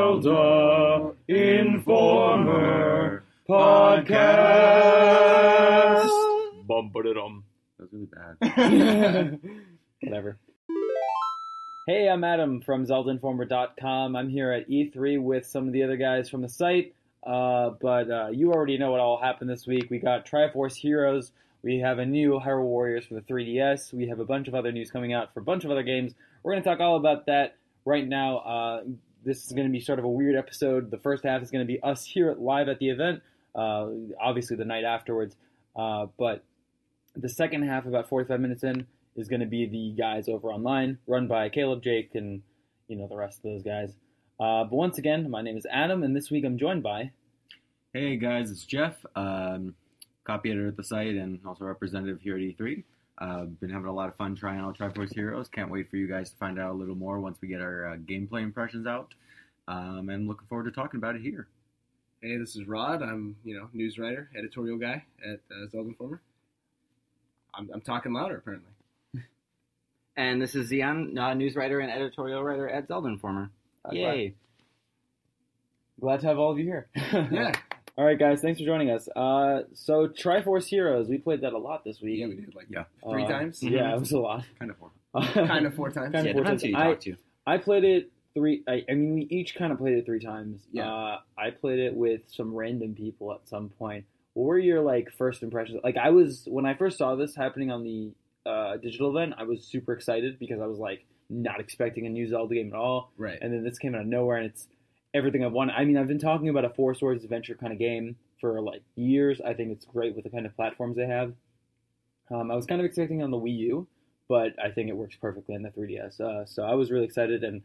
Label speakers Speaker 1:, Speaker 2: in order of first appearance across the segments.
Speaker 1: Zelda Informer Podcast.
Speaker 2: Bum ba dum.
Speaker 3: That was really bad.
Speaker 1: Whatever.
Speaker 4: Hey, I'm Adam from ZeldaInformer.com. I'm here at E3 with some of the other guys from the site, uh, but uh, you already know what all happened this week. We got Triforce Heroes, we have a new Hyrule Warriors for the 3DS, we have a bunch of other news coming out for a bunch of other games. We're going to talk all about that right now. Uh, this is going to be sort of a weird episode. The first half is going to be us here at- live at the event, uh, obviously the night afterwards, uh, but the second half, about 45 minutes in, is going to be the guys over online, run by Caleb, Jake, and you know the rest of those guys. Uh, but once again, my name is Adam, and this week I'm joined by
Speaker 3: hey guys, it's Jeff, um, copy editor at the site and also representative here at E3. Uh, been having a lot of fun trying out Triforce Heroes. Can't wait for you guys to find out a little more once we get our uh, gameplay impressions out. Um, and looking forward to talking about it here.
Speaker 5: Hey, this is Rod. I'm, you know, news writer, editorial guy at uh, Zelda Informer. I'm, I'm talking louder, apparently.
Speaker 6: And this is Zion, uh, news writer and editorial writer at Zelda Informer.
Speaker 4: uh, Yay. Glad to have all of you here.
Speaker 5: Yeah,
Speaker 4: All right, guys, thanks for joining us. Uh, so Triforce Heroes, we played that a lot this week.
Speaker 5: yeah, we did like
Speaker 3: Yeah.
Speaker 5: three
Speaker 4: Uh,
Speaker 5: times,
Speaker 4: Yeah, it was a lot.
Speaker 3: Kind of fun.
Speaker 5: kind of four times.
Speaker 4: Kind
Speaker 6: Yeah,
Speaker 4: of
Speaker 6: depends who you
Speaker 4: I-
Speaker 6: talk to.
Speaker 4: I played it three. I, I mean, we each kind of played it three times.
Speaker 5: Yeah.
Speaker 4: Uh, I played it with some random people at some point. What were your like first impressions? Like, I was when I first saw this happening on the uh, digital event, I was super excited because I was like not expecting a new Zelda game at all,
Speaker 5: Right.
Speaker 4: and then this came out of nowhere, and it's everything I've wanted. I mean, I've been talking about a Four Swords Adventure kind of game for like years. I think it's great with the kind of platforms they have. Um, I was kind of expecting on the Wii U, but I think it works perfectly on the 3DS. Uh, so I was really excited, and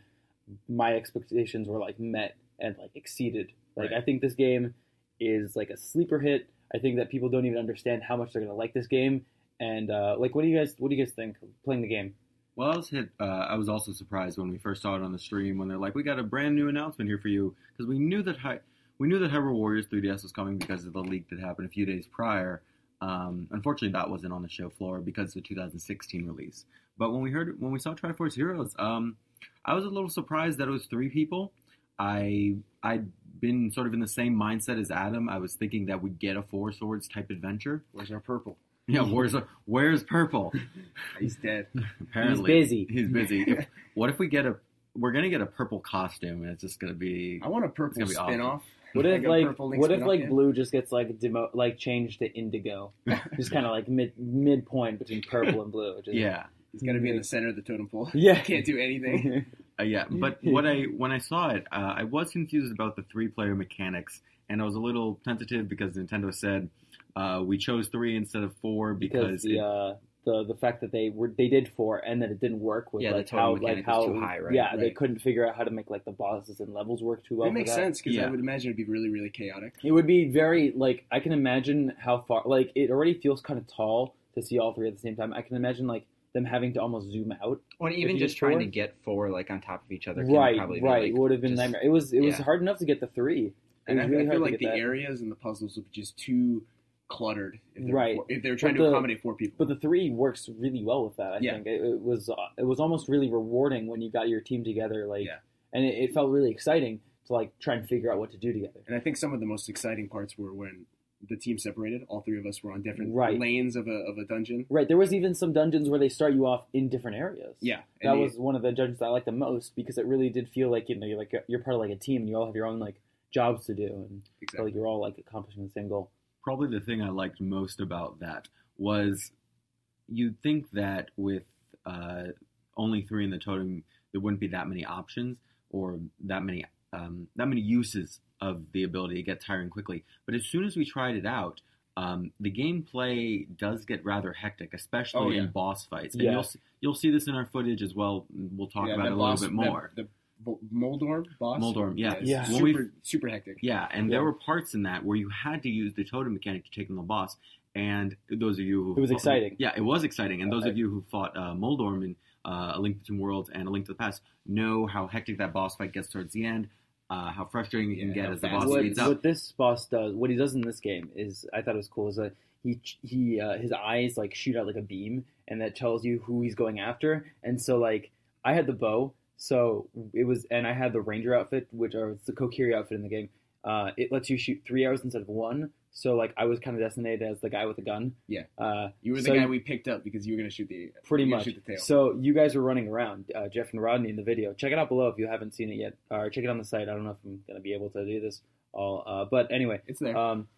Speaker 4: my expectations were like met and like exceeded. Like I think this game is like a sleeper hit. I think that people don't even understand how much they're gonna like this game. And uh, like, what do you guys what do you guys think playing the game?
Speaker 3: Well, I was hit. Uh, I was also surprised when we first saw it on the stream when they're like, "We got a brand new announcement here for you," because we knew that Hy- we knew that Hyrule Warriors 3DS was coming because of the leak that happened a few days prior. Um, unfortunately, that wasn't on the show floor because of the 2016 release. But when we heard when we saw Triforce Heroes, um, I was a little surprised that it was three people. I I'd been sort of in the same mindset as Adam. I was thinking that we'd get a four swords type adventure.
Speaker 5: Where's our purple?
Speaker 3: Yeah, where's where's purple?
Speaker 5: He's dead.
Speaker 3: Apparently,
Speaker 4: He's busy.
Speaker 3: He's busy. If, what if we get a? We're gonna get a purple costume, and it's just gonna be
Speaker 5: I want a purple
Speaker 3: gonna be awesome.
Speaker 5: spin off.
Speaker 4: What if
Speaker 5: a
Speaker 4: like
Speaker 5: Purple Link
Speaker 4: what if
Speaker 5: spin-off
Speaker 4: like
Speaker 5: game?
Speaker 4: blue just gets like demo like changed to indigo, just kind of like mid midpoint between purple and blue. Just,
Speaker 3: yeah,
Speaker 5: He's gonna be in the center of the totem pole.
Speaker 4: yeah.
Speaker 5: Can't do anything.
Speaker 3: uh, yeah. But what I when I saw it, uh, I was confused about the three player mechanics, and I was a little tentative because Nintendo said uh, we chose three instead of four
Speaker 4: because
Speaker 3: because
Speaker 4: the
Speaker 3: it-
Speaker 4: uh, the the fact that they were they did four and that it didn't work with
Speaker 6: Yeah, the
Speaker 4: like
Speaker 6: totem
Speaker 4: how like
Speaker 6: mechanic
Speaker 4: how
Speaker 6: was too high, right?
Speaker 4: yeah they
Speaker 5: Right.
Speaker 4: couldn't figure out how to make like the bosses and levels work too well.
Speaker 5: it
Speaker 4: for
Speaker 5: makes
Speaker 4: that.
Speaker 5: sense because
Speaker 3: Yeah.
Speaker 5: I would imagine it'd be really, really chaotic.
Speaker 4: It would be very like I can imagine how far like it already feels kind of tall to see all three at the same time. I can imagine like them having to almost zoom out.
Speaker 6: Or even
Speaker 4: you
Speaker 6: just
Speaker 4: just
Speaker 6: trying
Speaker 4: four-
Speaker 6: to get four like on top of each other. can
Speaker 4: right,
Speaker 6: probably be,
Speaker 4: right. it
Speaker 6: like,
Speaker 4: would have been
Speaker 6: just-
Speaker 4: nightmare. It was it was
Speaker 6: yeah.
Speaker 4: hard enough to get the three. It
Speaker 5: And
Speaker 4: was
Speaker 5: I,
Speaker 4: really
Speaker 5: I
Speaker 4: hard
Speaker 5: feel
Speaker 4: to
Speaker 5: like
Speaker 4: get
Speaker 5: the
Speaker 4: that.
Speaker 5: areas and the puzzles would be just too cluttered. If they're
Speaker 4: Right.
Speaker 5: four- if they're trying to
Speaker 4: But the-
Speaker 5: accommodate four people.
Speaker 4: But the three works really well with that. I
Speaker 5: Yeah.
Speaker 4: think it, it was uh, it was almost really rewarding when you got your team together, like,
Speaker 5: Yeah.
Speaker 4: and it, it felt really exciting to like try and figure out what to do together.
Speaker 5: And I think some of the most exciting parts were when the team separated. All three of us were on different
Speaker 4: Right.
Speaker 5: lanes of a, of a dungeon.
Speaker 4: Right, there was even some dungeons where they start you off in different areas.
Speaker 5: Yeah,
Speaker 4: that
Speaker 5: and
Speaker 4: was one of the dungeons that I liked the most because it really did feel like you know you're like a- you're part of like a team and you all have your own like jobs to do and
Speaker 5: the,
Speaker 4: feel
Speaker 5: exactly.
Speaker 4: like you're all like accomplishing the same goal.
Speaker 3: probably the thing I liked most about that was you'd think that with uh, only three in the totem, there wouldn't be that many options or that many um, that many uses of the ability. It gets tiring quickly, but as soon as we tried it out. Um, the gameplay does get rather hectic, especially
Speaker 5: Oh, yeah.
Speaker 3: in boss fights, and
Speaker 4: Yeah.
Speaker 3: you'll s- you'll see this in our footage as well. We'll talk
Speaker 5: Yeah,
Speaker 3: about it
Speaker 5: that
Speaker 3: a
Speaker 5: boss-
Speaker 3: little bit
Speaker 5: that-
Speaker 3: more.
Speaker 5: The, Bo- Moldorm boss.
Speaker 3: Moldorm, yeah.
Speaker 5: it's
Speaker 4: Yeah.
Speaker 3: When we-
Speaker 5: super super hectic.
Speaker 3: Yeah, and there
Speaker 4: Yeah.
Speaker 3: were parts in that where you had to use the totem mechanic to take on the boss. And those of you who
Speaker 4: It was exciting.
Speaker 3: yeah, it was exciting. And those
Speaker 4: Okay.
Speaker 3: of you who fought uh, Moldorm in uh, A Link Between Worlds and A Link to the Past know how hectic that boss fight gets towards the end, uh, how frustrating you can
Speaker 5: Yeah,
Speaker 3: get
Speaker 5: how
Speaker 3: as the
Speaker 5: fast
Speaker 3: boss
Speaker 5: it
Speaker 4: What,
Speaker 3: speeds
Speaker 5: is.
Speaker 3: up.
Speaker 4: what this boss does, what he does in this game is, I thought it was cool. Is that he he uh, his eyes like shoot out like a beam, and that tells you who he's going after. And so like I had the bow, So it was, and I had the Ranger outfit, which or it's the Kokiri outfit in the game. Uh, it lets you shoot three arrows instead of one. So like I was kind of designated as the guy with the gun.
Speaker 5: Yeah.
Speaker 4: Uh,
Speaker 5: You were the
Speaker 4: So-
Speaker 5: guy we picked up because you were going to shoot the
Speaker 4: pretty
Speaker 5: you were
Speaker 4: much.
Speaker 5: gonna Shoot the tail.
Speaker 4: So you guys were running around, uh, Jeff and Rodney in the video. Check it out below if you haven't seen it yet, or check it on the site. I don't know if I'm gonna be able to do this all, uh, but anyway.
Speaker 5: it's there.
Speaker 4: Um,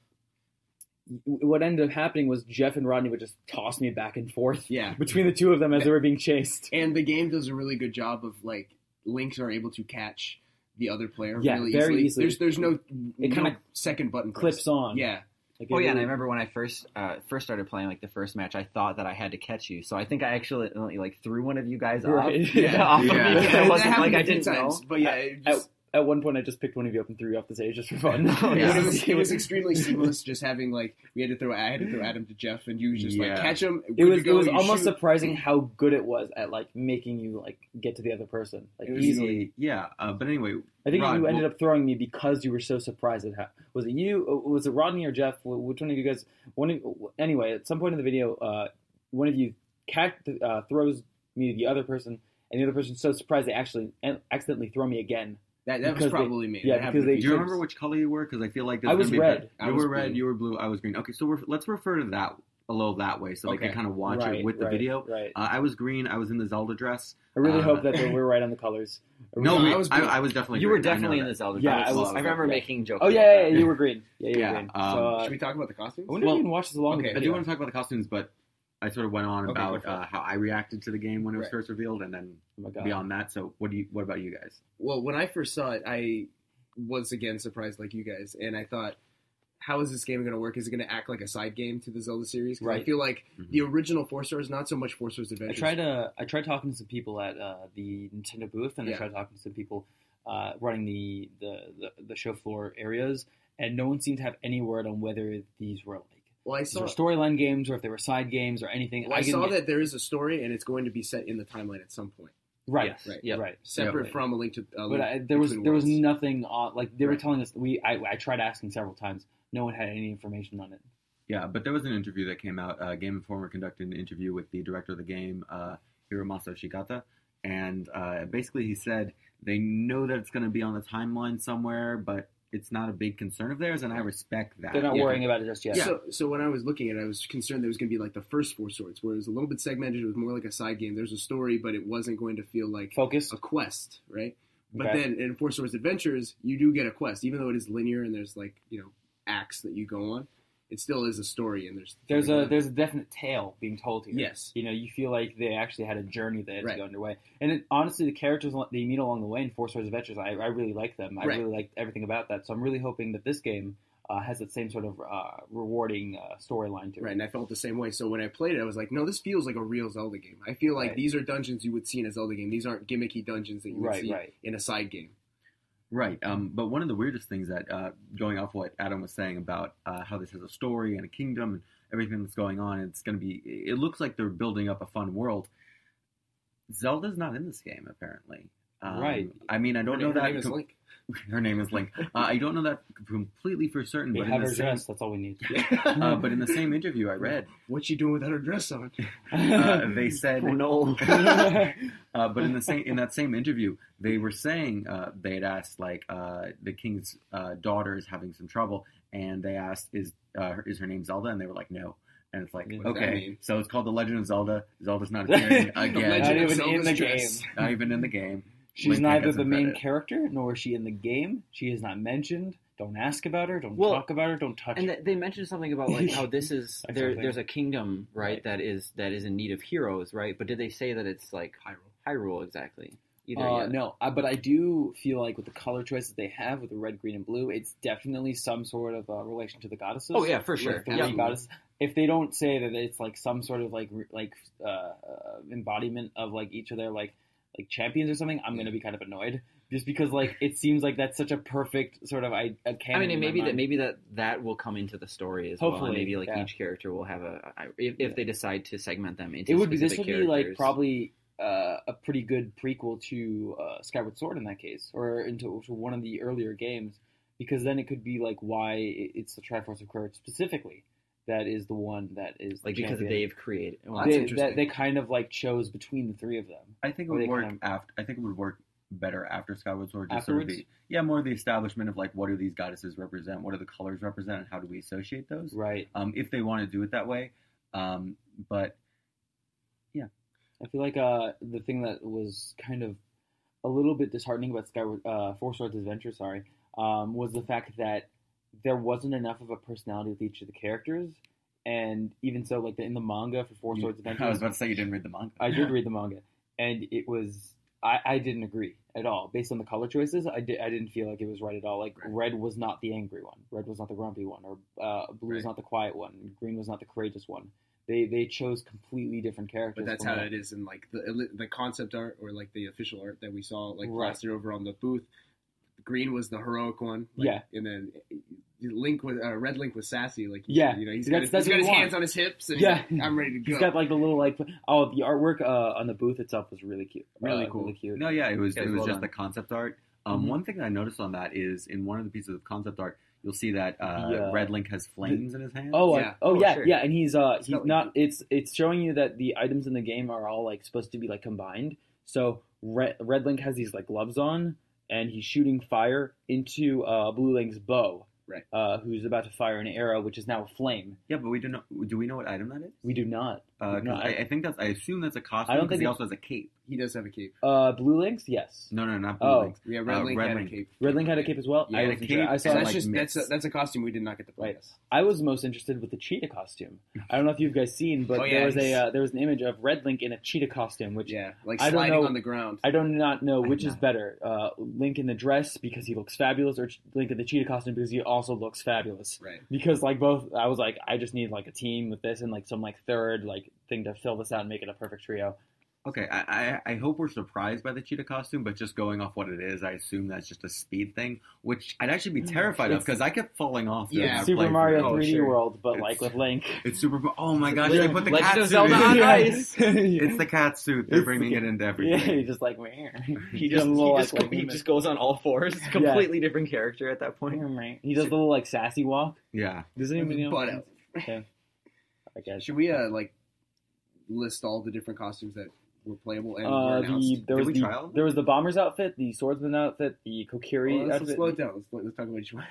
Speaker 4: w- what ended up happening was Jeff and Rodney would just toss me back and forth
Speaker 5: yeah,
Speaker 4: between the two of them as they were being chased.
Speaker 5: and the game does a really good job of like links are able to catch the other player
Speaker 4: Yeah,
Speaker 5: really
Speaker 4: very
Speaker 5: easily.
Speaker 4: easily.
Speaker 5: There's there's no,
Speaker 4: It
Speaker 5: no
Speaker 4: kinda
Speaker 5: second button press.
Speaker 4: Clips on.
Speaker 5: Yeah,
Speaker 4: Like,
Speaker 6: Oh
Speaker 4: it
Speaker 6: yeah, and I
Speaker 4: really-
Speaker 6: remember when I first uh, first started playing, like the first match, I thought that I had to catch you. So I think I actually like threw one of you guys
Speaker 4: Right.
Speaker 6: off. off of me.
Speaker 3: Yeah.
Speaker 6: It
Speaker 5: that
Speaker 6: wasn't
Speaker 5: happened
Speaker 6: like
Speaker 5: a
Speaker 6: I
Speaker 5: few
Speaker 6: didn't
Speaker 5: times,
Speaker 6: know.
Speaker 5: but yeah, it,
Speaker 4: I-
Speaker 5: just,
Speaker 4: At one point, I just picked one of you up and threw you off the stage just for fun.
Speaker 6: Oh,
Speaker 5: it
Speaker 6: yeah.
Speaker 5: was, it was extremely seamless. Just having like we had to throw I had to throw Adam to Jeff, and you was just like
Speaker 3: Yeah.
Speaker 5: catch him. good
Speaker 4: It
Speaker 5: to
Speaker 4: was it
Speaker 5: go,
Speaker 4: was
Speaker 5: you
Speaker 4: almost
Speaker 5: shoot.
Speaker 4: surprising how good it was at like making you like get to the other person like
Speaker 5: It was
Speaker 4: easily.
Speaker 3: Yeah, uh, but anyway,
Speaker 4: I think
Speaker 3: Rod,
Speaker 4: you ended
Speaker 3: well-
Speaker 4: up throwing me because you were so surprised at how was it you uh, was it Rodney or Jeff Wh- which one of you guys one of anyway at some point in the video uh, one of you cat uh, throws me to the other person and the other person's so surprised they actually an- accidentally throw me again
Speaker 5: that, that was
Speaker 4: because they-
Speaker 5: probably me.
Speaker 4: yeah,
Speaker 5: That happened
Speaker 4: because they-
Speaker 5: a
Speaker 3: do
Speaker 5: few
Speaker 3: you
Speaker 5: times.
Speaker 3: remember which color you were? Because I feel like this
Speaker 4: I
Speaker 3: is
Speaker 4: was
Speaker 3: gonna be
Speaker 4: red.
Speaker 3: bad.
Speaker 5: I
Speaker 3: You
Speaker 5: was
Speaker 3: were red.
Speaker 5: blue.
Speaker 3: You were blue. I was green. Okay, so we're, let's refer to that a little that way, so they
Speaker 5: Okay.
Speaker 3: can kind of watch
Speaker 4: Right,
Speaker 3: it with the
Speaker 4: right,
Speaker 3: video.
Speaker 4: right
Speaker 3: Uh, I was green. I was in the Zelda dress.
Speaker 4: I really
Speaker 3: uh,
Speaker 4: hope that they we're right on the colors I
Speaker 3: No,
Speaker 4: really-
Speaker 5: I
Speaker 3: I
Speaker 5: was
Speaker 3: was. I,
Speaker 5: blue.
Speaker 3: was definitely.
Speaker 6: You were
Speaker 3: green. I know
Speaker 6: definitely in
Speaker 3: that.
Speaker 6: the Zelda.
Speaker 4: Yeah,
Speaker 6: dress.
Speaker 4: I was-
Speaker 6: I remember
Speaker 4: yeah.
Speaker 6: making jokes.
Speaker 4: oh yeah,
Speaker 6: about
Speaker 4: yeah,
Speaker 6: that.
Speaker 4: yeah, you were green yeah you
Speaker 3: Yeah,
Speaker 4: were green
Speaker 3: um,
Speaker 4: so uh,
Speaker 5: Should we talk about the costumes?
Speaker 4: I wonder
Speaker 3: well,
Speaker 4: if you can watch this along
Speaker 5: okay,
Speaker 3: I
Speaker 4: with
Speaker 3: do
Speaker 4: me.
Speaker 3: want to talk about the costumes, but I sort of went on
Speaker 5: Okay, go
Speaker 3: about
Speaker 5: for it.
Speaker 3: uh, how I reacted to the game when it was
Speaker 5: Right.
Speaker 3: first revealed, and then
Speaker 4: oh my god
Speaker 3: beyond that. So, what do you? What about you guys?
Speaker 5: Well, when I first saw it, I was again surprised like you guys, and I thought, how is this game going to work? Is it going to act like a side game to the Zelda series? 'Cause I
Speaker 4: Right. Mm-hmm.
Speaker 5: feel like
Speaker 3: Mhm.
Speaker 5: the original Four Stars, not so much Four Stars
Speaker 4: I
Speaker 5: Adventures.
Speaker 4: tried to I tried talking to some people at uh, the Nintendo booth, and
Speaker 5: Yeah.
Speaker 4: I tried talking to some people uh, running the, the, the, the show floor areas, and no one seemed to have any word on whether these were like
Speaker 5: Well, I
Speaker 4: these
Speaker 5: saw.
Speaker 4: were storyline games or if they were side games or anything.
Speaker 5: well, I,
Speaker 4: didn't
Speaker 5: saw
Speaker 4: get-
Speaker 5: that there is a story, and it's going to be set in the timeline at some point,
Speaker 4: right,
Speaker 6: Yes,
Speaker 5: right,
Speaker 6: yeah.
Speaker 4: right.
Speaker 5: separate
Speaker 4: Yeah.
Speaker 5: from a link to. Uh,
Speaker 4: But I, there was
Speaker 5: Between
Speaker 4: there was
Speaker 5: Worlds.
Speaker 4: nothing on like they were
Speaker 5: Right.
Speaker 4: telling us we I, I tried asking several times. No one had any information on it.
Speaker 3: Yeah, but there was an interview that came out. Uh, Game Informer conducted an interview with the director of the game, uh, Hiromasa Shigata, and uh, basically he said they know that it's going to be on the timeline somewhere, but it's not a big concern of theirs, and I respect that.
Speaker 4: They're not
Speaker 5: yeah.
Speaker 4: worrying about it just yet.
Speaker 5: So, so when I was looking at it, I was concerned there was going to be like the first Four Swords, where it was a little bit segmented. It was more like a side game. There's a story, but it wasn't going to feel like
Speaker 4: Focus.
Speaker 5: a quest, right? But
Speaker 4: Okay.
Speaker 5: then in Four Swords Adventures, you do get a quest, even though it is linear and there's like you know acts that you go on. It still is a story, and there's
Speaker 4: There's a there's a definite tale being told here.
Speaker 5: yes,
Speaker 4: You know, you feel like they actually had a journey that had
Speaker 5: Right.
Speaker 4: to go underway. And it, honestly, the characters al- they meet along the way in Four Swords Adventures, I, I really like them. I
Speaker 5: Right.
Speaker 4: really like everything about that. So I'm really hoping that this game uh, has that same sort of uh, rewarding uh, storyline to it.
Speaker 5: right. And I felt the same way. So when I played it, I was like, no, this feels like a real Zelda game. I feel like
Speaker 4: Right.
Speaker 5: these are dungeons you would see in a Zelda game. These aren't gimmicky dungeons that you would
Speaker 4: Right,
Speaker 5: see
Speaker 4: right.
Speaker 5: in a side game.
Speaker 3: Right. Um, but one of the weirdest things that, uh, going off what Adam was saying about uh, how this has a story and a kingdom and everything that's going on, it's going to be, it looks like they're building up a fun world. Zelda's not in this game, apparently. Um,
Speaker 4: Right.
Speaker 3: I mean, I don't know
Speaker 5: Her
Speaker 3: that.
Speaker 5: name is Link.
Speaker 3: her name is Link. Uh, I don't know that completely for certain,
Speaker 4: We
Speaker 3: but
Speaker 4: have
Speaker 3: in, the
Speaker 4: her
Speaker 3: same,
Speaker 4: dress. That's all we need.
Speaker 3: uh, but in the same interview I read,
Speaker 5: What she doing without her dress on?
Speaker 3: uh, they said,
Speaker 6: Oh, no.
Speaker 3: uh, but in the same in that same interview, they were saying uh, they had asked like uh, the king's uh, daughter is having some trouble, and they asked is uh, her- is her name Zelda, and they were like no, and it's like
Speaker 4: What
Speaker 5: does that
Speaker 3: okay,
Speaker 5: mean?
Speaker 3: so it's called the Legend of Zelda. Zelda's not appearing
Speaker 5: The
Speaker 3: again,
Speaker 5: Legend of
Speaker 4: Not even in
Speaker 5: Zelda's
Speaker 4: the
Speaker 5: dress.
Speaker 4: game.
Speaker 3: not even in the game.
Speaker 4: She's
Speaker 3: Link
Speaker 4: neither
Speaker 3: gets
Speaker 4: the
Speaker 3: some
Speaker 4: main
Speaker 3: credit.
Speaker 4: character nor is she in the game. She is not mentioned. Don't ask about her. Don't
Speaker 6: Well,
Speaker 4: talk about her. Don't touch
Speaker 6: And
Speaker 4: her.
Speaker 6: th- they mentioned something about like how this is
Speaker 4: That's
Speaker 6: there.
Speaker 4: something.
Speaker 6: There's a kingdom right,
Speaker 4: Right.
Speaker 6: that is that is in need of heroes right. But did they say that it's like
Speaker 5: Hyrule.
Speaker 6: Hyrule exactly? Either
Speaker 4: Uh,
Speaker 6: yet.
Speaker 4: no, I, but I do feel like with the color choices they have with the red, green, and blue, it's definitely some sort of uh, relation to the goddesses.
Speaker 6: Oh yeah, for sure.
Speaker 4: with the
Speaker 6: Yeah.
Speaker 4: red goddess. If they don't say that it's like some sort of like re- like uh, uh, embodiment of like each of their like like champions or something, I'm gonna be kind of annoyed just because like it seems like that's such a perfect sort of I a
Speaker 6: I
Speaker 4: canon
Speaker 6: mean,
Speaker 4: in
Speaker 6: and
Speaker 4: my
Speaker 6: maybe that
Speaker 4: mind.
Speaker 6: maybe that that will come into the story as well.
Speaker 4: Hopefully,
Speaker 6: And maybe like
Speaker 4: yeah.
Speaker 6: each character will have a I- if, if they decide to segment them into.
Speaker 4: it would be this would
Speaker 6: specific
Speaker 4: be like
Speaker 6: characters.
Speaker 4: probably uh, a pretty good prequel to uh, Skyward Sword in that case, or into to one of the earlier games, because then it could be like why it- it's the Triforce of Courage specifically that is the one that is the
Speaker 6: like because
Speaker 4: champion.
Speaker 6: they've created. Well,
Speaker 5: That's
Speaker 4: They-
Speaker 5: interesting.
Speaker 4: that they kind of like chose between the three of them.
Speaker 3: I think it
Speaker 4: Or they
Speaker 3: would work
Speaker 4: kind
Speaker 3: after. I think it would work better after Skyward Sword. Just sort of
Speaker 4: afterwards.
Speaker 3: the- yeah, more of the establishment of like what do these goddesses represent, what do the colors represent, and how do we associate those?
Speaker 4: Right.
Speaker 3: Um, if they want to do it that way, um, but
Speaker 4: I feel like uh, the thing that was kind of a little bit disheartening about Skyward uh, Four Swords Adventure, sorry, um, was the fact that there wasn't enough of a personality with each of the characters, and even so, like the, in the manga for Four
Speaker 3: you-
Speaker 4: Swords
Speaker 3: I was
Speaker 4: Adventure,
Speaker 3: about to say you didn't read the manga.
Speaker 4: I did read the manga, and it was I, I didn't agree at all based on the color choices. I did I didn't feel like it was right at all. Like red was not the angry one, red was not the grumpy one, or uh, blue was
Speaker 5: Right.
Speaker 4: not the quiet one, and green was not the courageous one. They they chose completely different characters.
Speaker 5: But that's
Speaker 4: from
Speaker 5: how
Speaker 4: that.
Speaker 5: it is in like the the concept art or like the official art that we saw like
Speaker 4: Right.
Speaker 5: last year over on the booth. Green was the heroic one, like,
Speaker 4: Yeah.
Speaker 5: and then uh, Link was uh, Red Link was sassy, like he's-
Speaker 4: Yeah.
Speaker 5: you know he's
Speaker 4: That's-
Speaker 5: got,
Speaker 4: that's
Speaker 5: he's got
Speaker 4: what
Speaker 5: his
Speaker 4: we want.
Speaker 5: hands on his hips, and
Speaker 4: Yeah.
Speaker 5: yeah, I'm ready to go.
Speaker 4: He's got like the little like oh the artwork uh, on the booth itself was really cute,
Speaker 3: Really
Speaker 4: Uh,
Speaker 3: cool.
Speaker 4: really cute.
Speaker 3: No, yeah, it was
Speaker 6: Yeah,
Speaker 3: it
Speaker 6: it
Speaker 3: was
Speaker 6: was well
Speaker 3: just
Speaker 6: done.
Speaker 3: the concept art. Um,
Speaker 4: Mhm.
Speaker 3: One thing I noticed on that is in one of the pieces of concept art, you'll see that uh,
Speaker 4: The, uh,
Speaker 3: Red Link has flames in his hand.
Speaker 4: Oh, yeah.
Speaker 5: Yeah.
Speaker 4: oh
Speaker 6: Oh,
Speaker 4: yeah,
Speaker 6: sure.
Speaker 4: yeah, and he's uh he's
Speaker 5: got, like,
Speaker 4: not. It's it's showing you that the items in the game are all like supposed to be like combined. So Red, Red Link has these like gloves on, and he's shooting fire into uh, Blue Link's bow.
Speaker 5: Right.
Speaker 4: Uh, who's about to fire an arrow, which is now a flame.
Speaker 3: yeah, but we don't know. Do we know what item that is?
Speaker 4: We do not.
Speaker 3: Uh, 'cause
Speaker 4: No,
Speaker 3: I, I think that's. I assume that's a costume.
Speaker 4: I don't
Speaker 3: 'cause
Speaker 4: think
Speaker 3: he
Speaker 4: it-
Speaker 3: also has a cape.
Speaker 5: he does have a cape.
Speaker 4: Uh, Blue Link's yes.
Speaker 3: No, no, not Blue
Speaker 4: Oh.
Speaker 3: Links.
Speaker 5: Yeah, Red
Speaker 3: Uh,
Speaker 5: Link
Speaker 3: Red
Speaker 5: had
Speaker 3: Link.
Speaker 5: a cape.
Speaker 4: Red Link had a cape as well.
Speaker 3: He
Speaker 4: I
Speaker 3: had a
Speaker 4: wasn't sure.
Speaker 3: cape
Speaker 5: So
Speaker 4: I saw
Speaker 3: and,
Speaker 4: like
Speaker 5: that's just
Speaker 3: mitts.
Speaker 5: that's a, that's a costume we did not get to play.
Speaker 4: Right. I was most interested with the cheetah costume. I don't know if you guys seen, but
Speaker 5: Oh,
Speaker 4: there
Speaker 5: yeah,
Speaker 4: was a
Speaker 5: he's-
Speaker 4: uh, there was an image of Red Link in a cheetah costume, which
Speaker 5: Yeah, like
Speaker 4: I don't
Speaker 5: sliding
Speaker 4: know-
Speaker 5: on the ground.
Speaker 4: I do not know
Speaker 3: I
Speaker 4: which
Speaker 3: know.
Speaker 4: is better: uh, Link in the dress because he looks fabulous, or Ch- Link in the cheetah costume because he also looks fabulous.
Speaker 5: Right.
Speaker 4: Because like both, I was like, I just need like a team with this and like some like third like thing to fill this out and make it a perfect trio.
Speaker 3: Okay, I, I I hope we're surprised by the cheetah costume, but just going off what it is, I assume that's just a speed thing, which I'd actually be terrified of
Speaker 4: Mm. It's-
Speaker 3: because I kept falling off. during
Speaker 5: Yeah,
Speaker 3: the
Speaker 4: Super
Speaker 3: playthrough.
Speaker 4: Mario
Speaker 3: Oh,
Speaker 4: 3D
Speaker 3: sure.
Speaker 4: World, but like
Speaker 3: It's-
Speaker 4: with Link.
Speaker 3: It's super. Oh my gosh!
Speaker 4: Legend-
Speaker 3: They put the
Speaker 6: Legend
Speaker 3: cat
Speaker 6: of
Speaker 3: suit
Speaker 6: Zelda
Speaker 3: in.
Speaker 6: on
Speaker 4: Yeah.
Speaker 6: ice.
Speaker 3: It's the cat suit. They're
Speaker 4: It's
Speaker 3: bringing
Speaker 4: the-
Speaker 3: it into
Speaker 4: yeah,
Speaker 3: everything.
Speaker 4: he just like
Speaker 6: He just,
Speaker 4: does a
Speaker 6: he,
Speaker 4: little
Speaker 6: just,
Speaker 4: like,
Speaker 6: he just goes on all fours. Completely different character at that point.
Speaker 4: he does the little like sassy walk.
Speaker 3: yeah.
Speaker 4: Does anybody know?
Speaker 5: Butt out.
Speaker 4: Okay. I guess.
Speaker 5: Should we uh like list all the different costumes that were playable and were
Speaker 4: Uh,
Speaker 5: announced?
Speaker 4: the, there
Speaker 3: Did
Speaker 4: was
Speaker 3: we
Speaker 4: the,
Speaker 3: try all of them?
Speaker 4: there was the bomber's outfit, the swordsman outfit, the
Speaker 5: Well,
Speaker 4: kokiri
Speaker 5: let's, let's
Speaker 4: outfit.
Speaker 5: slow it down. Let's, let's talk about each one.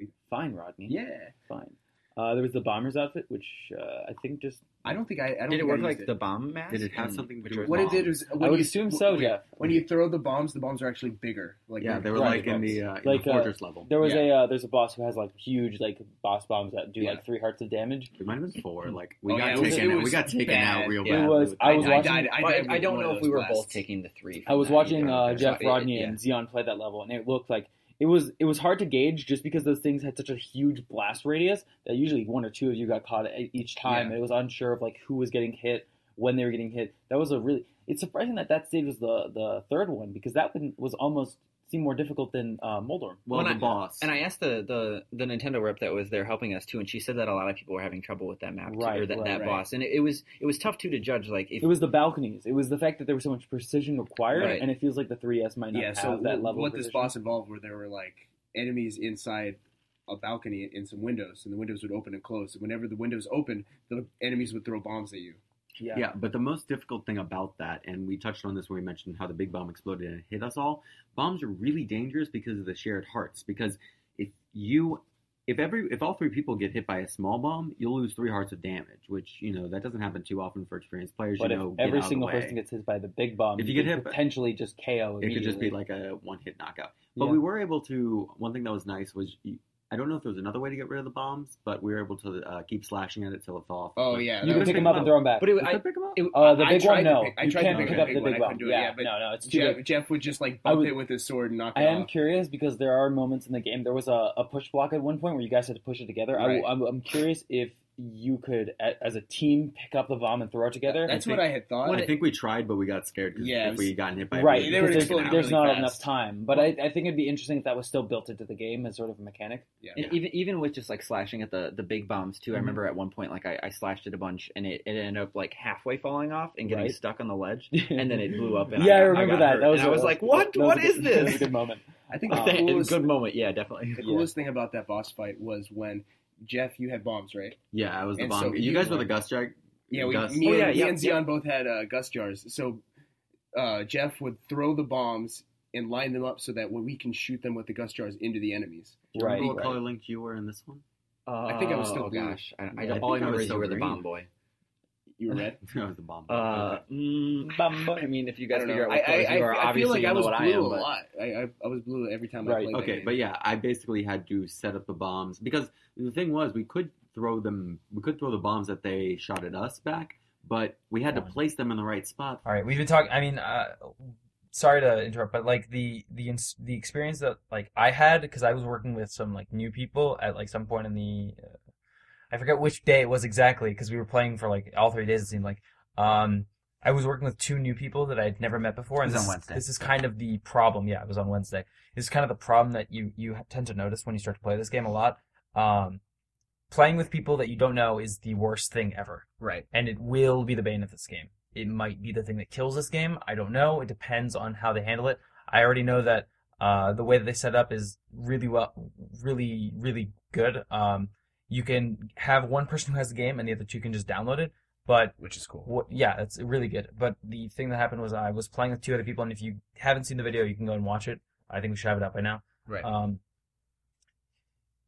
Speaker 4: Fine, Rodney.
Speaker 5: Yeah,
Speaker 4: fine. Uh, there was the bomber's outfit, which uh, I think just
Speaker 5: I don't think I. I don't
Speaker 6: Did
Speaker 5: think
Speaker 6: it
Speaker 5: I
Speaker 6: work
Speaker 5: used
Speaker 6: like the bomb mask?
Speaker 3: Did it have
Speaker 6: And-
Speaker 3: something to
Speaker 6: which
Speaker 3: do
Speaker 6: was
Speaker 5: What
Speaker 3: with
Speaker 5: it
Speaker 3: bomb?
Speaker 5: did was when
Speaker 4: I would
Speaker 5: you-
Speaker 4: assume so,
Speaker 5: wait,
Speaker 4: Jeff.
Speaker 5: When you throw the bombs, the bombs are actually bigger. Like
Speaker 3: yeah,
Speaker 5: they're-
Speaker 3: they were
Speaker 4: Right,
Speaker 3: like in the, uh, in
Speaker 4: Like,
Speaker 3: the
Speaker 4: uh,
Speaker 3: fortress level.
Speaker 4: there was
Speaker 5: Yeah.
Speaker 4: a uh, there's a boss who has like huge like boss bombs that do like three hearts of damage.
Speaker 3: It might have been four. Like we
Speaker 5: Oh,
Speaker 3: got
Speaker 5: yeah, it was-
Speaker 3: taken.
Speaker 5: it
Speaker 3: out. We
Speaker 5: was
Speaker 3: got taken
Speaker 5: bad.
Speaker 3: out real
Speaker 6: Yeah.
Speaker 3: bad.
Speaker 4: It was- I was
Speaker 5: I
Speaker 4: watching-
Speaker 5: died. I,
Speaker 6: Well, I,
Speaker 5: died
Speaker 6: I
Speaker 5: with
Speaker 6: don't
Speaker 5: one
Speaker 6: know
Speaker 5: of
Speaker 6: if
Speaker 5: those
Speaker 6: we were
Speaker 5: blasts.
Speaker 6: both taking the three.
Speaker 4: I was
Speaker 6: from that
Speaker 4: watching
Speaker 6: either.
Speaker 4: uh,
Speaker 6: That's
Speaker 4: Jeff
Speaker 6: why-
Speaker 4: Rodney
Speaker 6: yeah.
Speaker 4: and Xeon play that level, and it looked like it was it was hard to gauge just because those things had such a huge blast radius that usually one or two of you got caught at each
Speaker 5: Yeah.
Speaker 4: time. And it was unsure of like who was getting hit, when they were getting hit. That was a really it's surprising that that stage was the the third one because that one was almost seemed more difficult than uh, Moldorm.
Speaker 3: well,
Speaker 6: When
Speaker 3: the
Speaker 6: I-
Speaker 3: boss.
Speaker 6: And I asked the, the the Nintendo rep that was there helping us too, and she said that a lot of people were having trouble with that map too,
Speaker 4: Right,
Speaker 6: or that,
Speaker 4: right,
Speaker 6: that
Speaker 5: right.
Speaker 6: boss, and it, it was it was tough too to judge like if
Speaker 4: It was the balconies. It was the fact that there was so much precision required,
Speaker 6: Right.
Speaker 4: and it feels like the 3DS might not
Speaker 5: Yeah.
Speaker 4: have
Speaker 5: So
Speaker 4: that
Speaker 5: what,
Speaker 4: level.
Speaker 5: what
Speaker 4: of
Speaker 5: this
Speaker 4: precision.
Speaker 5: boss involved were there were like enemies inside a balcony and some windows, and the windows would open and close. And whenever the windows opened, the enemies would throw bombs at you.
Speaker 4: yeah.
Speaker 3: yeah, but the most difficult thing about that, and we touched on this when we mentioned how the big bomb exploded and it hit us all. Bombs are really dangerous because of the shared hearts. Because if you, if every, if all three people get hit by a small bomb, you'll lose three hearts of damage. Which you know that doesn't happen too often for experienced players.
Speaker 4: But
Speaker 3: you
Speaker 4: if
Speaker 3: know, get out
Speaker 4: every
Speaker 3: of the
Speaker 4: single
Speaker 3: way.
Speaker 4: person gets hit by the big bomb,
Speaker 3: If
Speaker 4: you,
Speaker 3: you
Speaker 4: could
Speaker 3: get hit by-
Speaker 4: potentially just KO.
Speaker 3: it could just
Speaker 4: immediately.
Speaker 3: be like a one hit knockout. But
Speaker 4: Yeah.
Speaker 3: we were able to. One thing that was nice was you, I don't know if there was another way to get rid of the bombs, but we were able to uh, keep slashing at it till it fell off.
Speaker 5: Oh yeah, that
Speaker 4: you can
Speaker 5: was
Speaker 4: pick
Speaker 3: big
Speaker 4: them up
Speaker 3: one.
Speaker 4: and throw them back.
Speaker 6: but it,
Speaker 3: Did
Speaker 6: I,
Speaker 3: I pick 'em up?
Speaker 6: it-
Speaker 4: uh, the
Speaker 5: I
Speaker 4: big one,
Speaker 5: tried to
Speaker 4: no.
Speaker 5: pick- I
Speaker 4: you
Speaker 5: tried to
Speaker 4: can't
Speaker 3: pick
Speaker 4: pick
Speaker 3: up
Speaker 4: up
Speaker 3: the
Speaker 4: the
Speaker 5: big one.
Speaker 4: big
Speaker 5: I
Speaker 4: bomb.
Speaker 5: couldn't do it.
Speaker 4: yeah,
Speaker 5: Yeah, but
Speaker 4: no, no, it's too
Speaker 5: Jeff,
Speaker 4: big.
Speaker 5: Jeff would just like
Speaker 4: I
Speaker 5: bump
Speaker 4: would-
Speaker 5: it with his sword and knock
Speaker 4: I
Speaker 5: it
Speaker 4: am
Speaker 5: off.
Speaker 4: curious because there are moments in the game. There was a, a push block at one point where you guys had to push it together.
Speaker 5: Right.
Speaker 4: I, am I'm curious if you could, a- as a team, pick up the bomb and throw it together.
Speaker 5: That's
Speaker 3: I
Speaker 5: what I had thought.
Speaker 3: I think we tried, but we got scared because
Speaker 5: Yeah, it
Speaker 3: if
Speaker 5: was-
Speaker 3: we had gotten hit by it,
Speaker 4: right,
Speaker 3: we
Speaker 5: they
Speaker 3: would've
Speaker 5: were
Speaker 4: because there's,
Speaker 5: exploding
Speaker 4: there's
Speaker 5: really
Speaker 4: not
Speaker 5: fast.
Speaker 4: enough time. But I, I think it'd be interesting if that was still built into the game as sort of a mechanic.
Speaker 6: and E-, even even with just like slashing at the the big bombs too. I
Speaker 4: Mhm.
Speaker 6: remember at one point like I, I slashed it a bunch, and it, it ended up like halfway falling off and getting
Speaker 4: Right.
Speaker 6: stuck on the ledge, and then it blew up. And
Speaker 4: yeah, I,
Speaker 6: got-
Speaker 4: remember
Speaker 6: got
Speaker 4: that.
Speaker 6: hurt.
Speaker 4: That was
Speaker 6: And I
Speaker 4: a-
Speaker 6: was like, what?
Speaker 4: that was
Speaker 6: What
Speaker 4: a good-
Speaker 6: is
Speaker 4: That was a
Speaker 6: this?
Speaker 4: good moment.
Speaker 5: I think
Speaker 4: Uh,
Speaker 5: the
Speaker 6: That-
Speaker 5: coolest,
Speaker 6: good moment, yeah, definitely.
Speaker 5: the
Speaker 4: yeah.
Speaker 5: coolest thing about that boss fight was when Jeff, you had bombs, right?
Speaker 3: Yeah, I was the
Speaker 5: And
Speaker 3: bomb.
Speaker 5: so
Speaker 3: you
Speaker 5: you
Speaker 3: guys were
Speaker 5: were-
Speaker 3: the Gus Jack.
Speaker 5: Yeah, we,
Speaker 3: Gus.
Speaker 5: me,
Speaker 6: Oh,
Speaker 5: and,
Speaker 6: yeah,
Speaker 5: me
Speaker 6: yeah,
Speaker 5: and Zion both had uh, Gus jars. So uh, Jeff would throw the bombs
Speaker 7: and line them up so that when we can shoot them with the gust jars into the enemies.
Speaker 3: Do you remember
Speaker 8: Right,
Speaker 3: what
Speaker 6: right.
Speaker 3: color link you were in this one?
Speaker 7: I think I was
Speaker 6: Oh,
Speaker 7: still blue.
Speaker 6: gosh. I, I,
Speaker 3: Yeah, I
Speaker 6: all I
Speaker 3: think I
Speaker 6: remember
Speaker 3: was
Speaker 6: is you
Speaker 3: still
Speaker 6: were the
Speaker 3: green.
Speaker 6: bomb boy.
Speaker 7: You were red.
Speaker 3: I was the bomb.
Speaker 6: Uh, mm,
Speaker 8: Bomb boy.
Speaker 6: I mean, if you
Speaker 7: I
Speaker 6: guys
Speaker 7: don't
Speaker 6: figure
Speaker 7: know.
Speaker 6: out
Speaker 7: I,
Speaker 6: what colors
Speaker 7: I,
Speaker 6: you are,
Speaker 7: I, I feel
Speaker 6: obviously
Speaker 7: like
Speaker 6: you
Speaker 7: I
Speaker 6: know
Speaker 7: was
Speaker 6: what
Speaker 7: blue
Speaker 6: I am.
Speaker 7: a
Speaker 6: but-
Speaker 7: lot. I, I, I was blue every time
Speaker 8: Right.
Speaker 7: I played.
Speaker 3: okay,
Speaker 7: that
Speaker 3: but
Speaker 7: game.
Speaker 3: yeah, I basically had to set up the bombs because the thing was we could throw them, we could throw the bombs that they shot at us back, but we had to place them in the right spot.
Speaker 4: All right, we've been talking. I mean, uh, sorry to interrupt, but like the the ins- the experience that like I had because I was working with some like new people at like some point in the, uh, I forget which day it was exactly because we were playing for like all three days. It seemed like um, I was working with two new people that I had never met before. And
Speaker 6: It was
Speaker 4: this
Speaker 6: on
Speaker 4: is-
Speaker 6: Wednesday.
Speaker 4: This is kind of the problem. Yeah, it was on Wednesday. This is kind of the problem that you you tend to notice when you start to play this game a lot. Um, playing with people that you don't know is the worst thing ever
Speaker 6: Right.
Speaker 4: and it will be the bane of this game. It might be the thing that kills this game. I don't know. It depends on how they handle it. I already know that uh, the way that they set up is really well, really, really good. Um, you can have one person who has the game and the other two can just download it. But
Speaker 6: Which is cool.
Speaker 4: what, yeah, it's really good. But the thing that happened was I was playing with two other people, and if you haven't seen the video, you can go and watch it. I think we should have it out by now.
Speaker 6: Right.
Speaker 4: Um,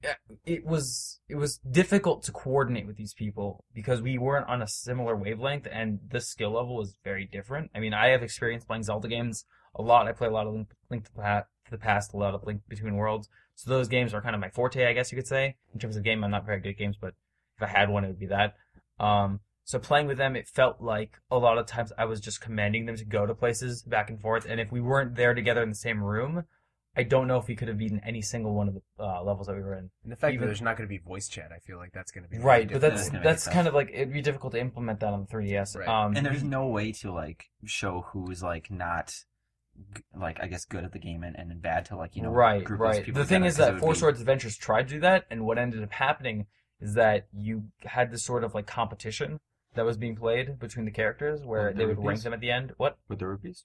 Speaker 4: yeah, uh, it was it was difficult to coordinate with these people because we weren't on a similar wavelength, and the skill level was very different. I mean, I have experience playing Zelda games a lot. I play a lot of Link, Link to, the Pa- to the Past, a lot of Link Between Worlds. So those games are kind of my forte, I guess you could say. In terms of game, I'm not very good at games, but if I had one, it would be that. Um, so playing with them, it felt like a lot of times I was just commanding them to go to places back and forth, and if we weren't there together in the same room, I don't know if we could have beaten any single one of the uh, levels that we were in.
Speaker 5: And the fact
Speaker 4: Even-
Speaker 5: that there's not going to be voice chat, I feel like that's going to be
Speaker 4: Right,
Speaker 5: really
Speaker 4: but that's
Speaker 5: difficult.
Speaker 6: gonna make it
Speaker 4: that's
Speaker 6: tough.
Speaker 4: kind of like it'd be difficult to implement that on the 3DS.
Speaker 5: Right.
Speaker 4: Um,
Speaker 6: and there's no way to like show who's like not g- like I guess good at the game and, and bad to like you know
Speaker 4: right,
Speaker 6: group these
Speaker 4: right.
Speaker 6: people
Speaker 4: The thing
Speaker 6: together,
Speaker 4: is
Speaker 6: 'cause it
Speaker 4: that
Speaker 6: would
Speaker 4: Four
Speaker 6: be-
Speaker 4: Swords Adventures tried to do that, and what ended up happening is that you had this sort of like competition that was being played between the characters, where
Speaker 3: With the
Speaker 4: they would rank
Speaker 3: rupees?
Speaker 4: them at the end. What
Speaker 3: With the rupees?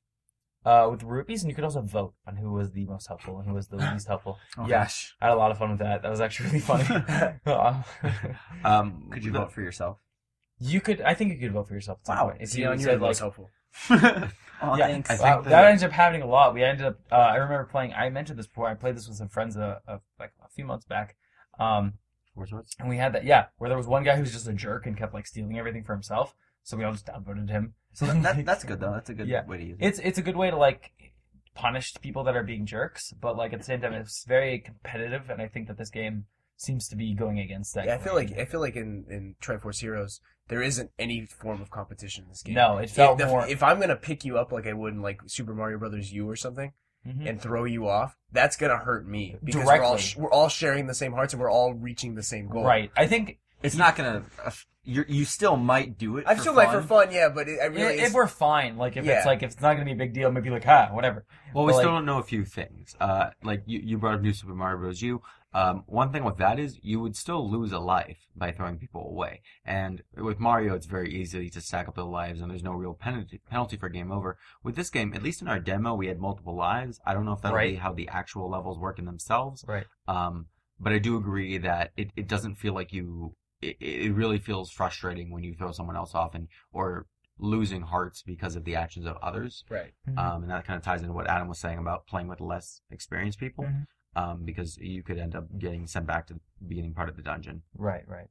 Speaker 4: uh, with rupees, and you could also vote on who was the most helpful and who was the least helpful.
Speaker 6: Okay.
Speaker 4: Yeah, I had a lot of fun with that. That was actually really funny. Um,
Speaker 6: Um,
Speaker 5: Could you
Speaker 6: the-
Speaker 5: vote
Speaker 6: for yourself?
Speaker 4: you could, I think you could vote for yourself. At some
Speaker 6: Wow,
Speaker 4: point. if
Speaker 5: See, on your
Speaker 4: said,
Speaker 5: end,
Speaker 4: like
Speaker 5: that's helpful.
Speaker 6: Oh,
Speaker 4: yeah,
Speaker 6: thanks.
Speaker 4: I
Speaker 6: Wow,
Speaker 4: think that, ended up happening a lot. We ended up. Uh, I remember playing. I mentioned this before. I played this with some friends a, a like a few months back. Um,
Speaker 3: Four swords.
Speaker 4: and we had that. Yeah, where there was one guy who was just a jerk and kept like stealing everything for himself. So we all just downvoted him.
Speaker 6: So that, that- that's good though. That's a good
Speaker 4: Yeah.
Speaker 6: way to use it.
Speaker 4: It's it's a good way to like punish people that are being jerks, but like at the same time, it's very competitive, and I think that this game seems to be going against that.
Speaker 5: Yeah, I feel
Speaker 4: grain.
Speaker 5: like I feel like in in Triforce Heroes there isn't any form of competition in this game.
Speaker 4: no, it
Speaker 5: If,
Speaker 4: felt
Speaker 5: the-
Speaker 4: more.
Speaker 5: if I'm gonna pick you up like I would in like Super Mario Brothers U or something
Speaker 4: Mhm.
Speaker 5: and throw you off, that's gonna hurt me because we're all
Speaker 4: Directly.
Speaker 5: sh- we're all sharing the same hearts and we're all reaching the same goal.
Speaker 4: right, I think
Speaker 6: It's not gonna. Uh, you you still might do it.
Speaker 5: I'm
Speaker 6: for
Speaker 5: still
Speaker 6: fun.
Speaker 5: like for fun, yeah, but it, I really
Speaker 4: if we're fine, like if
Speaker 5: Yeah.
Speaker 4: it's like if it's not gonna be a big deal, maybe like ha, whatever.
Speaker 3: Well, we
Speaker 4: But,
Speaker 3: still
Speaker 4: like-
Speaker 3: don't know a few things. Uh, like you, you brought up New Super Mario Bros. U. Um, one thing with that is you would still lose a life by throwing people away. And with Mario, it's very easy to stack up the lives, and there's no real penalty penalty for game over. With this game, at least in our demo, we had multiple lives. I don't know if that'll be
Speaker 4: Right.
Speaker 3: how the actual levels work in themselves.
Speaker 4: Right.
Speaker 3: Um, but I do agree that it, it doesn't feel like you. It, it really feels frustrating when you throw someone else off and or losing hearts because of the actions of others
Speaker 5: right.
Speaker 3: um, and that kind of ties into what Adam was saying about playing with less experienced people,
Speaker 4: Mhm.
Speaker 3: um, because you could end up getting sent back to the beginning part of the dungeon.
Speaker 4: Right, right.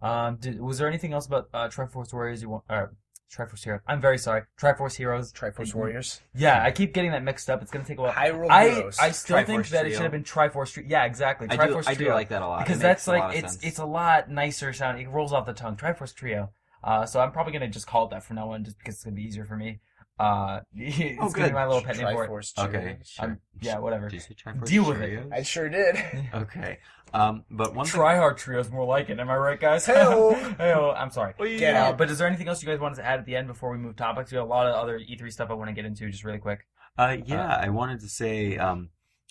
Speaker 4: Um, did, was there anything else about uh, Triforce Warriors you want? Or Triforce Heroes. I'm very sorry. Triforce Heroes.
Speaker 5: Triforce
Speaker 4: Mhm.
Speaker 5: Warriors.
Speaker 4: Yeah, I keep getting that mixed up. It's gonna take a while.
Speaker 5: Hyrule
Speaker 4: I
Speaker 5: Heroes.
Speaker 4: I still think
Speaker 6: Triforce
Speaker 4: that it
Speaker 6: Trio.
Speaker 4: should have been Triforce Trio. Yeah, exactly.
Speaker 6: I do,
Speaker 4: Triforce
Speaker 6: I do
Speaker 4: Trio.
Speaker 6: like that a lot
Speaker 4: because
Speaker 6: It makes
Speaker 4: that's
Speaker 6: a lot
Speaker 4: like
Speaker 6: of
Speaker 4: it's
Speaker 6: sense.
Speaker 4: it's a lot nicer sounding. It rolls off the tongue. Triforce Trio. Uh, so I'm probably gonna just call it that from now on, just because it's gonna be easier for me. Uh, it's gonna
Speaker 6: good.
Speaker 4: be my little pet name for it.
Speaker 5: Triforce.
Speaker 3: Okay,
Speaker 5: Cheerios.
Speaker 3: sure.
Speaker 4: Um, yeah, whatever.
Speaker 3: Did you say Triforce
Speaker 4: Deal with it.
Speaker 3: Cheerios?
Speaker 5: I sure did.
Speaker 3: Okay, um, but one thing,
Speaker 4: Tryhard Trio's more like it. Am I right, guys?
Speaker 5: Hey-o.
Speaker 4: Hey-o. I'm sorry.
Speaker 5: Get
Speaker 4: Uh,
Speaker 5: out.
Speaker 4: but is there anything else you guys wanted to add at the end before we move topics? We have a lot of other E3 stuff I want to get into just really quick.
Speaker 3: uh, yeah, I wanted to say, um,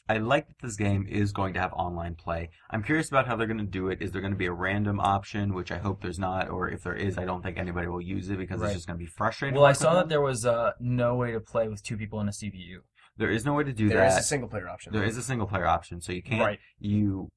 Speaker 3: I like that this game is going to have online play. I'm curious about how they're going to do it. Is there going to be a random option, which I hope there's not, or if there is, I don't think anybody will use it because
Speaker 4: Right.
Speaker 3: it's just going to be frustrating.
Speaker 4: Well, I
Speaker 3: for
Speaker 4: saw that
Speaker 3: them.
Speaker 4: there was uh, no way to play with two people in a CPU.
Speaker 3: there is no way to do
Speaker 5: There
Speaker 3: that.
Speaker 5: is a single player option.
Speaker 3: there is a single player option, so you can't you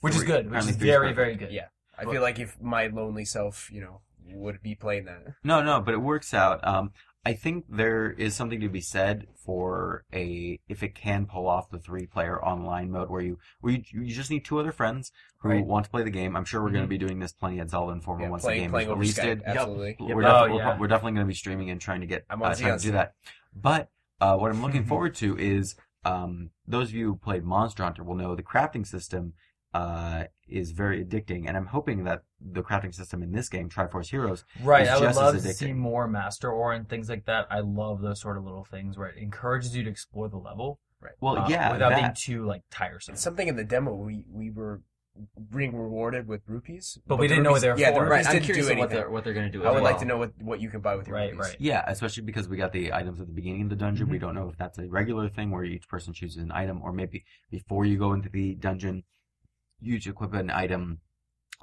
Speaker 4: Which is
Speaker 3: three-
Speaker 4: good, which
Speaker 3: apparently
Speaker 4: is
Speaker 3: three
Speaker 4: very,
Speaker 3: perfect.
Speaker 4: very good.
Speaker 5: Yeah. I feel like if my lonely self, you know, would be playing that.
Speaker 3: no no but it works out um I think there is something to be said for a if it can pull off the three player online mode where you where you, you just need two other friends who
Speaker 5: Right. Mm-hmm.
Speaker 3: want to play the game. I'm sure we're going to be doing this plenty at Zelda Informer
Speaker 5: Yeah,
Speaker 3: once the
Speaker 5: playing
Speaker 3: game
Speaker 5: playing
Speaker 3: is
Speaker 5: over
Speaker 3: released.
Speaker 5: Skype, absolutely.
Speaker 3: We're,
Speaker 4: Oh,
Speaker 3: defi- we're
Speaker 4: yeah.
Speaker 3: pro- we're definitely going to be streaming and trying to get
Speaker 5: I'm
Speaker 3: uh,
Speaker 5: on
Speaker 3: trying to do
Speaker 5: Xeon
Speaker 3: that. But uh, what I'm looking forward to is um, those of you who played Monster Hunter will know the crafting system uh, is very addicting, and I'm hoping that the crafting system in this game, Triforce Heroes,
Speaker 4: Right,
Speaker 3: It's
Speaker 4: I would
Speaker 3: just as
Speaker 4: love to see
Speaker 3: addicting.
Speaker 4: more Master Ore and things like that. I love those sort of little things where it encourages you to explore the level.
Speaker 3: well,
Speaker 4: uh,
Speaker 3: yeah,
Speaker 4: without being
Speaker 3: that-
Speaker 4: too like tiresome.
Speaker 5: And something in the demo we we were being rewarded with rupees,
Speaker 4: But we
Speaker 5: the
Speaker 4: didn't know what they
Speaker 5: rupees-
Speaker 4: were
Speaker 5: yeah,
Speaker 4: for.
Speaker 5: the
Speaker 4: Right,
Speaker 6: Right,
Speaker 5: rupees
Speaker 6: I'm
Speaker 5: didn't
Speaker 6: curious
Speaker 5: do
Speaker 6: of what
Speaker 5: anything.
Speaker 6: they're what they're gonna do.
Speaker 5: I
Speaker 6: as
Speaker 5: would
Speaker 6: well.
Speaker 5: like to know what what you can buy with your
Speaker 4: Right,
Speaker 5: rupees.
Speaker 4: right.
Speaker 3: Yeah, especially because we got the items at the beginning of the dungeon. We
Speaker 4: Mhm.
Speaker 3: don't know if that's a regular thing where each person chooses an item, or maybe before you go into the dungeon, you each equip an item,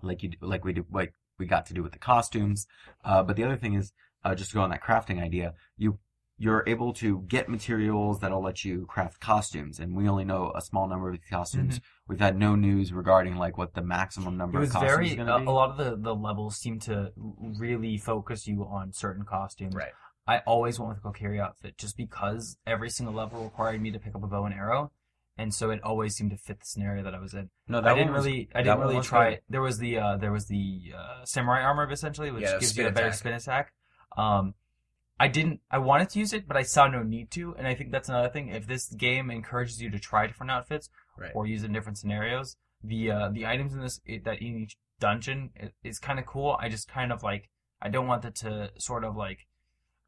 Speaker 3: like you do, like we do, like we got to do with the costumes. Uh, but the other thing is, uh, just to go on that crafting idea, you you're able to get materials that'll let you craft costumes, and we only know a small number of the costumes. We've had no news regarding like what the maximum number
Speaker 4: Mm-hmm. It was
Speaker 3: of costumes is
Speaker 4: very
Speaker 3: going to
Speaker 4: a,
Speaker 3: be.
Speaker 4: a lot of the, the levels seem to really focus you on certain costumes.
Speaker 5: Right.
Speaker 4: I always went with the Kokiri outfit just because every single level required me to pick up a bow and arrow, and so it always seemed to fit the scenario that I was in.
Speaker 3: no,
Speaker 4: I didn't
Speaker 3: one was-
Speaker 4: really I
Speaker 3: that
Speaker 4: didn't
Speaker 3: one
Speaker 4: really
Speaker 3: was
Speaker 4: try.
Speaker 3: good.
Speaker 4: There was the uh, there was the uh, samurai armor essentially, which
Speaker 5: Yeah, the
Speaker 4: gives you
Speaker 5: spin
Speaker 4: a better
Speaker 5: attack.
Speaker 4: spin attack. Um, I didn't. I wanted to use it, but I saw no need to, and I think that's another thing. If this game encourages you to try different outfits
Speaker 5: Right.
Speaker 4: or use it in different scenarios, the uh, the items in this it, that in each dungeon i- is kind of cool. I just kind of like I don't want that to sort of like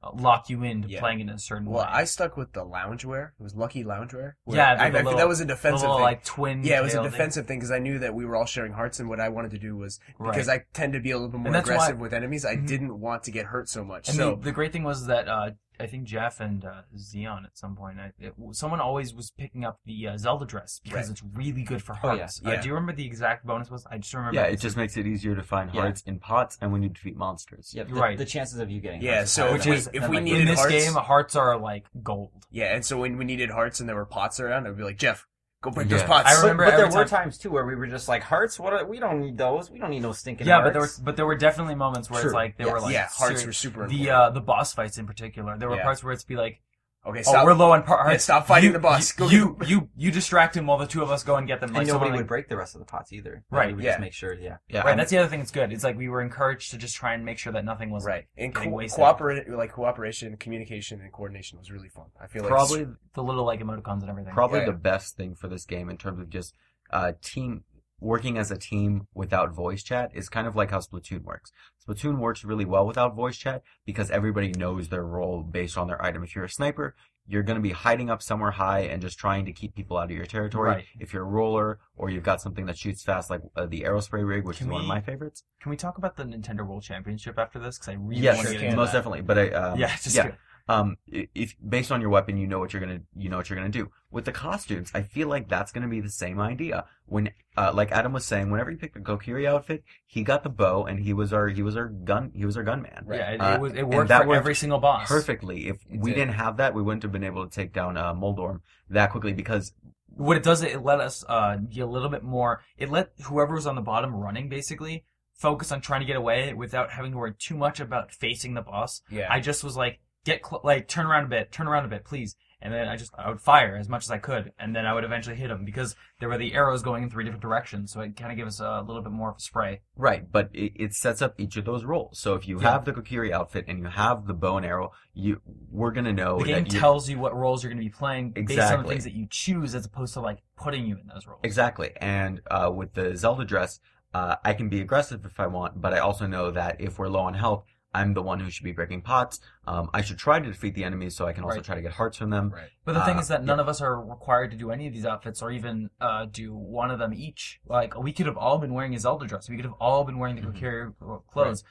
Speaker 4: uh, lock you into
Speaker 5: Yeah.
Speaker 4: playing it in a certain
Speaker 5: Well,
Speaker 4: way.
Speaker 5: I stuck with the loungewear. It was Lucky Loungewear. where
Speaker 4: Yeah,
Speaker 5: I,
Speaker 4: the-
Speaker 5: I
Speaker 4: the
Speaker 5: think
Speaker 4: little-
Speaker 5: that was a
Speaker 4: The
Speaker 5: defensive
Speaker 4: little
Speaker 5: thing.
Speaker 4: like twin.
Speaker 5: yeah, it was a
Speaker 4: tail thing.
Speaker 5: defensive thing because I knew that we were all sharing hearts, and what I wanted to do was
Speaker 4: Right.
Speaker 5: because I tend to be a little bit more
Speaker 4: And that's why-
Speaker 5: aggressive with enemies. I
Speaker 4: Mhm.
Speaker 5: didn't want to get hurt so much.
Speaker 4: And
Speaker 5: so
Speaker 4: the, the great thing was that uh, I think Jeff and uh, Xeon at some point, I, it, someone always was picking up the uh, Zelda dress because
Speaker 5: Right.
Speaker 4: it's really good for
Speaker 3: Oh, yeah,
Speaker 4: hearts. Uh,
Speaker 5: yeah.
Speaker 4: do you remember the exact bonus was? I just remember.
Speaker 3: Yeah, it just makes it easier to find
Speaker 6: Yeah.
Speaker 3: hearts in pots and when you defeat monsters.
Speaker 6: Yeah, the,
Speaker 4: Right.
Speaker 6: the chances of you getting
Speaker 5: Yeah,
Speaker 6: hurt is
Speaker 5: so
Speaker 6: higher
Speaker 4: which
Speaker 6: than-
Speaker 4: is
Speaker 5: if
Speaker 6: than
Speaker 5: we
Speaker 6: like
Speaker 5: needed
Speaker 4: in this
Speaker 5: hearts-
Speaker 4: game, hearts are like gold.
Speaker 5: yeah, and so when we needed hearts and there were pots around, I'd be like, Jeff, go break those
Speaker 3: Yeah.
Speaker 5: pots.
Speaker 4: I
Speaker 6: But-
Speaker 4: remember
Speaker 6: but, there
Speaker 4: every
Speaker 6: were
Speaker 4: time-
Speaker 6: times too where we were just like hearts. What are, we don't need those. We don't need no stinking.
Speaker 4: Yeah,
Speaker 6: hearts.
Speaker 4: but there were but there were definitely moments where
Speaker 6: True.
Speaker 4: it's like there were
Speaker 6: Yes.
Speaker 4: like
Speaker 5: yeah, hearts
Speaker 4: seri-
Speaker 5: were super
Speaker 4: the
Speaker 5: important.
Speaker 4: uh, the boss fights in particular. There were
Speaker 5: Yeah.
Speaker 4: parts where it's be like,
Speaker 5: okay,
Speaker 4: oh,
Speaker 5: stop.
Speaker 4: we're low on par-
Speaker 5: yeah,
Speaker 4: hearts.
Speaker 5: stop fighting
Speaker 4: You-
Speaker 5: the boss.
Speaker 4: You
Speaker 5: Go
Speaker 4: you, you you distract him while the two of us go and get them.
Speaker 6: And
Speaker 4: like,
Speaker 6: nobody
Speaker 4: someone, like,
Speaker 6: would break the rest of the pots either.
Speaker 4: Right,
Speaker 6: We would
Speaker 5: yeah.
Speaker 6: just make sure. Yeah.
Speaker 3: Yeah,
Speaker 4: Right,
Speaker 3: I'm-
Speaker 4: that's the other thing that's good. It's like we were encouraged to just try and make sure that nothing was
Speaker 5: right and
Speaker 4: getting
Speaker 5: co-
Speaker 4: wasted.
Speaker 5: cooperate like cooperation, communication, and coordination was really fun. I feel like
Speaker 4: probably the little like emoticons and everything.
Speaker 3: probably
Speaker 5: Yeah.
Speaker 3: the best thing for this game in terms of just uh, team working as a team without voice chat is kind of like how Splatoon works. Splatoon works really well without voice chat because everybody knows their role based on their item. If you're a sniper, you're going to be hiding up somewhere high and just trying to keep people out of your territory.
Speaker 4: Right.
Speaker 3: If you're a roller or you've got something that shoots fast, like uh, the aerospray rig, which
Speaker 4: Can
Speaker 3: is one of
Speaker 4: we-
Speaker 3: my favorites.
Speaker 4: Can we talk about the Nintendo World Championship after this? Because I really
Speaker 3: Yes,
Speaker 4: want to get into
Speaker 3: most
Speaker 4: that.
Speaker 3: definitely. But I, um,
Speaker 4: yeah, just
Speaker 3: yeah. um, i- if based on your weapon, you know what you're gonna, you know what you're gonna do. With the costumes, I feel like that's gonna be the same idea. When, uh, like Adam was saying, whenever he picked the Kokiri outfit, he got the bow and he was our, he was our gun, he was our gunman.
Speaker 5: Right.
Speaker 4: yeah. It,
Speaker 3: Uh,
Speaker 4: it, was, it worked
Speaker 3: that
Speaker 4: for
Speaker 3: worked
Speaker 4: every single boss.
Speaker 3: Perfectly. If
Speaker 5: It
Speaker 3: we
Speaker 5: did.
Speaker 3: did. not have that, we wouldn't have been able to take down uh, Moldorm that quickly because
Speaker 4: What it does, it let us uh, get a little bit more. It let whoever was on the bottom running basically focus on trying to get away without having to worry too much about facing the boss.
Speaker 5: yeah.
Speaker 4: I just was like, get cl- like turn around a bit, turn around a bit, please. And then I just I would fire as much as I could, and then I would eventually hit him because there were the arrows going in three different directions, so it kind of gave us a little bit more of a spray.
Speaker 3: Right, but it, it sets up each of those roles. So if you
Speaker 4: Yeah.
Speaker 3: have the Kokiri outfit and you have the bow and arrow, you we're gonna know
Speaker 4: The game
Speaker 3: Oh, that you,
Speaker 4: tells you what roles you're going to be playing based on the
Speaker 3: Exactly.
Speaker 4: things that you choose, as opposed to like putting you in those roles.
Speaker 3: Exactly. And uh, with the Zelda dress, uh, I can be aggressive if I want, but I also know that if we're low on health, I'm the one who should be breaking pots. Um, I should try to defeat the enemies so I can also
Speaker 4: Right.
Speaker 3: try to get hearts from them.
Speaker 5: right.
Speaker 4: But the thing
Speaker 3: Uh,
Speaker 4: is that none of us are required to do any of these outfits, or even uh, do one of them each. Like we could have all been wearing a Zelda dress. We could have all been wearing the
Speaker 5: Mm-hmm.
Speaker 3: Mhm.
Speaker 4: Kokiri ro- clothes.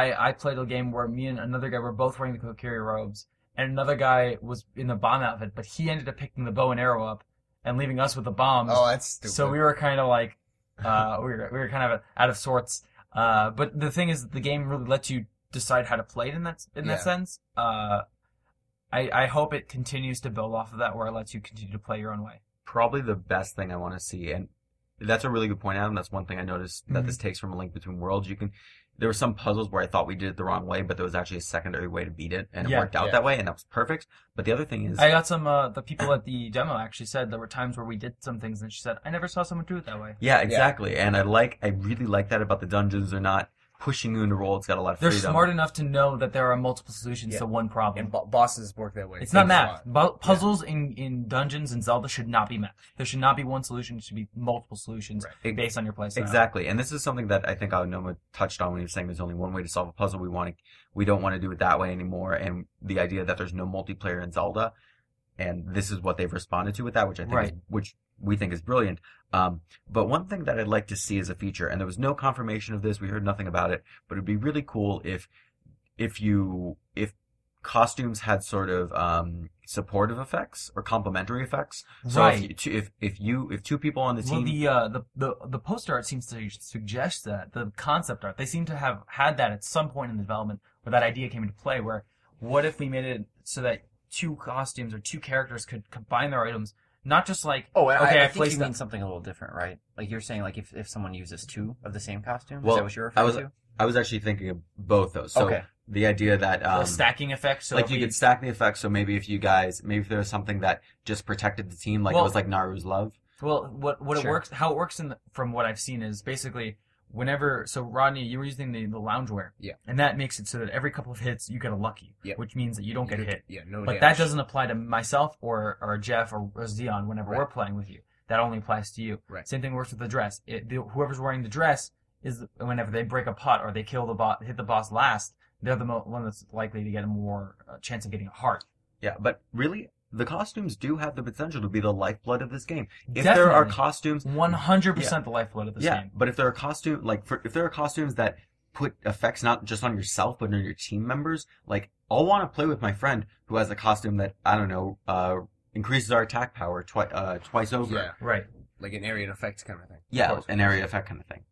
Speaker 4: I I played a game where me and another guy were both wearing the Kokiri robes, and another guy was in the bomb outfit, but he ended up picking the bow and arrow up and leaving us with the bombs.
Speaker 5: Oh, that's stupid.
Speaker 4: So we were kind of like, uh, we were we were kind of out of sorts. Uh, but the thing is, the game really lets you decide how to play it in that in that
Speaker 5: Yeah.
Speaker 4: sense. Uh, I I hope it continues to build off of that, where it lets you continue to play your own way.
Speaker 3: Probably the best thing I
Speaker 4: Mm-hmm.
Speaker 3: want to see, and that's a really good point, Adam. That's one thing I noticed that this takes from a Link Between Worlds. You can there were some puzzles where I thought we did it the wrong way, but there was actually a secondary way to beat it, and it
Speaker 4: Yeah,
Speaker 3: worked out
Speaker 5: yeah.
Speaker 3: that way, and that was perfect. But the other thing is,
Speaker 4: I got some. Uh, the people at the demo actually said there were times where we did some things, and she said, "I never saw someone do it that way."
Speaker 3: yeah, exactly. And I like, I really like that about the dungeons. They're not pushing you into role. It's got a lot of
Speaker 4: They're
Speaker 3: freedom.
Speaker 4: smart enough to know that there are multiple solutions to one problem.
Speaker 5: And bo- bosses work that way.
Speaker 4: It's not
Speaker 5: Thanks a
Speaker 4: math.
Speaker 5: lot.
Speaker 4: Bu- puzzles in, in dungeons and Zelda should not be math. There should not be one solution. It should be multiple solutions
Speaker 3: Ex-
Speaker 4: based on your playstyle.
Speaker 3: Exactly, and this is something that I think Aonoma touched on when he was saying there's only one way to solve a puzzle. We want to, we don't want to do it that way anymore. And the idea that there's no multiplayer in Zelda, and this is what they've responded to with that, which I think, is,
Speaker 4: Right.
Speaker 3: which we think is brilliant. Um, but one thing that I'd like to see as a feature, and there was no confirmation of this, we heard nothing about it, but it'd be really cool if, if you, if costumes had sort of um, supportive effects or complementary effects. So if,
Speaker 4: Right.
Speaker 3: you, two- if if you if two people on the team.
Speaker 4: Well, the, uh, the the the poster art seems to suggest that the concept art. They seem to have had that at some point in the development where that idea came into play. Where what if we made it so that two costumes or two characters could combine their items, not just like
Speaker 9: Oh, and
Speaker 4: Okay,
Speaker 9: I,
Speaker 4: I
Speaker 9: I think
Speaker 4: placed
Speaker 9: you
Speaker 4: that-
Speaker 9: mean something a little different, right? Like you're saying, like if, if someone uses two of the same costume,
Speaker 3: Well,
Speaker 9: is that what you're
Speaker 3: I
Speaker 9: referring
Speaker 3: was-
Speaker 9: to?
Speaker 3: I was actually thinking of both those. So
Speaker 9: okay,
Speaker 3: the idea that
Speaker 4: a
Speaker 3: um,
Speaker 4: stacking effect. So
Speaker 3: like
Speaker 4: if
Speaker 3: you
Speaker 4: we-
Speaker 3: could stack the effects. So maybe if you guys, maybe if there was something that just protected the team, like
Speaker 4: Well-
Speaker 3: it was like Naru's love.
Speaker 4: Well, what what
Speaker 9: Sure.
Speaker 4: it works how it works in the, from what I've seen is basically whenever so Rodney you were using the the loungewear
Speaker 5: Yeah.
Speaker 4: and that makes it so that every couple of hits you get a lucky
Speaker 5: Yeah.
Speaker 4: which means that you don't get
Speaker 5: You-
Speaker 4: hit
Speaker 5: Yeah, no
Speaker 4: but
Speaker 5: damage.
Speaker 4: that doesn't apply to myself or or Jeff or, or Zeon whenever
Speaker 5: Right.
Speaker 4: we're playing with you that only applies to you
Speaker 5: Right.
Speaker 4: same thing works with the dress it, the, whoever's wearing the dress is whenever they break a pot or they kill the boss hit the boss last they're the mo- one that's likely to get a more uh, chance of getting a heart
Speaker 3: Yeah, but really, the costumes do have the potential to be the lifeblood of this game. If there are
Speaker 4: Definitely.
Speaker 3: costumes,
Speaker 4: 100% the lifeblood of this
Speaker 3: yeah,
Speaker 4: game
Speaker 3: but if there are costume like for, if there are costumes that put effects not just on yourself but on your team members, like I'll want to play with my friend who has a costume that I don't know uh, increases our attack power twi- uh, twice over.
Speaker 5: Yeah,
Speaker 4: right
Speaker 5: like an area and effect kind of thing.
Speaker 3: yeah,
Speaker 5: course.
Speaker 3: an area effect kind of thing.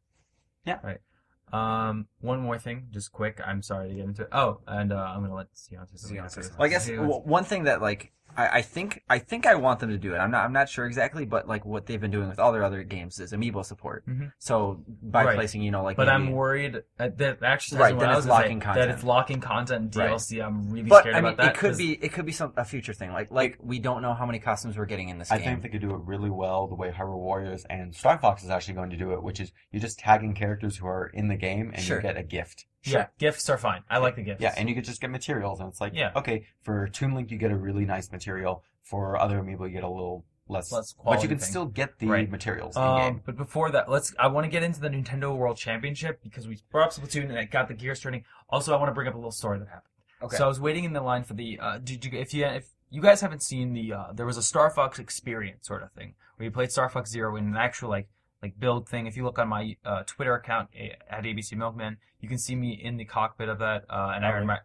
Speaker 4: Um, one more thing, just quick. I'm sorry to get into it. Oh, and uh, I'm gonna let Sion say something.
Speaker 5: Sion
Speaker 4: after
Speaker 5: say
Speaker 4: this.
Speaker 5: something.
Speaker 6: Well, I guess
Speaker 4: Sion.
Speaker 6: w- one thing that like I, I think I think I want them to do it. I'm not I'm not sure exactly, but like what they've been doing with all their other games is amiibo support.
Speaker 4: Mhm.
Speaker 6: So by
Speaker 4: Right.
Speaker 6: placing, you know, like
Speaker 4: but I'm
Speaker 6: maybe-
Speaker 4: worried uh, that actually
Speaker 6: Right,
Speaker 4: right,
Speaker 6: that
Speaker 4: I
Speaker 6: it's
Speaker 4: was gonna
Speaker 6: locking
Speaker 4: say,
Speaker 6: content.
Speaker 4: That it's locking content and
Speaker 6: Right.
Speaker 4: DLC. I'm really
Speaker 6: but
Speaker 4: scared
Speaker 6: I mean,
Speaker 4: about that.
Speaker 6: it could
Speaker 4: 'cause-
Speaker 6: be it could be some a future thing. Like like we don't know how many costumes we're getting in this
Speaker 3: I
Speaker 6: game.
Speaker 3: think they could do it really well the way Hyrule Warriors and Star Fox is actually going to do it, which is you just tagging characters who are in the game and
Speaker 6: Sure.
Speaker 3: you get a gift.
Speaker 4: yeah. Gifts are fine. I like the gifts.
Speaker 3: Yeah, and you could just get materials, and it's like,
Speaker 4: Yeah.
Speaker 3: okay, for Toon Link you get a really nice material. For other amiibo you get a little less,
Speaker 4: Less
Speaker 3: but
Speaker 4: quality
Speaker 3: you can
Speaker 4: thing.
Speaker 3: still get the
Speaker 4: Right.
Speaker 3: materials in
Speaker 4: Um,
Speaker 3: game.
Speaker 4: but before that, let's. I want to get into the Nintendo World Championship because we brought up Splatoon and it got the gears turning. Also, I want to bring up a little story that happened.
Speaker 5: Okay.
Speaker 4: So I was waiting in the line for the. Uh, did you if you if you guys haven't seen the uh, there was a Star Fox experience sort of thing where you played Star Fox Zero in an actual like like build thing. If you look on my uh, Twitter account eh, at ABC Milkman, you can see me in the cockpit of that. Uh, and I remember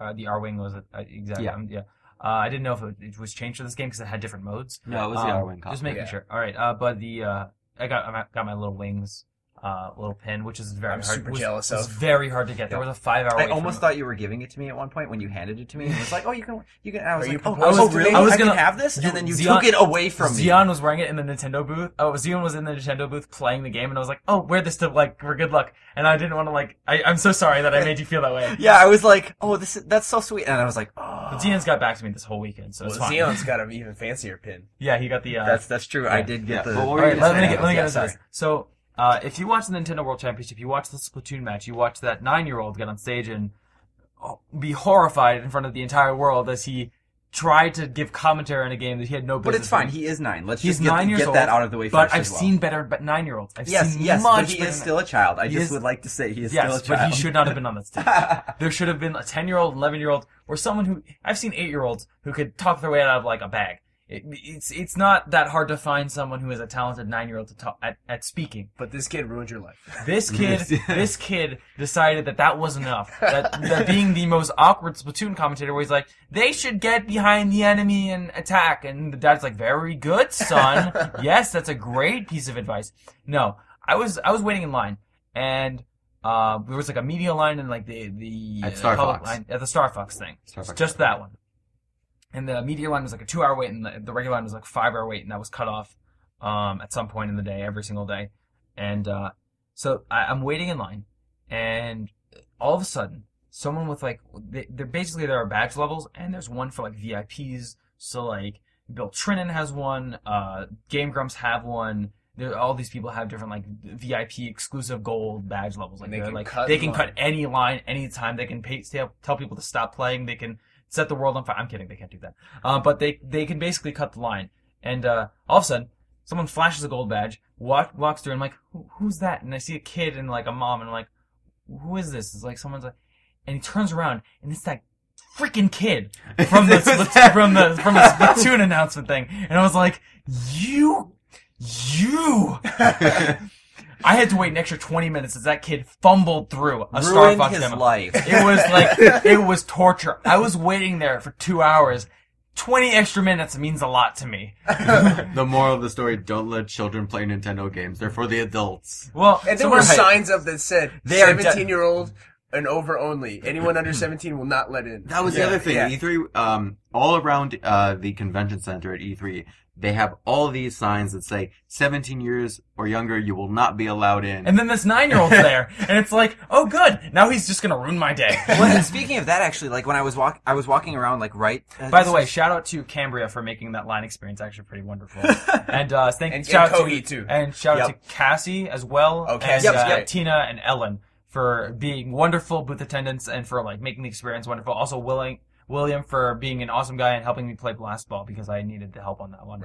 Speaker 4: uh, the R wing was it, uh, exactly
Speaker 3: Yeah.
Speaker 4: um, yeah. Uh, I didn't know if it, it was changed for this game because it had different modes.
Speaker 3: no, it was the
Speaker 4: Um,
Speaker 3: Arwen
Speaker 4: Just
Speaker 3: copy.
Speaker 4: making
Speaker 5: Yeah.
Speaker 4: sure. All right, uh, but the uh, I got I got my little wings, uh, little pin, which is very
Speaker 5: I'm
Speaker 4: hard.
Speaker 5: super
Speaker 4: was-
Speaker 5: jealous
Speaker 4: was
Speaker 5: of.
Speaker 4: very hard to get. There was a five hour.
Speaker 6: I almost thought you were giving it to me at one point when you handed it to me. It was like, oh, you can, you can. I was
Speaker 5: Are you
Speaker 6: like, oh,
Speaker 5: proposing
Speaker 6: oh,
Speaker 5: to
Speaker 6: really?
Speaker 5: me?
Speaker 6: I
Speaker 4: I was
Speaker 6: was gonna
Speaker 4: gonna-
Speaker 6: have this, and
Speaker 4: you-
Speaker 6: then you
Speaker 4: Xeon-
Speaker 6: took it away from me.
Speaker 4: Xeon was wearing it in the Nintendo booth. Oh, Xeon was in the Nintendo booth playing the game, and I was like, "Oh, wear this to like for good luck." And I didn't want to like. I, I'm so sorry that I made you feel that way.
Speaker 6: Yeah, I was like, oh, this is, that's so sweet, and I was like, oh,
Speaker 4: But Xeon's got back to me this whole weekend, so
Speaker 5: Well,
Speaker 4: it's fine.
Speaker 5: Xeon's got an even fancier pin.
Speaker 4: Yeah, he got the. Uh,
Speaker 6: that's that's true. I did
Speaker 3: Yeah,
Speaker 6: get the.
Speaker 3: but what
Speaker 4: All
Speaker 3: were you
Speaker 4: right,
Speaker 3: gonna
Speaker 4: let me
Speaker 3: say?
Speaker 4: get, let me
Speaker 5: Yeah,
Speaker 4: get into
Speaker 5: sorry.
Speaker 4: this. So, uh, if you watch the Nintendo World Championship, you watch the Splatoon match, you watch that nine-year-old get on stage and oh, be horrified in front of the entire world as he tried to give commentary on a game that he had no business.
Speaker 6: But it's fine.
Speaker 4: in.
Speaker 6: He is nine. Let's
Speaker 4: He's
Speaker 6: just get,
Speaker 4: nine years
Speaker 6: get that
Speaker 4: old,
Speaker 6: out of the way first.
Speaker 4: but I've
Speaker 6: as well.
Speaker 4: seen better, but nine-year-olds. I've
Speaker 6: Yes,
Speaker 4: seen
Speaker 6: yes,
Speaker 4: much
Speaker 6: but he
Speaker 4: better
Speaker 6: is still a child. I
Speaker 4: He
Speaker 6: just
Speaker 4: is-
Speaker 6: would like to say he is
Speaker 4: yes,
Speaker 6: still a
Speaker 4: but
Speaker 6: child.
Speaker 4: he should not have been on that stage.
Speaker 6: have.
Speaker 4: There should have been a ten-year-old, eleven-year-old, or someone who I've seen eight-year-olds who could talk their way out of like a bag. It, it's it's not that hard to find someone who is a talented nine-year-old to talk at, at speaking.
Speaker 5: But this kid ruined your life.
Speaker 4: This kid,
Speaker 3: Yes, yeah.
Speaker 4: this kid decided that that was enough. That, that being the most awkward Splatoon commentator, where he's like, "They should get behind the enemy and attack," and the dad's like, "Very good, son. yes, that's a great piece of advice." No, I was I was waiting in line, and uh, there was like a media line and like the the
Speaker 3: At
Speaker 4: uh,
Speaker 3: Star
Speaker 4: public
Speaker 3: Fox.
Speaker 4: line at the Star Fox thing.
Speaker 3: Star Fox.
Speaker 4: Just that one. And the media line was like a two hour wait, and the, the regular line was like five hour wait, and that was cut off um, at some point in the day, every single day. And uh, so I, I'm waiting in line, and all of a sudden, someone with like they, they're basically there are badge levels, and there's one for like VIPs. So like Bill Trinan has one, uh, Game Grumps have one. There, all these people have different like VIP exclusive gold badge levels. Like
Speaker 5: And they
Speaker 4: they're
Speaker 5: can
Speaker 4: like
Speaker 5: cut
Speaker 4: they can
Speaker 5: line.
Speaker 4: cut any line anytime. They can pay, tell, tell people to stop playing. They can set the world on fire. I'm kidding. They can't do that. Uh, but they they can basically cut the line. And uh, all of a sudden, someone flashes a gold badge, walk, walks through, and I'm like, Who, who's that? And I see a kid and like a mom, and I'm like, who is this? It's like someone's like, and he turns around, and it's that freaking kid from the Spl- from the from the Splatoon announcement thing, and I was like, you, you. I had to wait an extra 20 minutes as that kid fumbled through a Star
Speaker 6: Ruined
Speaker 4: Fox
Speaker 6: his
Speaker 4: demo.
Speaker 6: life.
Speaker 4: It was like it was torture. I was waiting there for two hours. Twenty extra minutes means a lot to me. Um,
Speaker 10: the moral of the story: Don't let children play Nintendo games. They're for the adults.
Speaker 4: Well,
Speaker 5: And there
Speaker 4: someone-
Speaker 5: were signs up that said
Speaker 6: They are de-
Speaker 5: 17 year old and over only. Anyone under 17 will not let in.
Speaker 10: That was
Speaker 5: Yeah,
Speaker 10: the other thing.
Speaker 5: yeah.
Speaker 10: E3, um, all around uh, the convention center at E3, they have all these signs that say 17 years or younger, you will not be allowed in.
Speaker 4: and then this nine-year-old's there, and it's like, oh, good. Now he's just gonna ruin my day.
Speaker 6: well, and speaking of that, actually, like when I was walk, I was walking around like right. uh,
Speaker 4: By the way, shout out to Cambria for making that line experience actually pretty wonderful. and uh, thank
Speaker 5: And-
Speaker 4: shout
Speaker 5: and
Speaker 4: out
Speaker 5: Kohi,
Speaker 4: to
Speaker 5: too.
Speaker 4: and shout out to Cassie as well.
Speaker 5: Oh, Cassie's
Speaker 4: and, uh,
Speaker 5: great.
Speaker 4: Tina and Ellen for being wonderful booth attendants and for like making the experience wonderful. Also, willing William for being an awesome guy and helping me play blast ball because I needed the help on that one.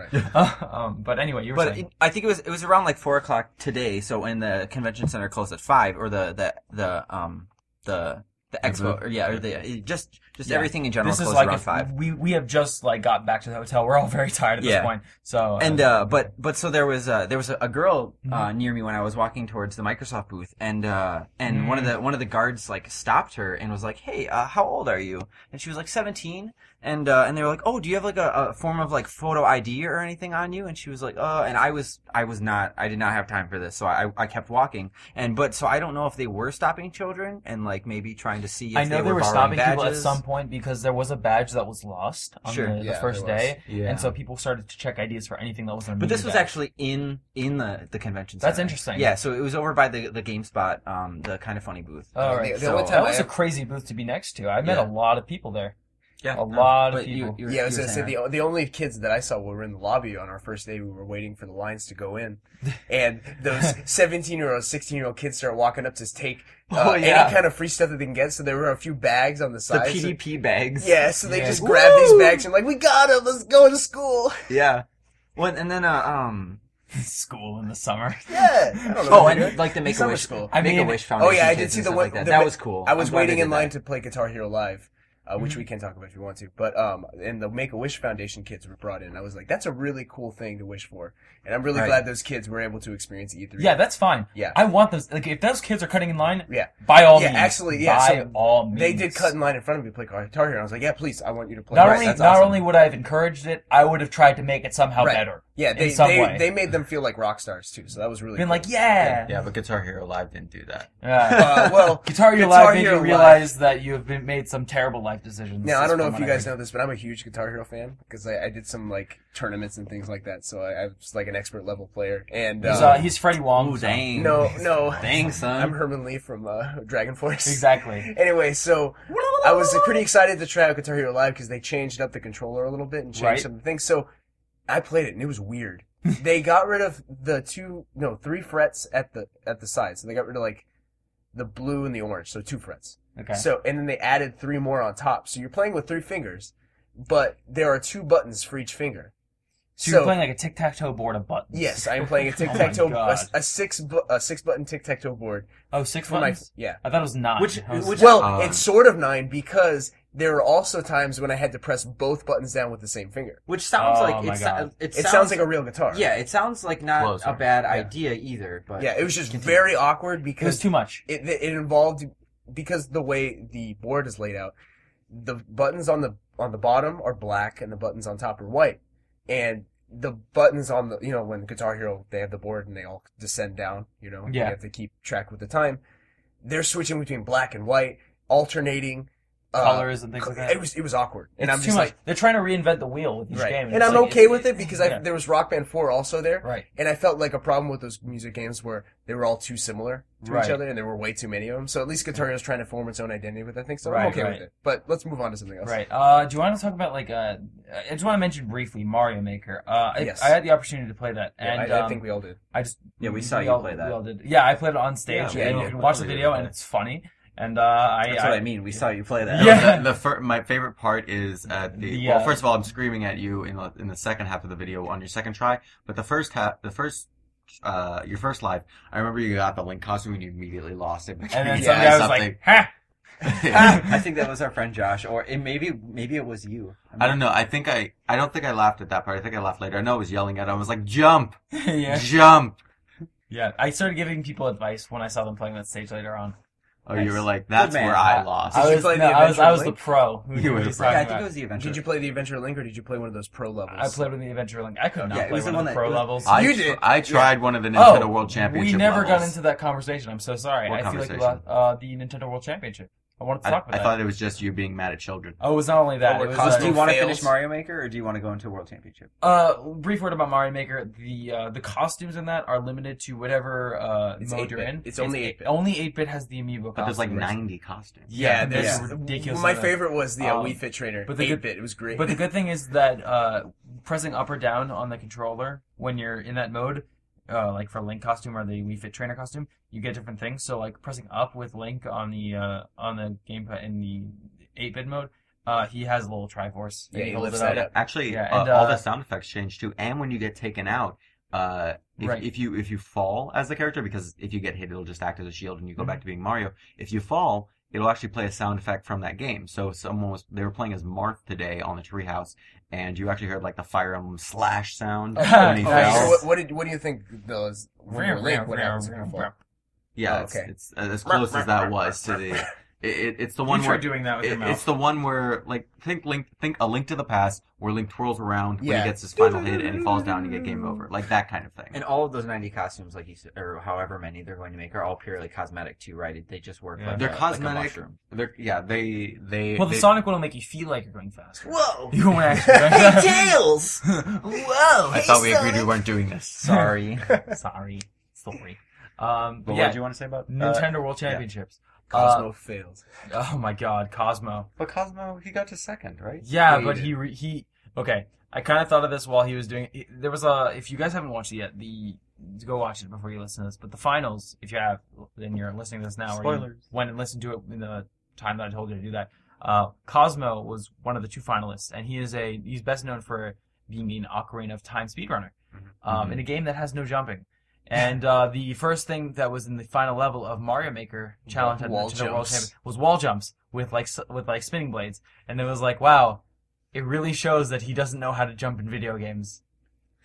Speaker 4: um, but anyway, you were
Speaker 6: but
Speaker 4: saying.
Speaker 6: it, I think it was it was around like four o'clock today. So when the convention center closed at five, or the the the um the the expo, or yeah, or the it just just
Speaker 4: Yeah.
Speaker 6: everything in general
Speaker 4: this is
Speaker 6: closed
Speaker 4: like
Speaker 6: around
Speaker 4: if
Speaker 6: five.
Speaker 4: we we have just like got back to the hotel. We're all very tired at
Speaker 6: Yeah.
Speaker 4: this point. So uh, Mm-hmm.
Speaker 6: And uh, but but so there was uh, there was a, a girl uh, near me when I was walking towards the Microsoft booth, and uh, and
Speaker 4: Mm-hmm.
Speaker 6: one of the one of the guards like stopped her and was like, "Hey, uh, how old are you?" And she was like seventeen, and uh, and they were like, "Oh, do you have like a, a form of like photo ID or anything on you?" And she was like, "Uh," and I was I was not I did not have time for this, so I I kept walking, and but so I don't know if they were stopping children and like maybe trying to see. If
Speaker 4: I know
Speaker 6: they,
Speaker 4: they, were,
Speaker 6: borrowing
Speaker 4: stopping people at
Speaker 6: badges.
Speaker 4: some point because there was a badge that was lost on
Speaker 6: Sure.
Speaker 4: the, the
Speaker 5: Yeah,
Speaker 4: first
Speaker 5: there was.
Speaker 4: day,
Speaker 3: Yeah.
Speaker 4: and so people started to check ideas for anything that wasn't. a
Speaker 6: But
Speaker 4: movie
Speaker 6: this was
Speaker 4: badge.
Speaker 6: actually in in the the convention.
Speaker 4: That's
Speaker 6: center.
Speaker 4: interesting.
Speaker 6: Yeah, so it was over by the the GameSpot, um, the kind of funny booth.
Speaker 4: All
Speaker 5: The-
Speaker 4: Oh, right.
Speaker 5: the only
Speaker 6: so-
Speaker 5: time
Speaker 4: that was
Speaker 5: I
Speaker 4: a crazy booth to be next to. I met
Speaker 6: Yeah.
Speaker 4: a lot of people there.
Speaker 6: Yeah,
Speaker 4: A lot of
Speaker 6: but you-
Speaker 4: people.
Speaker 6: you were-
Speaker 5: Yeah, I was
Speaker 6: you were
Speaker 5: gonna say
Speaker 6: saying
Speaker 5: the, the only kids that I saw were in the lobby on our first day. We were waiting for the lines to go in, and those seventeen year old, sixteen year old kids start walking up to take uh,
Speaker 6: Oh, yeah.
Speaker 5: any kind of free stuff that they can get. So there were a few bags on the
Speaker 6: that.
Speaker 5: side.
Speaker 6: the
Speaker 5: so-
Speaker 6: PDP bags.
Speaker 5: yeah, so they
Speaker 4: Yeah.
Speaker 5: just grab these bags and like, we got it. Let's go to school.
Speaker 6: yeah. Well, and then uh, um.
Speaker 4: School in the summer.
Speaker 5: Yeah. I don't know
Speaker 6: Oh,
Speaker 5: what to do.
Speaker 6: and like the Make a
Speaker 5: Summer
Speaker 6: Wish.
Speaker 5: school.
Speaker 4: I
Speaker 6: Make a
Speaker 4: mean-
Speaker 6: Wish Foundation.
Speaker 5: Oh, yeah, I did
Speaker 6: kids
Speaker 5: see
Speaker 6: and
Speaker 5: the
Speaker 6: stuff
Speaker 5: one-
Speaker 6: Like that.
Speaker 5: the
Speaker 6: that
Speaker 5: ma-
Speaker 6: was cool.
Speaker 5: I was
Speaker 6: I'm glad they
Speaker 5: waiting in
Speaker 6: did that.
Speaker 5: line to play Guitar Hero Live, uh, which we can talk about if you want to. But um, and the Make a Wish Foundation kids were brought in. I was like, that's a really cool thing to wish for, and I'm really
Speaker 6: Right.
Speaker 5: glad those kids were able to experience E E3.
Speaker 4: Yeah, that's fine.
Speaker 5: Yeah.
Speaker 4: I want those. Like, if those kids are cutting in line,
Speaker 5: Yeah.
Speaker 4: by all
Speaker 5: Yeah,
Speaker 4: means.
Speaker 5: actually, yeah,
Speaker 4: By
Speaker 5: so
Speaker 4: all means.
Speaker 5: they did cut in line in front of me to play Guitar Hero. and I was like, yeah, please, I want you to play.
Speaker 4: Not
Speaker 5: Right,
Speaker 4: only,
Speaker 5: that's
Speaker 4: not
Speaker 5: awesome.
Speaker 4: only would I have encouraged it, I would have tried to make it somehow
Speaker 5: Right.
Speaker 4: better.
Speaker 5: yeah, they
Speaker 4: in some
Speaker 5: they,
Speaker 4: way.
Speaker 5: they made them feel like rock stars too. So that was really
Speaker 4: Been
Speaker 5: cool.
Speaker 4: like, yeah.
Speaker 3: Yeah, but Guitar Hero Live didn't do that.
Speaker 4: Yeah.
Speaker 5: Uh, well,
Speaker 4: Guitar Hero
Speaker 5: Guitar
Speaker 4: Live made
Speaker 5: Hero
Speaker 4: you realize that you have been made some terrible life decisions.
Speaker 5: Now I
Speaker 4: is
Speaker 5: don't know
Speaker 4: from
Speaker 5: if
Speaker 4: what
Speaker 5: you
Speaker 4: I
Speaker 5: guys
Speaker 4: heard.
Speaker 5: know this, but I'm a huge Guitar Hero fan because I, I did some like tournaments and things like that. So I, I was like an expert level player. And
Speaker 4: He's,
Speaker 5: um,
Speaker 4: uh, he's Freddie Wong.
Speaker 6: Ooh,
Speaker 4: so-
Speaker 6: dang.
Speaker 5: no, no,
Speaker 6: Dang, son.
Speaker 5: I'm Herman Lee from uh, Dragon Force.
Speaker 4: Exactly.
Speaker 5: Anyway, so I was pretty excited to try out Guitar Hero Live because they changed up the controller a little bit and changed
Speaker 4: Right.
Speaker 5: some things. So I played it and it was weird. they got rid of the two, no, three frets at the at the side. So they got rid of like the blue and the orange, so two frets.
Speaker 4: Okay.
Speaker 5: So and then they added three more on top. So you're playing with three fingers, but there are two buttons for each finger.
Speaker 4: So you're playing like a tic tac toe board of buttons. Oh
Speaker 5: yes, I am playing a tic
Speaker 4: my
Speaker 5: tac toe, a,
Speaker 4: God.
Speaker 5: a six bu- a six button tic tac toe board
Speaker 4: Oh, six
Speaker 5: for my
Speaker 4: buttons.
Speaker 5: yeah.
Speaker 4: I thought it was nine.
Speaker 6: Which-
Speaker 4: I was- "Ah."
Speaker 6: which-
Speaker 5: Well,
Speaker 3: Um,
Speaker 5: it's sort of nine because there were also times when I had to press both buttons down with the same finger.
Speaker 6: Which sounds
Speaker 4: Oh,
Speaker 6: like
Speaker 4: my
Speaker 6: it,
Speaker 4: God.
Speaker 6: so- it,
Speaker 5: It sounds like a real guitar.
Speaker 6: yeah, it sounds like not
Speaker 3: Closer.
Speaker 6: a bad idea either. But
Speaker 5: Yeah, it was just
Speaker 6: Continue.
Speaker 5: very awkward
Speaker 4: it was
Speaker 5: because
Speaker 4: too much.
Speaker 5: it, it involved because the way the board is laid out, the buttons on the on the bottom are black and the buttons on top are white. And the buttons on the you know when Guitar Hero they have the board and they all descend down, you know,
Speaker 4: Yeah.
Speaker 5: you have to keep track with the time. They're switching between black and white, alternating uh,
Speaker 4: colors and things like that.
Speaker 5: It was it was awkward, and
Speaker 4: It's
Speaker 5: I'm
Speaker 4: too
Speaker 5: just
Speaker 4: much.
Speaker 5: like,
Speaker 4: They're trying to reinvent the wheel with each
Speaker 5: right.
Speaker 4: game,
Speaker 5: and
Speaker 4: it's
Speaker 5: I'm
Speaker 4: like-
Speaker 5: okay with it because I,
Speaker 4: yeah.
Speaker 5: there was Rock Band Four also there,
Speaker 4: Right.
Speaker 5: and I felt like a problem with those music games where they were all too similar to
Speaker 4: Right.
Speaker 5: each other, and there were way too many of them. So at least Guitar Hero's trying to form its own identity with that thing. So I'm
Speaker 4: Right,
Speaker 5: okay
Speaker 4: right.
Speaker 5: with it. But let's move on to something else.
Speaker 4: Right. Uh, do you want to talk about like uh, I just want to mention briefly Mario Maker. Uh, I,
Speaker 5: Yes.
Speaker 4: I had the opportunity to play that,
Speaker 5: Yeah,
Speaker 4: and
Speaker 5: I, I
Speaker 4: um,
Speaker 5: think we all did.
Speaker 4: I just
Speaker 6: Yeah, we saw you
Speaker 4: all-
Speaker 6: play that.
Speaker 4: We all did. Yeah, I played it on stage,
Speaker 5: Yeah,
Speaker 4: and
Speaker 5: we
Speaker 4: you can
Speaker 6: all-
Speaker 4: watch the
Speaker 6: we all
Speaker 4: video,
Speaker 6: did
Speaker 4: and
Speaker 6: that.
Speaker 4: it's funny. And uh, I,
Speaker 6: That's
Speaker 4: I,
Speaker 6: what I mean. We saw you play that.
Speaker 4: Yeah.
Speaker 3: The, the fir- my favorite part is at the,
Speaker 4: The,
Speaker 3: well.
Speaker 4: uh,
Speaker 3: First of all, I'm screaming at you in the, in the second half of the video on your second try, but the first half, the first. Uh, your first live, I remember you got the Link costume and you immediately lost it.
Speaker 4: and then
Speaker 3: Yeah,
Speaker 4: some guy was like, "Ha!"
Speaker 3: something.
Speaker 6: I think that was our friend Josh, or it maybe maybe it was you.
Speaker 3: I don't know. I think I, I don't think I laughed at that part. I think I laughed later. I know I was yelling at him. I was like, jump,
Speaker 4: yeah,
Speaker 3: jump.
Speaker 4: yeah. I started giving people advice when I saw them playing that stage later on.
Speaker 3: Oh,
Speaker 6: Nice.
Speaker 3: you were like, that's
Speaker 6: man.
Speaker 3: where I lost.
Speaker 5: Did
Speaker 4: I
Speaker 5: you
Speaker 4: was,
Speaker 5: play
Speaker 4: no,
Speaker 5: the
Speaker 4: I was,
Speaker 5: Adventure
Speaker 4: I was the
Speaker 5: Link?
Speaker 4: pro. Who
Speaker 3: You were
Speaker 4: he's
Speaker 3: the
Speaker 6: Yeah,
Speaker 4: talking
Speaker 6: I think
Speaker 4: about.
Speaker 6: it was the adventure.
Speaker 5: Did you play the Adventure Link or did you play one of those pro levels?
Speaker 4: I played with the Adventure Link. I could not
Speaker 6: Yeah, it
Speaker 4: play
Speaker 6: was
Speaker 4: one
Speaker 6: the one
Speaker 4: of the
Speaker 6: that-
Speaker 4: pro
Speaker 6: it was-
Speaker 4: levels.
Speaker 3: I,
Speaker 5: You
Speaker 3: tr-
Speaker 5: did.
Speaker 3: I tried one of the
Speaker 4: Oh,
Speaker 3: Nintendo World Championship.
Speaker 4: We never got
Speaker 3: levels.
Speaker 4: into that conversation. I'm so sorry.
Speaker 3: What
Speaker 4: I feel like we
Speaker 3: conversation?
Speaker 4: lost, uh, the Nintendo World Championship. I wanted to
Speaker 3: I,
Speaker 4: talk about
Speaker 3: I
Speaker 4: that.
Speaker 3: thought it was just you being mad at children.
Speaker 4: Oh, it was not only that.
Speaker 5: Oh,
Speaker 4: it was
Speaker 5: we're
Speaker 4: just,
Speaker 6: do you
Speaker 5: costume
Speaker 6: want to
Speaker 5: fails.
Speaker 6: finish Mario Maker, or do you want to go into a World Championship?
Speaker 4: uh, brief word about Mario Maker. The uh, the costumes in that are limited to whatever uh,
Speaker 5: It's
Speaker 4: mode you're
Speaker 5: 8-bit.
Speaker 4: in.
Speaker 5: It's only 8-bit.
Speaker 4: Only eight bit has the amiibo.
Speaker 3: But there's like
Speaker 4: costumes.
Speaker 3: 90 costumes.
Speaker 4: Yeah,
Speaker 5: there's
Speaker 4: there's
Speaker 5: yeah.
Speaker 4: ridiculous.
Speaker 5: My
Speaker 4: amount.
Speaker 5: favorite was the uh,
Speaker 4: Um,
Speaker 5: Wii Fit Trainer,
Speaker 4: but
Speaker 5: but
Speaker 4: the
Speaker 5: eight
Speaker 4: good-
Speaker 5: bit. It was great.
Speaker 4: But the good thing is that uh, pressing up or down on the controller when you're in that mode, uh, like for Link costume or the Wii Fit Trainer costume, you get different things. So like pressing up with Link on the uh, on the gamepad in the eight bit mode, uh, he has a little Triforce. and
Speaker 5: Yeah, he
Speaker 4: holds
Speaker 5: lifts
Speaker 4: it up.
Speaker 5: that up.
Speaker 3: Actually,
Speaker 4: Yeah,
Speaker 3: uh,
Speaker 4: and,
Speaker 3: all
Speaker 4: uh,
Speaker 3: the sound effects change too. And when you get taken out, uh, if,
Speaker 4: Right.
Speaker 3: if you if you fall as the character, because if you get hit, it'll just act as a shield and you go
Speaker 4: Mm-hmm.
Speaker 3: back to being Mario. If you fall, it'll actually play a sound effect from that game. So someone was they were playing as Marth today on the Treehouse, and you actually heard like the fire emblem slash sound when he
Speaker 4: Oh,
Speaker 5: Alright,
Speaker 4: nice.
Speaker 5: so
Speaker 3: fell.
Speaker 5: what, what did what do you think those when you were Link, what happens when you fall?
Speaker 3: Yeah,
Speaker 5: Oh, okay.
Speaker 3: it's, it's as close as that was to the. It, it, it's the
Speaker 4: You
Speaker 3: one
Speaker 4: try
Speaker 3: where
Speaker 4: doing that with your
Speaker 3: It- it's
Speaker 4: mouth.
Speaker 3: the one where like think link think a link to the past where link twirls around when
Speaker 5: Yeah.
Speaker 3: he gets his final hit and he falls down and you get game over like that kind of thing
Speaker 6: And all of those ninety costumes, like you said, or however many they're going to make, are all purely cosmetic too, right? They just work.
Speaker 4: Yeah.
Speaker 6: Like
Speaker 3: They're
Speaker 6: a,
Speaker 3: cosmetic.
Speaker 6: Like a mushroom.
Speaker 3: They're- yeah they they
Speaker 4: Well, the
Speaker 3: they-
Speaker 4: Sonic one will make you feel like you're going faster.
Speaker 9: Whoa!
Speaker 4: You won't actually. go faster.
Speaker 9: Tails! Whoa!
Speaker 3: i thought we agreed we weren't doing this
Speaker 6: Sorry.
Speaker 4: Sorry, sorry. Um, but
Speaker 3: but what
Speaker 4: yeah,
Speaker 3: did you want to say about uh,
Speaker 4: Nintendo World Championships. Uh,
Speaker 5: Cosmo failed.
Speaker 4: Oh my God, Cosmo.
Speaker 3: but cosmo he got to second right
Speaker 4: Yeah,
Speaker 5: Yeah,
Speaker 4: but
Speaker 5: you
Speaker 4: he re- he okay. I kind of thought of this while he was doing. It. There was a if you guys haven't watched it yet, the go watch it before you listen to this. But the finals, if you have, then you're listening to this now. Or you
Speaker 3: Spoilers.
Speaker 4: went and listened to it in the time that I told you to do that. Uh, Cosmo was one of the two finalists, and he is a he's best known for being an Ocarina of Time speedrunner,
Speaker 3: Mm-hmm.
Speaker 4: um, in a game that has no jumping. And uh, the first thing that was in the final level of Mario Maker Challenge at
Speaker 5: Wall
Speaker 4: Nintendo World
Speaker 5: jumps.
Speaker 4: Champion was wall jumps with like s- with like spinning blades, and it was like, wow, it really shows that he doesn't know how to jump in video games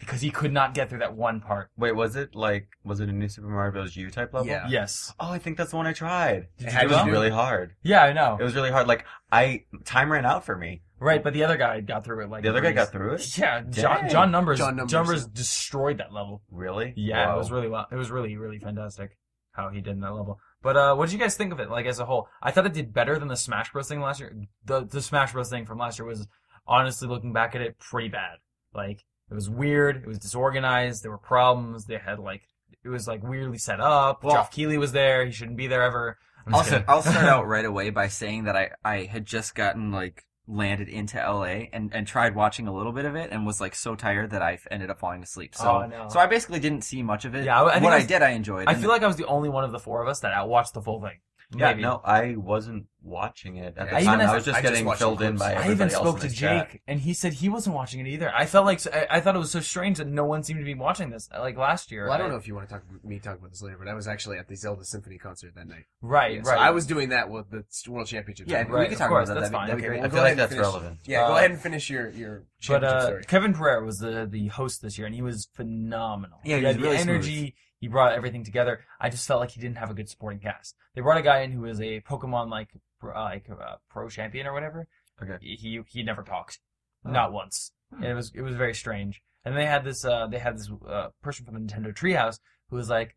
Speaker 4: because he could not get through that one part.
Speaker 3: wait was it like was it a new super mario bros u type level
Speaker 5: Yeah.
Speaker 4: Yes.
Speaker 3: oh i think that's the one i tried
Speaker 5: Did
Speaker 3: it
Speaker 5: you do
Speaker 3: was
Speaker 5: it?
Speaker 3: really hard
Speaker 4: Yeah, I
Speaker 3: it
Speaker 4: know.
Speaker 3: was really hard like i time ran out for me
Speaker 4: Right, but the other guy got through it like
Speaker 3: the other guy
Speaker 4: breeze.
Speaker 3: got through it
Speaker 4: Yeah, John,
Speaker 3: Dang.
Speaker 4: John Numbers
Speaker 5: John
Speaker 4: John
Speaker 5: Numbers,
Speaker 4: Numbers, destroyed that level.
Speaker 3: really
Speaker 4: Yeah, it
Speaker 3: Whoa.
Speaker 4: was really well. It was really really fantastic how he did in that level. But uh, what did you guys think of it? Like as a whole, I thought it did better than the Smash Bros thing last year. The the Smash Bros thing from last year was honestly looking back at it pretty bad. Like it was weird. It was disorganized. There were problems. They had like it was like weirdly set up.
Speaker 6: Well-
Speaker 4: Geoff Keighley was there. He shouldn't be there ever. I'm just
Speaker 6: Also,
Speaker 4: kidding.
Speaker 6: I'll start out right away by saying that I, I had just gotten like landed into LA and, and tried watching a little bit of it and was like so tired that I ended up falling asleep. So
Speaker 4: Oh, no.
Speaker 6: so I basically didn't see much of it.
Speaker 4: Yeah, I- I think
Speaker 6: what
Speaker 4: I
Speaker 6: I,
Speaker 4: was-
Speaker 6: did I enjoyed.
Speaker 4: I
Speaker 6: And
Speaker 4: feel like I was the only one of the four of us that outwatched the full thing.
Speaker 3: Yeah,
Speaker 4: Maybe.
Speaker 3: no, I wasn't watching it at the
Speaker 4: I even
Speaker 3: time.
Speaker 4: as-
Speaker 3: I was just
Speaker 5: I just
Speaker 3: getting
Speaker 5: watched
Speaker 3: filled
Speaker 5: the
Speaker 3: in by
Speaker 5: clips.
Speaker 4: I even
Speaker 3: everybody else
Speaker 4: spoke
Speaker 3: in
Speaker 4: to
Speaker 3: the
Speaker 4: Jake,
Speaker 3: chat.
Speaker 4: and he said he wasn't watching it either. I felt like I, I thought it was so strange that no one seemed to be watching this. Like last year,
Speaker 5: Well, I don't know if you want to talk me talk about this later, but I was actually at the Zelda Symphony concert that night.
Speaker 4: Right,
Speaker 5: Yeah,
Speaker 4: right.
Speaker 5: so I was doing that with the World Championship.
Speaker 6: Yeah,
Speaker 5: tournament.
Speaker 4: Right,
Speaker 6: we can
Speaker 4: of
Speaker 6: talk
Speaker 4: course,
Speaker 6: about that. That'd
Speaker 4: that's
Speaker 6: be-
Speaker 4: fine.
Speaker 6: that'd be
Speaker 5: Okay,
Speaker 6: great.
Speaker 5: well,
Speaker 3: I
Speaker 5: go ahead
Speaker 3: feel like
Speaker 5: and
Speaker 3: that's
Speaker 5: finish-
Speaker 3: relevant.
Speaker 5: Yeah, go
Speaker 4: Uh,
Speaker 5: ahead and finish your your
Speaker 4: but
Speaker 5: championship
Speaker 4: uh,
Speaker 5: story.
Speaker 4: Kevin Pereira was the the host this year, and he was phenomenal.
Speaker 6: Yeah, he was
Speaker 4: had the
Speaker 6: really
Speaker 4: energy. He brought everything together. I just felt like he didn't have a good supporting cast. They brought a guy in who was a Pokemon like pro- uh, like uh, pro champion or whatever.
Speaker 3: Okay.
Speaker 4: He he never talked,
Speaker 6: Oh.
Speaker 4: not once,
Speaker 6: Hmm.
Speaker 4: and it was it was very strange. And they had this uh they had this uh person from the Nintendo Treehouse who was like,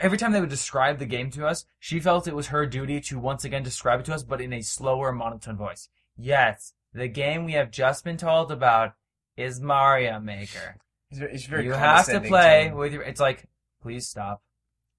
Speaker 4: every time they would describe the game to us, she felt it was her duty to once again describe it to us, but in a slower, monotone voice. Yes, the game we have just been told about is Mario Maker.
Speaker 5: It's very, it's very
Speaker 4: you have to
Speaker 5: condescending
Speaker 4: play
Speaker 5: him.
Speaker 4: with your. It's like, please stop.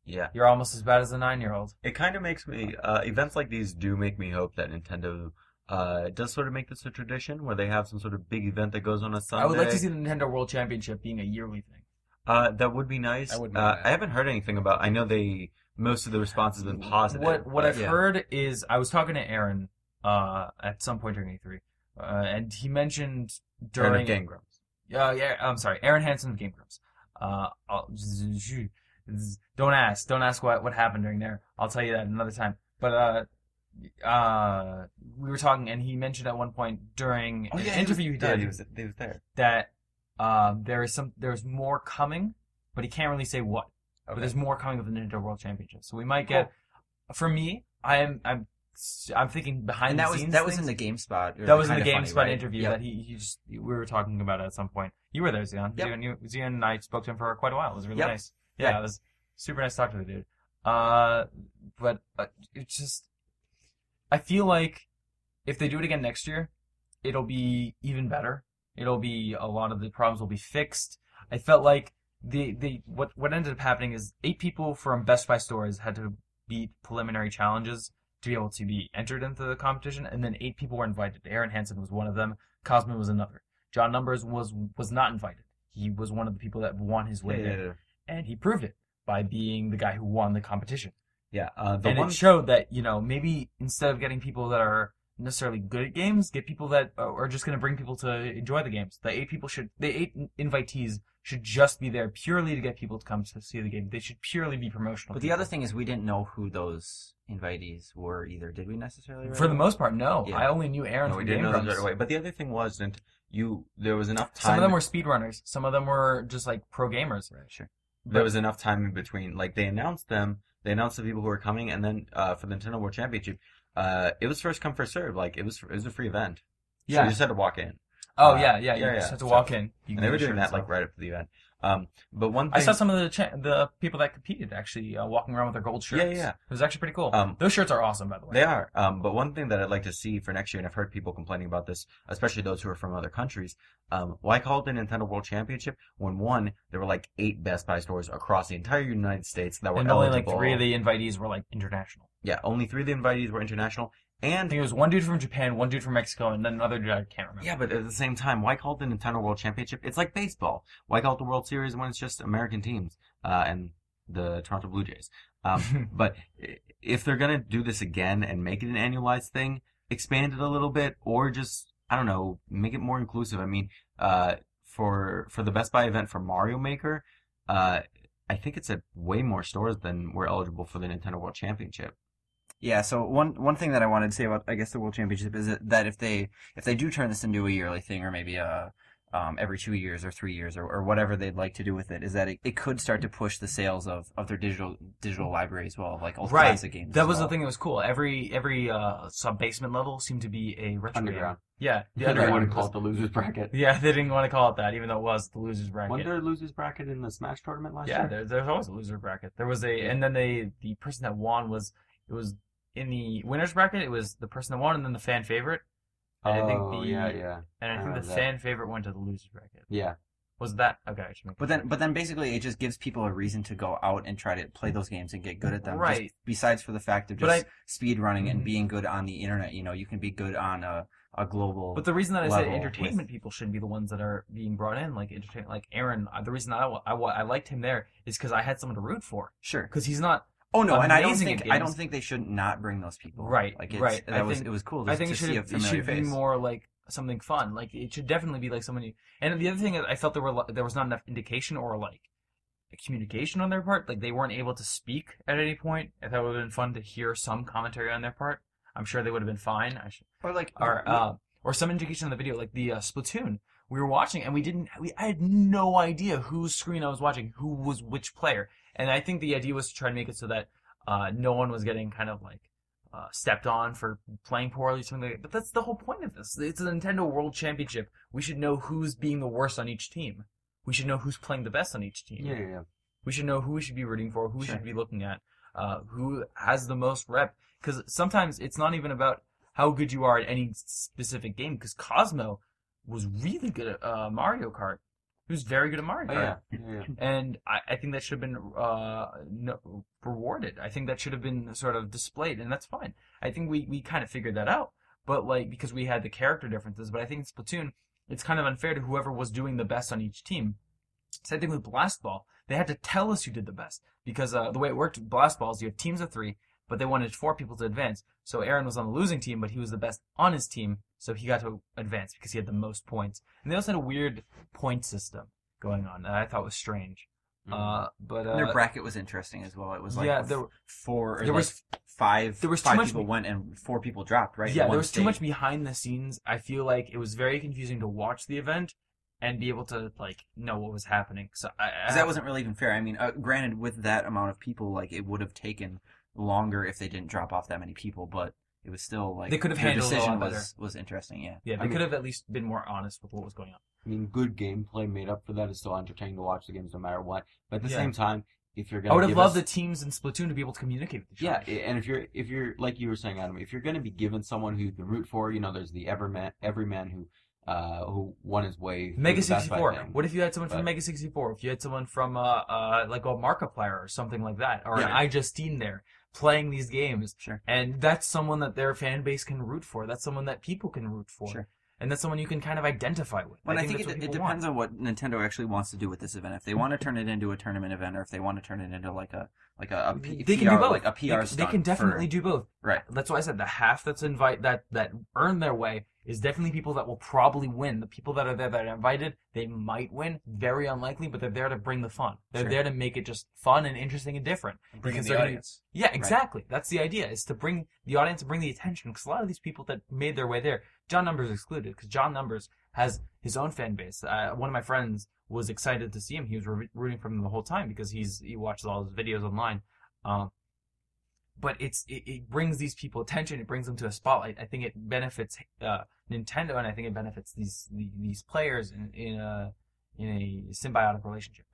Speaker 3: Yeah.
Speaker 4: You're almost as bad as a nine-year-old.
Speaker 3: It kind of makes me uh, events like these do make me hope that Nintendo uh, does sort of make this a tradition where they have some sort of big event that goes on a Sunday.
Speaker 4: I would like to see the Nintendo World Championship being a yearly thing.
Speaker 3: Uh, that would be nice.
Speaker 5: I wouldn't
Speaker 3: uh,
Speaker 5: mind that.
Speaker 3: I haven't heard anything about. I know they most of the response has been positive.
Speaker 4: What what
Speaker 3: but-
Speaker 4: I've heard is I was talking to Aaron uh, at some point during E3, uh, and he mentioned
Speaker 3: Kind of
Speaker 4: during
Speaker 3: Game Grumps.
Speaker 4: Yeah, yeah. I'm sorry, Aaron Hansen of Game Grumps. Uh, I'll- z- z- z- don't ask, don't ask what what happened during there. I'll tell you that another time. But uh, uh, we were talking, and he mentioned at one point during
Speaker 3: Oh,
Speaker 4: an
Speaker 3: yeah, he was
Speaker 4: interview he did
Speaker 3: there, He was, he was there.
Speaker 4: that um, there is some there's more coming, but he can't really say what. But
Speaker 5: Okay.
Speaker 4: there's more coming with the Nintendo World Championship, so we might get. For me, I am I'm I'm thinking behind
Speaker 9: And
Speaker 4: the
Speaker 9: that was
Speaker 4: scenes.
Speaker 9: that was in
Speaker 4: things.
Speaker 9: the GameSpot. or
Speaker 4: that was in the
Speaker 9: Kinda Funny,
Speaker 4: GameSpot
Speaker 9: right?
Speaker 4: interview
Speaker 9: Yep.
Speaker 4: that he, he just we were talking about it at some point. You were there, Zion.
Speaker 9: Yep.
Speaker 4: Zion, you, Zion and I spoke to him for quite a while. It was really
Speaker 9: Yep.
Speaker 4: nice. Yeah,
Speaker 9: Yeah.
Speaker 4: it was super nice talking to the dude. Uh, but uh, it's just I feel like if they do it again next year, it'll be even better. It'll be a lot of the problems will be fixed. I felt like the the what what ended up happening is eight people from Best Buy stores had to beat preliminary challenges to be able to be entered into the competition, and then eight people were invited. Aaron Hansen was one of them. Cosman was another. John Numbers was was not invited. He was one of the people that won his way
Speaker 3: Yeah,
Speaker 4: there,
Speaker 3: yeah, yeah.
Speaker 4: and he proved it by being the guy who won the competition
Speaker 3: Yeah, uh, the
Speaker 4: and
Speaker 3: one
Speaker 4: it showed that you know maybe instead of getting people that are necessarily good at games, get people that uh, are are just going to bring people to enjoy the games. The eight people should, the eight invitees should just be there purely to get people to come to see the game. They should purely be promotional.
Speaker 9: But the other
Speaker 4: people.
Speaker 9: thing is, we didn't know who those invitees were either, did we necessarily?
Speaker 4: for the
Speaker 9: Ryan?
Speaker 4: most part, no,
Speaker 9: Yeah.
Speaker 4: I only knew Aaron
Speaker 3: No,
Speaker 4: from
Speaker 3: we didn't
Speaker 4: Game
Speaker 3: know them
Speaker 4: Grumps.
Speaker 3: right away. But the other thing wasn't you. There was enough time.
Speaker 4: Some of them were speedrunners. Some of them were just like pro gamers.
Speaker 9: Right, sure.
Speaker 3: there was enough time in between. Like they announced them, they announced the people who were coming, and then uh, for the Nintendo World Championship, uh, it was first come first serve. Like it was, it was a free event. so
Speaker 4: Yeah.
Speaker 3: you just had to walk in.
Speaker 4: Oh
Speaker 3: Uh,
Speaker 4: yeah,
Speaker 3: yeah,
Speaker 4: yeah, You just
Speaker 3: yeah.
Speaker 4: had to
Speaker 3: So-
Speaker 4: walk in.
Speaker 3: And
Speaker 4: You
Speaker 3: they
Speaker 4: can
Speaker 3: were
Speaker 4: get your
Speaker 3: doing
Speaker 4: shirts
Speaker 3: that like
Speaker 4: off.
Speaker 3: right after the event. Um, but one thing
Speaker 4: I saw some of the cha- the people that competed actually uh, walking around with their gold shirts.
Speaker 3: Yeah, yeah.
Speaker 4: It was actually pretty cool.
Speaker 3: Um,
Speaker 4: Those shirts are awesome, by the way.
Speaker 3: They are. Um, but one thing that I'd like to see for next year, and I've heard people complaining about this, especially those who are from other countries, um, why call it the Nintendo World Championship when one, there were like eight Best Buy stores across the entire United States that were
Speaker 4: and only
Speaker 3: eligible.
Speaker 4: like three of the invitees were like international.
Speaker 3: Yeah, only three of the invitees were international.
Speaker 4: I
Speaker 3: And
Speaker 4: think it was one dude from Japan, one dude from Mexico, and then another dude I can't remember.
Speaker 3: yeah, but at the same time, why call it the Nintendo World Championship? It's like baseball. Why call it the World Series when it's just American teams uh, and the Toronto Blue Jays? Um, but i- if they're gonna do this again and make it an annualized thing, expand it a little bit, or just I don't know, make it more inclusive. I mean, uh, for for the Best Buy event for Mario Maker, uh, I think it's at way more stores than were eligible for the Nintendo World Championship.
Speaker 9: Yeah. So one one thing that I wanted to say about I guess the World Championship is that- that if they if they do turn this into a yearly thing or maybe a um, every two years or three years or, or whatever they'd like to do with it is that it, it could start to push the sales of, of their digital digital library as well, like old
Speaker 4: Right.
Speaker 9: classic games.
Speaker 4: that
Speaker 9: as
Speaker 4: was
Speaker 9: well.
Speaker 4: the thing that was cool. Every every uh, sub basement level seemed to be a retro game.
Speaker 3: Underground.
Speaker 4: Yeah, the
Speaker 3: I don't know what
Speaker 4: underground.
Speaker 3: to call it the losers bracket.
Speaker 4: Yeah, they didn't want to call it that, even though it was the losers bracket.
Speaker 3: Wasn't there a losers bracket in the Smash tournament last
Speaker 4: yeah,
Speaker 3: year?
Speaker 4: there, there's always a loser bracket. There was a, and then they the person that won was it was in the winners bracket. It was the person that won, and then the fan favorite, and I think
Speaker 3: Oh,
Speaker 4: the-
Speaker 3: yeah, yeah,
Speaker 4: and I
Speaker 3: I
Speaker 4: think
Speaker 3: remember
Speaker 4: the
Speaker 3: that.
Speaker 4: fan favorite went to the losers bracket.
Speaker 3: yeah.
Speaker 4: Was that okay? I should make
Speaker 9: But then, but then basically, it just gives people a reason to go out and try to play those games and get good at them. Just
Speaker 4: Right.
Speaker 9: besides for the fact of
Speaker 4: But
Speaker 9: just speed running
Speaker 4: Mhm.
Speaker 9: and being good on the internet, you know, you can be good on a, a global.
Speaker 4: But the reason that I said
Speaker 9: level
Speaker 4: entertainment
Speaker 9: with-
Speaker 4: people shouldn't be the ones that are being brought in, like entertain, like Aaron. uh, The reason I wa- I, wa- I liked him there is because I had someone to root for.
Speaker 9: sure.
Speaker 4: Because he's not.
Speaker 9: Oh no, and I don't
Speaker 4: amazing at
Speaker 9: think I don't
Speaker 4: games.
Speaker 9: think they should not bring those people.
Speaker 4: Right,
Speaker 9: Like it's,
Speaker 4: right.
Speaker 9: That
Speaker 4: I
Speaker 9: was
Speaker 4: think-
Speaker 9: it was cool.
Speaker 4: I think
Speaker 9: to
Speaker 4: it should
Speaker 9: see a
Speaker 4: it
Speaker 9: familiar
Speaker 4: should be
Speaker 9: face.
Speaker 4: more like something fun. Like it should definitely be like someone you. And the other thing is, I felt there were li- there was not enough indication or like communication on their part. Like they weren't able to speak at any point. I thought it would have been fun to hear some commentary on their part. I'm sure they would have been fine. I should,
Speaker 9: or like
Speaker 4: or uh, or some indication on the video, like the uh, Splatoon. We were watching, and we didn't. We, I had no idea whose screen I was watching, who was which player, and I think the idea was to try and make it so that uh, no one was getting kind of like uh, stepped on for playing poorly, or something. Like that. But that's the whole point of this. It's a Nintendo World Championship. We should know who's being the worst on each team. We should know who's playing the best on each team.
Speaker 3: Yeah, yeah, yeah.
Speaker 4: We should know who we should be rooting for, who we should be looking at, uh, who has the most rep. Because sometimes it's not even about how good you are at any specific game. Because Cosmo was really good at uh, Mario Kart. He was very good at Mario
Speaker 3: Oh,
Speaker 4: Kart
Speaker 3: yeah. yeah, yeah.
Speaker 4: and I, I think that should have been uh, no, rewarded. I think that should have been sort of displayed, and that's fine. I think we, we kind of figured that out, but like because we had the character differences. But I think in Splatoon, it's kind of unfair to whoever was doing the best on each team. Same thing with Blast Ball. They had to tell us who did the best because uh, the way it worked, with Blast Balls, you have teams of three, but they wanted four people to advance. So Aaron was on the losing team, but he was the best on his team, so he got to advance because he had the most points. And they also had a weird point system going on that I thought was strange. Uh, but uh,
Speaker 6: their Mm-hmm. bracket was interesting as well. It was like
Speaker 4: yeah, there
Speaker 6: four. Or
Speaker 4: there
Speaker 6: like
Speaker 4: was-
Speaker 6: five.
Speaker 4: there was too
Speaker 6: five
Speaker 4: much
Speaker 6: people
Speaker 4: be-
Speaker 6: went and four people dropped. Right? in
Speaker 4: yeah,
Speaker 6: one
Speaker 4: there was too
Speaker 6: state.
Speaker 4: much behind the scenes. I feel like it was very confusing to watch the event and be able to like know what was happening. So I, I
Speaker 6: 'Cause that wasn't really even fair. I mean, uh, granted, with that amount of people, like it would have taken longer if they didn't drop off that many people, but it was still like
Speaker 4: They could have
Speaker 6: their
Speaker 4: handled it a
Speaker 6: decision
Speaker 4: lot better.
Speaker 6: was was interesting. Yeah.
Speaker 4: yeah. They
Speaker 3: I mean-
Speaker 4: could have at least been more honest with what was going on.
Speaker 3: I mean, good gameplay made up for that. It's still entertaining to watch the games no matter what. But at the
Speaker 4: Yeah.
Speaker 3: same time, if you're gonna,
Speaker 4: I would have
Speaker 3: give
Speaker 4: loved
Speaker 3: us-
Speaker 4: the teams in Splatoon to be able to communicate with each
Speaker 3: Yeah,
Speaker 4: other.
Speaker 3: i- and if you're if you're like you were saying, Adam, if you're gonna be given someone who you can root for, you know, there's the everyman everyman who uh who won his way. through
Speaker 4: Mega
Speaker 3: the Best Buy
Speaker 4: 64.
Speaker 3: thing.
Speaker 4: What if you had someone from
Speaker 3: But-
Speaker 4: Mega 64? If you had someone from uh, uh like a Markiplier or something like that, or an
Speaker 6: Yeah.
Speaker 4: I Justine there playing these games,
Speaker 6: Sure.
Speaker 4: and that's someone that their fan base can root for. That's someone that people can root for,
Speaker 6: Sure.
Speaker 4: and that's someone you can kind of identify with.
Speaker 6: But I, think,
Speaker 4: that's
Speaker 6: it,
Speaker 4: what
Speaker 6: it
Speaker 4: people want.
Speaker 6: depends on what Nintendo actually wants to do with this event. If they want to turn it into a tournament event, or if they want to turn it into like a like a, a P-
Speaker 4: They
Speaker 6: PR,
Speaker 4: can do both.
Speaker 6: like a PR.
Speaker 4: They can- They, can definitely do both.
Speaker 6: Right.
Speaker 4: That's why I said the half that's invite that that earn their way is definitely people that will probably win. The people that are there that are invited, they might win. Very unlikely, but they're there to bring the fun. They're
Speaker 6: Sure.
Speaker 4: there to make it just fun and interesting and different.
Speaker 5: Bringing
Speaker 4: Because
Speaker 5: the
Speaker 4: they're gonna-
Speaker 5: audience.
Speaker 4: Yeah, exactly. That's the idea is to bring the audience, bring the attention, because a lot of these people that made their way there, John Numbers excluded, because John Numbers has his own fan base. Uh, one of my friends was excited to see him. He was roo- rooting for him the whole time because he's he watches all his videos online. Um, but it's it, it brings these people attention. It brings them to a spotlight. I think it benefits uh, Nintendo, and I think it benefits these the- these players in, in a in a symbiotic relationship.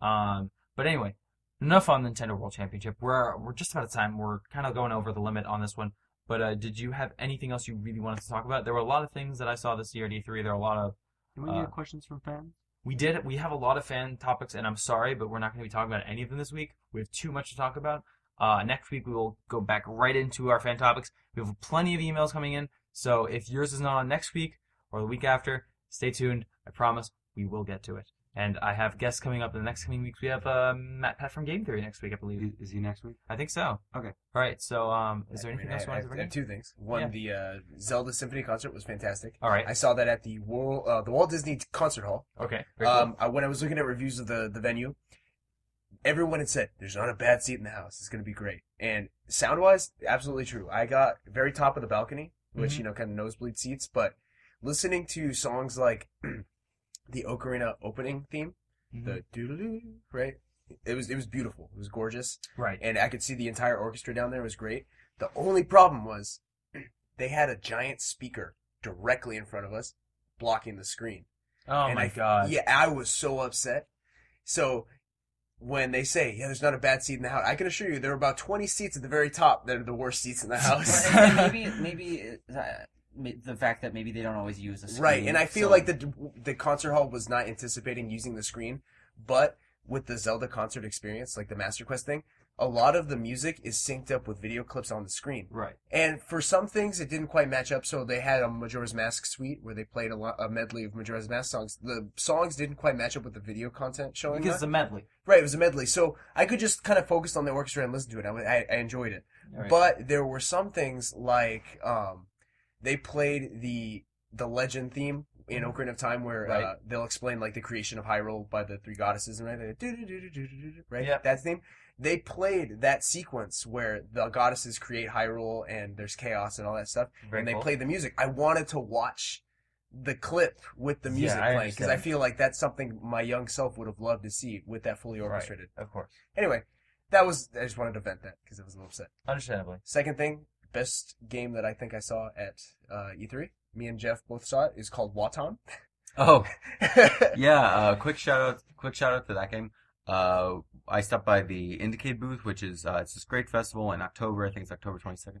Speaker 4: Um, but anyway enough on Nintendo World Championship. We're we're just about at time. We're kind of going over the limit on this one. But uh, did you have anything else you really wanted to talk about? There were a lot of things that I saw this year at E3. There are a lot of
Speaker 3: Can we
Speaker 4: uh,
Speaker 3: get questions from fans?
Speaker 4: we did we have a lot of fan topics, and I'm sorry, but we're not going to be talking about any of them this week. We have too much to talk about. Uh, next week we will go back right into our fan topics. We have plenty of emails coming in, so if yours is not on next week or the week after, stay tuned. I promise we will get to it. And I have guests coming up in the next coming weeks. We have uh, Matt Pat from Game Theory next week, I believe.
Speaker 3: Is, is he next week?
Speaker 4: I think so.
Speaker 3: Okay.
Speaker 4: All right. So, um, is there
Speaker 5: I
Speaker 4: anything
Speaker 5: mean,
Speaker 4: else
Speaker 5: I,
Speaker 4: you wanted
Speaker 5: I
Speaker 4: to bring?
Speaker 5: have
Speaker 4: up?
Speaker 5: two things. One,
Speaker 4: Yeah.
Speaker 5: the uh, Zelda Symphony concert was fantastic.
Speaker 4: All right.
Speaker 5: I saw that at the World, uh, the Walt Disney Concert Hall.
Speaker 4: Okay. very cool.
Speaker 5: Um, I, when I was looking at reviews of the, the venue, everyone had said there's not a bad seat in the house. It's going to be great. And sound wise, absolutely true. I got very top of the balcony, which
Speaker 4: Mhm.
Speaker 5: you know, kind of nosebleed seats. But listening to songs like the Ocarina opening theme,
Speaker 4: Mm-hmm.
Speaker 5: the doo right? It was it was beautiful. It was gorgeous
Speaker 4: Right.
Speaker 5: and I could see the entire orchestra down there. It was great. The only problem was they had a giant speaker directly in front of us blocking the screen.
Speaker 4: Oh
Speaker 5: and
Speaker 4: my
Speaker 5: I-
Speaker 4: god.
Speaker 5: Yeah, I was so upset. So when they say, yeah, there's not a bad seat in the house, I can assure you there are about 20 seats at the very top that are the worst seats in the house.
Speaker 6: Well, and- and maybe maybe it- that- ma- the fact that maybe they don't always use a screen,
Speaker 5: right, and I feel
Speaker 6: so-
Speaker 5: like the the concert hall was not anticipating using the screen, but with the Zelda concert experience, like the Master Quest thing, a lot of the music is synced up with video clips on the screen.
Speaker 4: Right.
Speaker 5: And for some things, it didn't quite match up. So they had a Majora's Mask suite where they played a, lo- a medley of Majora's Mask songs. The songs didn't quite match up with the video content showing.
Speaker 4: Because
Speaker 5: us.
Speaker 4: it's a medley.
Speaker 5: right, it was a medley. So I could just kind of focus on the orchestra and listen to it. I, w- I- I enjoyed it.
Speaker 4: Right.
Speaker 5: But there were some things like um, they played the the legend theme in Ocarina of Time where uh,
Speaker 4: Right.
Speaker 5: they'll explain like the creation of Hyrule by the three goddesses and right there, doo-doo-doo-doo-doo-doo-doo, right?
Speaker 4: Yep.
Speaker 5: That's the name. They played that sequence where the goddesses create Hyrule and there's chaos and all that stuff,
Speaker 4: Very
Speaker 5: and they
Speaker 4: cool.
Speaker 5: played the music. I wanted to watch the clip with the
Speaker 4: Yeah,
Speaker 5: music
Speaker 4: I
Speaker 5: playing because
Speaker 4: understand.
Speaker 5: I feel like that's something my young self would have loved to see with that fully
Speaker 4: Right.
Speaker 5: orchestrated.
Speaker 4: Of course.
Speaker 5: Anyway, that was I just wanted to vent that because it was a little upset.
Speaker 4: Understandably.
Speaker 5: Second thing, best game that I think I saw at uh, E3. Me and Jeff both saw it. Is called Waton.
Speaker 3: Oh, yeah. Uh, quick shout out! Quick shout out to that game. Uh, I stopped by the Indicate booth, which is uh, it's this great festival in October. I think it's October 22nd.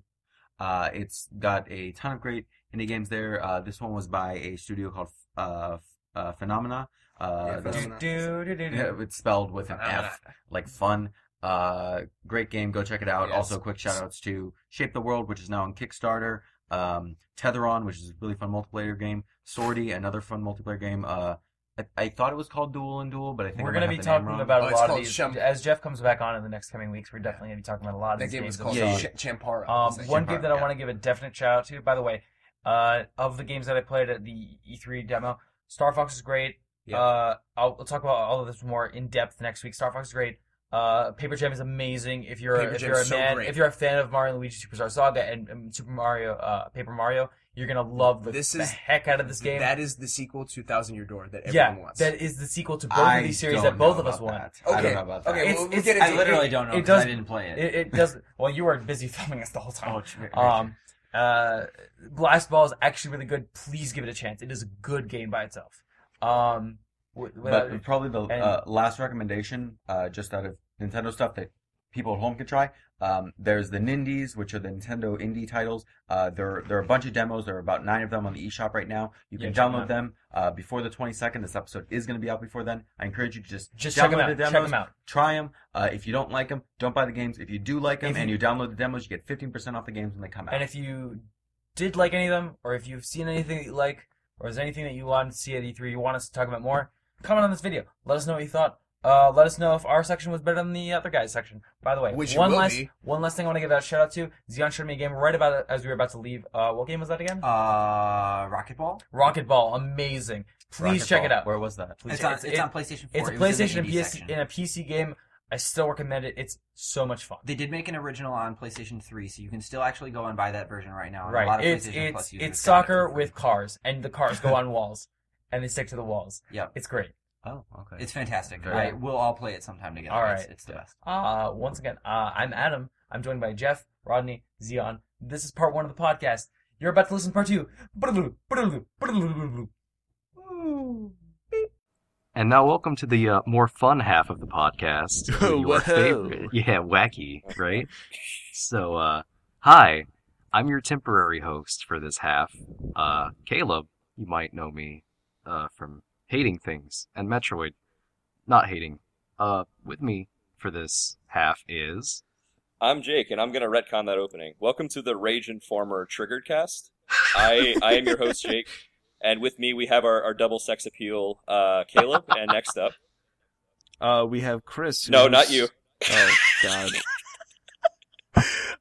Speaker 3: Uh, it's got a ton of great indie games there. Uh, this one was by a studio called uh, F- uh, Phenomena. Uh,
Speaker 5: Yeah,
Speaker 3: that's-
Speaker 5: Phenomena.
Speaker 4: Do, do, do, do.
Speaker 3: yeah, it's spelled with an F, like fun. Uh, great game. Go check it out.
Speaker 5: Yes.
Speaker 3: Also, quick shout outs to Shape the World, which is now on Kickstarter. Um, Tetheron, which is a really fun multiplayer game. Sortie, another fun multiplayer game. Uh, I, I thought it was called Duel and Duel, but I think
Speaker 4: We're
Speaker 3: I might
Speaker 4: going to
Speaker 3: have the
Speaker 4: be
Speaker 3: name
Speaker 4: talking
Speaker 3: wrong.
Speaker 4: about
Speaker 5: Oh,
Speaker 4: a
Speaker 5: it's
Speaker 4: lot of
Speaker 5: called
Speaker 4: these.
Speaker 5: Shemp.
Speaker 4: As Jeff comes back on in the next coming weeks, we're definitely going to be talking about a lot of
Speaker 5: That
Speaker 4: these
Speaker 5: game was
Speaker 4: games.
Speaker 5: called
Speaker 3: that we-
Speaker 5: Ch- Champara.
Speaker 4: Um,
Speaker 5: It's
Speaker 4: one
Speaker 5: Champara,
Speaker 4: game that I
Speaker 5: yeah.
Speaker 4: want to give a definite shout out to, by the way, uh, of the games that I played at the E3 demo, Star Fox is great.
Speaker 5: Yeah.
Speaker 4: Uh, I'll, I'll talk about all of this more in depth next week. Star Fox is great. Uh, Paper Jam is amazing. If you're
Speaker 5: Paper
Speaker 4: if
Speaker 5: Jam's
Speaker 4: you're a
Speaker 5: so
Speaker 4: man,
Speaker 5: great.
Speaker 4: if you're a fan of Mario and Luigi Superstar Saga and, and Super Mario, uh, Paper Mario, you're gonna love the,
Speaker 5: This
Speaker 4: the
Speaker 5: is-
Speaker 4: heck out of this game.
Speaker 5: That is the sequel to Thousand Year Door that
Speaker 4: yeah,
Speaker 5: everyone wants.
Speaker 4: that is the sequel to both
Speaker 3: I
Speaker 4: of these series
Speaker 3: don't
Speaker 4: that both
Speaker 3: know
Speaker 4: of us
Speaker 3: about
Speaker 4: want.
Speaker 3: that. I
Speaker 5: Okay,
Speaker 3: don't know about that.
Speaker 5: okay,
Speaker 4: It's-
Speaker 5: well, we'll
Speaker 4: it's-
Speaker 5: get into
Speaker 9: I literally don't know
Speaker 4: it
Speaker 9: because I
Speaker 4: does-
Speaker 9: didn't play it.
Speaker 4: It, it does. Well, you were busy filming us the whole time.
Speaker 9: oh, true.
Speaker 4: Um, uh, Blast Ball is actually really good. Please give it a chance. It is a good game by itself. Um, w- without-
Speaker 3: But probably the
Speaker 4: and-
Speaker 3: uh, last recommendation, uh, just out of Nintendo stuff that people at home can try. Um, there's the Nindies, which are the Nintendo indie titles. Uh, there, there are a bunch of demos. There are about nine of them on the eShop right now. You
Speaker 4: Yeah,
Speaker 3: can
Speaker 4: check 'em
Speaker 3: download
Speaker 4: out.
Speaker 3: them uh, before the 22nd. This episode is going to be out before then. I encourage you to just,
Speaker 4: just
Speaker 3: download
Speaker 4: check them
Speaker 3: the
Speaker 4: out.
Speaker 3: demos,
Speaker 4: Check them out.
Speaker 3: try them. Uh, if you don't like them, don't buy the games. If you do like them
Speaker 4: If
Speaker 3: and
Speaker 4: you-
Speaker 3: you download the demos, you get 15% off the games when they come out.
Speaker 4: And if you did like any of them, or if you've seen anything that you like, or is anything that you want to see at E3 you want us to talk about more, comment on this video. Let us know what you thought. Uh, let us know if our section was better than the other guy's section. By the way,
Speaker 5: Which it
Speaker 4: one
Speaker 5: will
Speaker 4: last
Speaker 5: be.
Speaker 4: one last thing I want to give out a shout out to. Zion showed me a game right about as we were about to leave. Uh, what game was that again?
Speaker 9: uh, Rocket Ball.
Speaker 4: Rocket Ball, amazing. Please
Speaker 3: Rocket
Speaker 4: check
Speaker 3: Ball,
Speaker 4: it out.
Speaker 3: Where was that?
Speaker 4: Please
Speaker 9: It's
Speaker 4: check-
Speaker 9: on,
Speaker 4: it's-
Speaker 9: it's,
Speaker 4: it-
Speaker 9: on PlayStation 4.
Speaker 4: It's a
Speaker 9: It was in
Speaker 4: PlayStation
Speaker 9: the
Speaker 4: and
Speaker 9: indie
Speaker 4: PS
Speaker 9: section.
Speaker 4: in a PC game. I still recommend it. It's so much fun.
Speaker 9: They did make an original on PlayStation 3, so you can still actually go and buy that version right now. and A lot
Speaker 4: Right.
Speaker 9: of
Speaker 4: It's
Speaker 9: PlayStation
Speaker 4: it's
Speaker 9: Plus users
Speaker 4: it's
Speaker 9: got it for
Speaker 4: soccer
Speaker 9: free.
Speaker 4: with cars, and the cars go on walls, and they stick to the walls.
Speaker 9: Yep.
Speaker 4: It's great.
Speaker 3: Oh, okay.
Speaker 9: It's fantastic.
Speaker 3: Very
Speaker 9: I,
Speaker 3: good.
Speaker 9: we'll all play it sometime together.
Speaker 4: All
Speaker 9: It's,
Speaker 4: right.
Speaker 9: it's the best.
Speaker 4: Uh, once again, uh, I'm Adam. I'm joined by Jeff, Rodney, Zion. This is part one of the podcast. You're about to listen to part two.
Speaker 11: And now, welcome to the uh, more fun half of the podcast.
Speaker 5: Whoa.
Speaker 11: Your favorite. Yeah, wacky, right? so, uh, hi, I'm your temporary host for this half, uh, Caleb. You might know me uh, from hating things and Metroid. Not hating. Uh, with me for this half is.
Speaker 12: I'm Jake, and I'm going to retcon that opening. Welcome to the Rage Informer Triggered Cast. I, I am your host, Jake, and with me we have our, our double sex appeal, uh, Caleb, and next up.
Speaker 13: Uh, we have Chris. who
Speaker 12: No, not
Speaker 13: hosts-
Speaker 12: you.
Speaker 13: Oh God.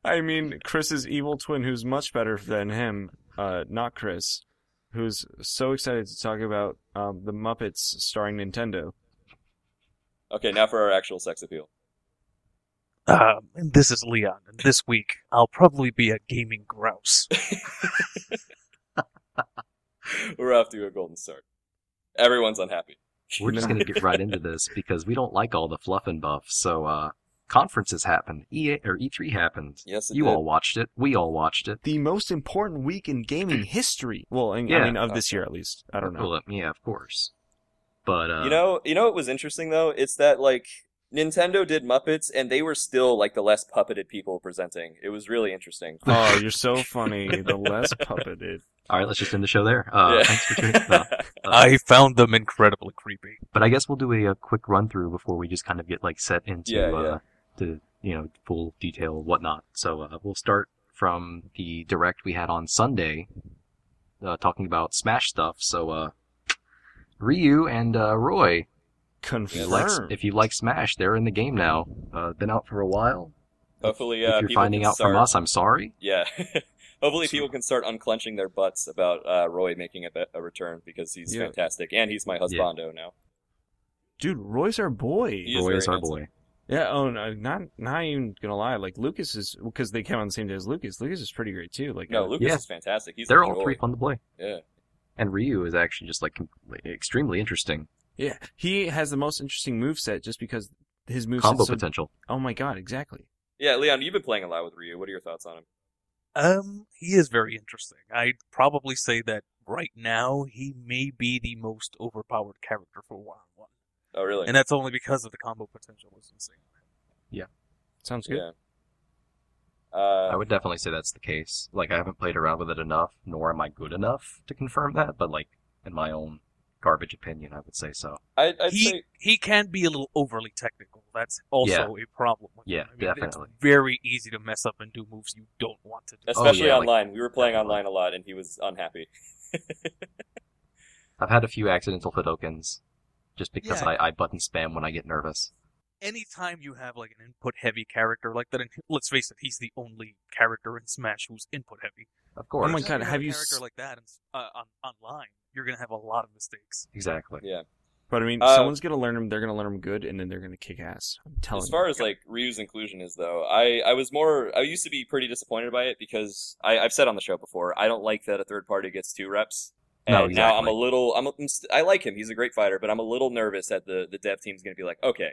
Speaker 13: I mean, Chris's evil twin, who's much better than him. Uh, not Chris, who's so excited to talk about um, the Muppets starring Nintendo.
Speaker 12: Okay, now for our actual sex appeal.
Speaker 14: Um, and this is Leon, and this week I'll probably be a gaming grouse.
Speaker 12: We're off to a golden start. Everyone's unhappy.
Speaker 11: We're just going to get right into this because we don't like all the fluff and buff. So, uh, conferences happened. EA or E3 happened.
Speaker 12: Yes, it
Speaker 11: You
Speaker 12: did.
Speaker 11: all watched it. We all watched it.
Speaker 13: The most important week in gaming history. Well, in,
Speaker 11: Yeah.
Speaker 13: I mean, of this year at least. I don't know.
Speaker 11: Well, yeah, of course. But uh,
Speaker 12: you know, you know what was interesting though? It's that like Nintendo did Muppets, and they were still like the less puppeted people presenting. It was really interesting.
Speaker 13: Oh, you're so funny. The less puppeted.
Speaker 11: all right, let's just end the show there. Uh,
Speaker 12: Yeah.
Speaker 11: Thanks for tuning. No, uh,
Speaker 14: I found them incredibly creepy.
Speaker 11: but I guess we'll do a, a quick run through before we just kind of get like set into
Speaker 12: Yeah,
Speaker 11: uh,
Speaker 12: yeah.
Speaker 11: to you know full detail and whatnot. So uh, we'll start from the direct we had on Sunday, uh, talking about Smash stuff. So uh, Ryu and uh, Roy, if you, like,
Speaker 13: Confirmed.
Speaker 11: if you like Smash, they're in the game now. Uh, been out for a while.
Speaker 12: Hopefully, uh,
Speaker 11: if you're
Speaker 12: people
Speaker 11: finding
Speaker 12: can
Speaker 11: out
Speaker 12: start...
Speaker 11: from us, I'm sorry.
Speaker 12: Yeah. Hopefully, people can start unclenching their butts about uh, Roy making a, a return because he's
Speaker 13: Yeah.
Speaker 12: fantastic and he's my husbando now.
Speaker 13: Dude, Roy's our boy.
Speaker 12: He is
Speaker 11: Roy is
Speaker 12: very
Speaker 11: our
Speaker 12: handsome.
Speaker 11: boy.
Speaker 13: Yeah, oh no, not not even gonna lie. Like Lucas is because they came on the same day as Lucas. Lucas is pretty great too. Like
Speaker 12: No,
Speaker 13: uh,
Speaker 12: Lucas
Speaker 11: Yeah.
Speaker 12: is fantastic. He's
Speaker 11: They're
Speaker 12: a
Speaker 11: all
Speaker 12: joy.
Speaker 11: three fun to play.
Speaker 12: Yeah.
Speaker 11: And Ryu is actually just like com- extremely interesting
Speaker 13: yeah, he has the most interesting move set just because his move
Speaker 11: combo
Speaker 13: so,
Speaker 11: potential.
Speaker 13: Oh my god, exactly.
Speaker 12: Yeah, Leon, you've been playing a lot with Ryu. What are your thoughts on him?
Speaker 14: Um, he is very interesting. I'd probably say that right now he may be the most overpowered character for one on one.
Speaker 12: Oh, really?
Speaker 14: And that's only because of the combo potential was insane.
Speaker 11: Yeah.
Speaker 14: Sounds good.
Speaker 12: Uh,
Speaker 11: I would definitely say that's the case. Like, I haven't played around with it enough, nor am I good enough to confirm that, but, like, in my own garbage opinion, I would say so.
Speaker 12: I, I'd
Speaker 14: he
Speaker 12: say-
Speaker 14: he can be a little overly technical. That's also
Speaker 11: Yeah.
Speaker 14: a problem. with
Speaker 11: Yeah,
Speaker 14: him. I mean,
Speaker 11: definitely.
Speaker 14: It's very easy to mess up and do moves you don't want to do.
Speaker 11: Oh,
Speaker 12: Especially online. we were playing online a lot, and he was unhappy.
Speaker 11: I've had a few accidental Fidokins just because
Speaker 14: Yeah.
Speaker 11: I, I button spam when I get nervous.
Speaker 14: Anytime you have like an input heavy character like that, and let's face it, he's the only character in Smash who's input heavy.
Speaker 11: Of course.
Speaker 14: Oh my
Speaker 11: God, have
Speaker 14: a
Speaker 11: you
Speaker 14: character
Speaker 11: s-
Speaker 14: like that in, uh, on online? You're gonna have a lot of mistakes.
Speaker 11: Exactly.
Speaker 12: Yeah.
Speaker 13: But I mean,
Speaker 12: Uh,
Speaker 13: someone's gonna learn them. They're gonna learn them good, and then they're gonna kick ass. I'm telling
Speaker 12: As far as like reuse inclusion is though, I I was more I used to be pretty disappointed by it because I I've said on the show before I don't like that a third party gets two reps. And
Speaker 11: No,
Speaker 12: now I'm a
Speaker 11: exactly.
Speaker 12: little I'm, I'm st- I like him. He's a great fighter, but I'm a little nervous that the the dev team's going to be like, okay,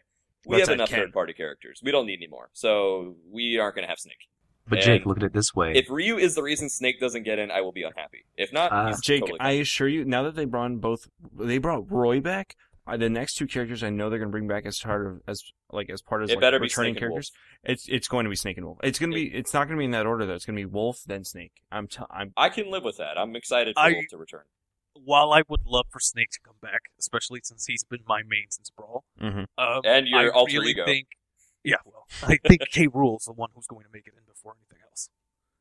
Speaker 12: we
Speaker 11: Let's
Speaker 12: have
Speaker 11: add
Speaker 12: enough
Speaker 11: Ken.
Speaker 12: third party characters. We don't need any more. So we aren't going to have Snake.
Speaker 11: But
Speaker 12: And
Speaker 11: Jake, look at it this way.
Speaker 12: If Ryu is the reason Snake doesn't get in, I will be unhappy. If not,
Speaker 11: Ah,
Speaker 13: you.
Speaker 12: he's
Speaker 13: Jake,
Speaker 12: totally
Speaker 13: I assure you, now that they brought in both, they brought Roy back. uh, The next two characters I know they're gonna bring back as part of as like as part of
Speaker 12: It
Speaker 13: like,
Speaker 12: better be
Speaker 13: returning
Speaker 12: Snake and Wolf.
Speaker 13: characters. It's it's going to be Snake and Wolf. It's gonna be it's not gonna be in that order though. It's gonna be Wolf then Snake. I'm t- I'm
Speaker 12: I can live with that. I'm excited for
Speaker 14: I-
Speaker 12: Wolf to return.
Speaker 14: While I would love for Snake to come back, especially since he's been my main since Brawl,
Speaker 11: Mm-hmm.
Speaker 13: Mhm.
Speaker 14: um,
Speaker 12: And
Speaker 14: I
Speaker 12: your alter
Speaker 14: really
Speaker 12: ego.
Speaker 14: think, yeah, well, I think K. Rule's the one who's going to make it in before anything else.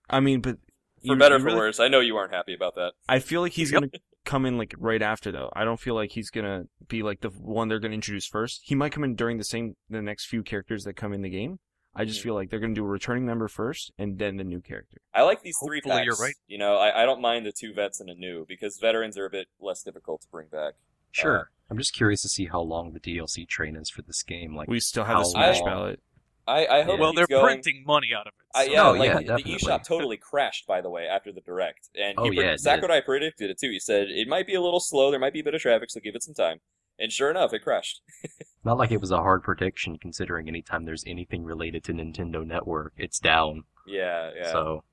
Speaker 13: I mean, but
Speaker 12: For
Speaker 13: you-
Speaker 12: better
Speaker 13: you
Speaker 12: or for
Speaker 13: really-
Speaker 12: worse, I know you aren't happy about that.
Speaker 13: I feel like he's gonna come in like right after though. I don't feel like he's gonna be like the one they're gonna introduce first. He might come in during the same the next few characters that come in the game. I just feel like they're gonna do a returning member first and then the new character.
Speaker 12: I like these three
Speaker 13: Hopefully
Speaker 12: packs.
Speaker 13: you're right.
Speaker 12: You know, I, I don't mind the two vets and a new because veterans are a bit less difficult to bring back.
Speaker 11: Sure. Uh, I'm just curious to see how long the DLC train is for this game. Like
Speaker 13: We still have
Speaker 11: how
Speaker 13: a Smash
Speaker 11: long-
Speaker 13: ballot.
Speaker 12: I, I hope
Speaker 14: well,
Speaker 12: it
Speaker 14: they're
Speaker 12: keeps going.
Speaker 14: printing money out of it.
Speaker 12: I,
Speaker 14: so-
Speaker 12: yeah,
Speaker 11: Oh,
Speaker 12: like
Speaker 11: yeah,
Speaker 12: the- the
Speaker 11: definitely.
Speaker 12: eShop totally crashed, by the way, after the direct. And he
Speaker 11: Oh,
Speaker 12: pre-
Speaker 11: yeah, it did.
Speaker 12: Sakurai predicted it too. He said it might be a little slow, there might be a bit of traffic, so give it some time. And sure enough, it crashed.
Speaker 11: Not like it was a hard prediction, considering anytime there's anything related to Nintendo Network, it's down.
Speaker 12: Yeah, yeah.
Speaker 11: So,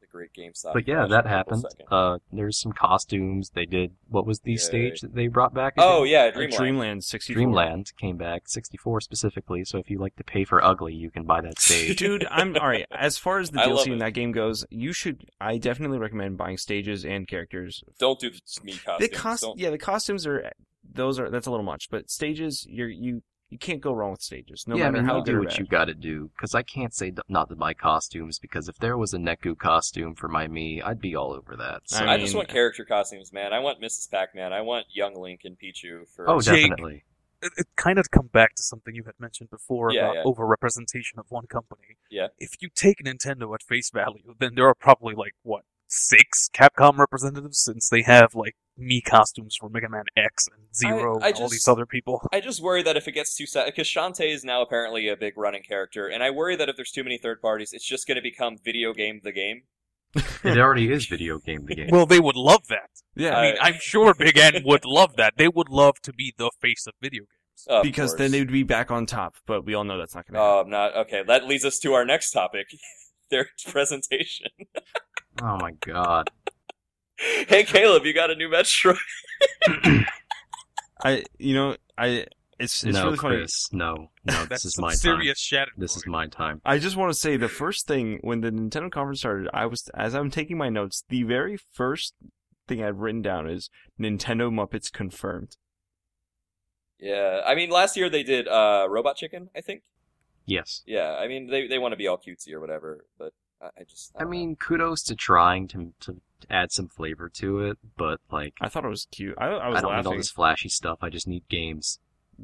Speaker 12: The great GameStop.
Speaker 11: but yeah,
Speaker 12: crashed in
Speaker 11: that
Speaker 12: a
Speaker 11: happened.
Speaker 12: couple seconds.
Speaker 11: Uh, there's some costumes. They did. What was the
Speaker 12: Yeah.
Speaker 11: stage that they brought back?
Speaker 12: Oh,
Speaker 11: again?
Speaker 12: yeah,
Speaker 13: Uh, Dreamland.
Speaker 12: Dreamland.
Speaker 13: Dreamland 64.
Speaker 11: Dreamland came back, 64 specifically. So if you like to pay for ugly, you can buy that stage.
Speaker 13: Dude, I'm all right. As far as the
Speaker 12: I love
Speaker 13: DLC in
Speaker 12: it.
Speaker 13: that game goes, you should. I definitely recommend buying stages and characters.
Speaker 12: Don't do the me costumes.
Speaker 13: The cost,
Speaker 12: Don't-
Speaker 13: yeah, the costumes are those are that's a little much, but stages you're you you can't go wrong with stages. No
Speaker 11: yeah, I
Speaker 13: matter
Speaker 11: mean,
Speaker 13: how
Speaker 11: you
Speaker 13: good
Speaker 11: do
Speaker 13: or
Speaker 11: what
Speaker 13: bad.
Speaker 11: you gotta do, because I can't say d- not to buy costumes, because if there was a Neku costume for my me, I'd be all over that. So.
Speaker 12: I,
Speaker 13: I
Speaker 12: just
Speaker 13: mean-
Speaker 12: want character costumes, man. I want Mrs. Pac-Man. I want Young Link and Pichu for
Speaker 11: oh,
Speaker 14: Jake,
Speaker 11: definitely.
Speaker 14: it, it kind of come back to something you had mentioned before
Speaker 12: Yeah,
Speaker 14: about
Speaker 12: yeah.
Speaker 14: overrepresentation of one company.
Speaker 12: Yeah.
Speaker 14: If you take Nintendo at face value, then there are probably like what six Capcom representatives since they have like me costumes for Mega Man X and Zero
Speaker 12: I
Speaker 14: and all
Speaker 12: just-
Speaker 14: these other people.
Speaker 12: I just worry that if it gets too sad, because Shantae is now apparently a big running character, and I worry that if there's too many third parties, it's just going to become video game the game.
Speaker 11: it already is video game the game.
Speaker 14: Well, they would love that.
Speaker 13: Yeah,
Speaker 14: I mean,
Speaker 12: Uh,
Speaker 14: I'm sure Big N would love that. They would love to be the face of video games.
Speaker 12: Of
Speaker 13: because
Speaker 12: course.
Speaker 13: then they would be back on top. But we all know that's not going to happen.
Speaker 12: Oh, I'm not okay. That leads us to our next topic: their presentation.
Speaker 11: Oh my god.
Speaker 12: hey, Caleb, you got a new Metroid?
Speaker 13: I, you know, I. It's it's
Speaker 11: no,
Speaker 13: really funny.
Speaker 11: Chris, no, no,
Speaker 14: That's
Speaker 11: this is
Speaker 14: some
Speaker 11: my
Speaker 14: serious shadow.
Speaker 11: time. This is my time.
Speaker 13: I just want to say the first thing when the Nintendo conference started, I was as I'm taking my notes, the very first thing I've written down is Nintendo Muppets confirmed.
Speaker 12: yeah, I mean, last year they did uh, Robot Chicken, I think.
Speaker 11: Yes.
Speaker 12: Yeah, I mean, they they want to be all cutesy or whatever, but I, I just
Speaker 11: I mean, kudos to trying to, to add some flavor to it, but like,
Speaker 13: I thought it was cute. I, I
Speaker 11: I,
Speaker 13: was
Speaker 11: don't need all
Speaker 13: laughing.
Speaker 11: this flashy stuff. I just need games.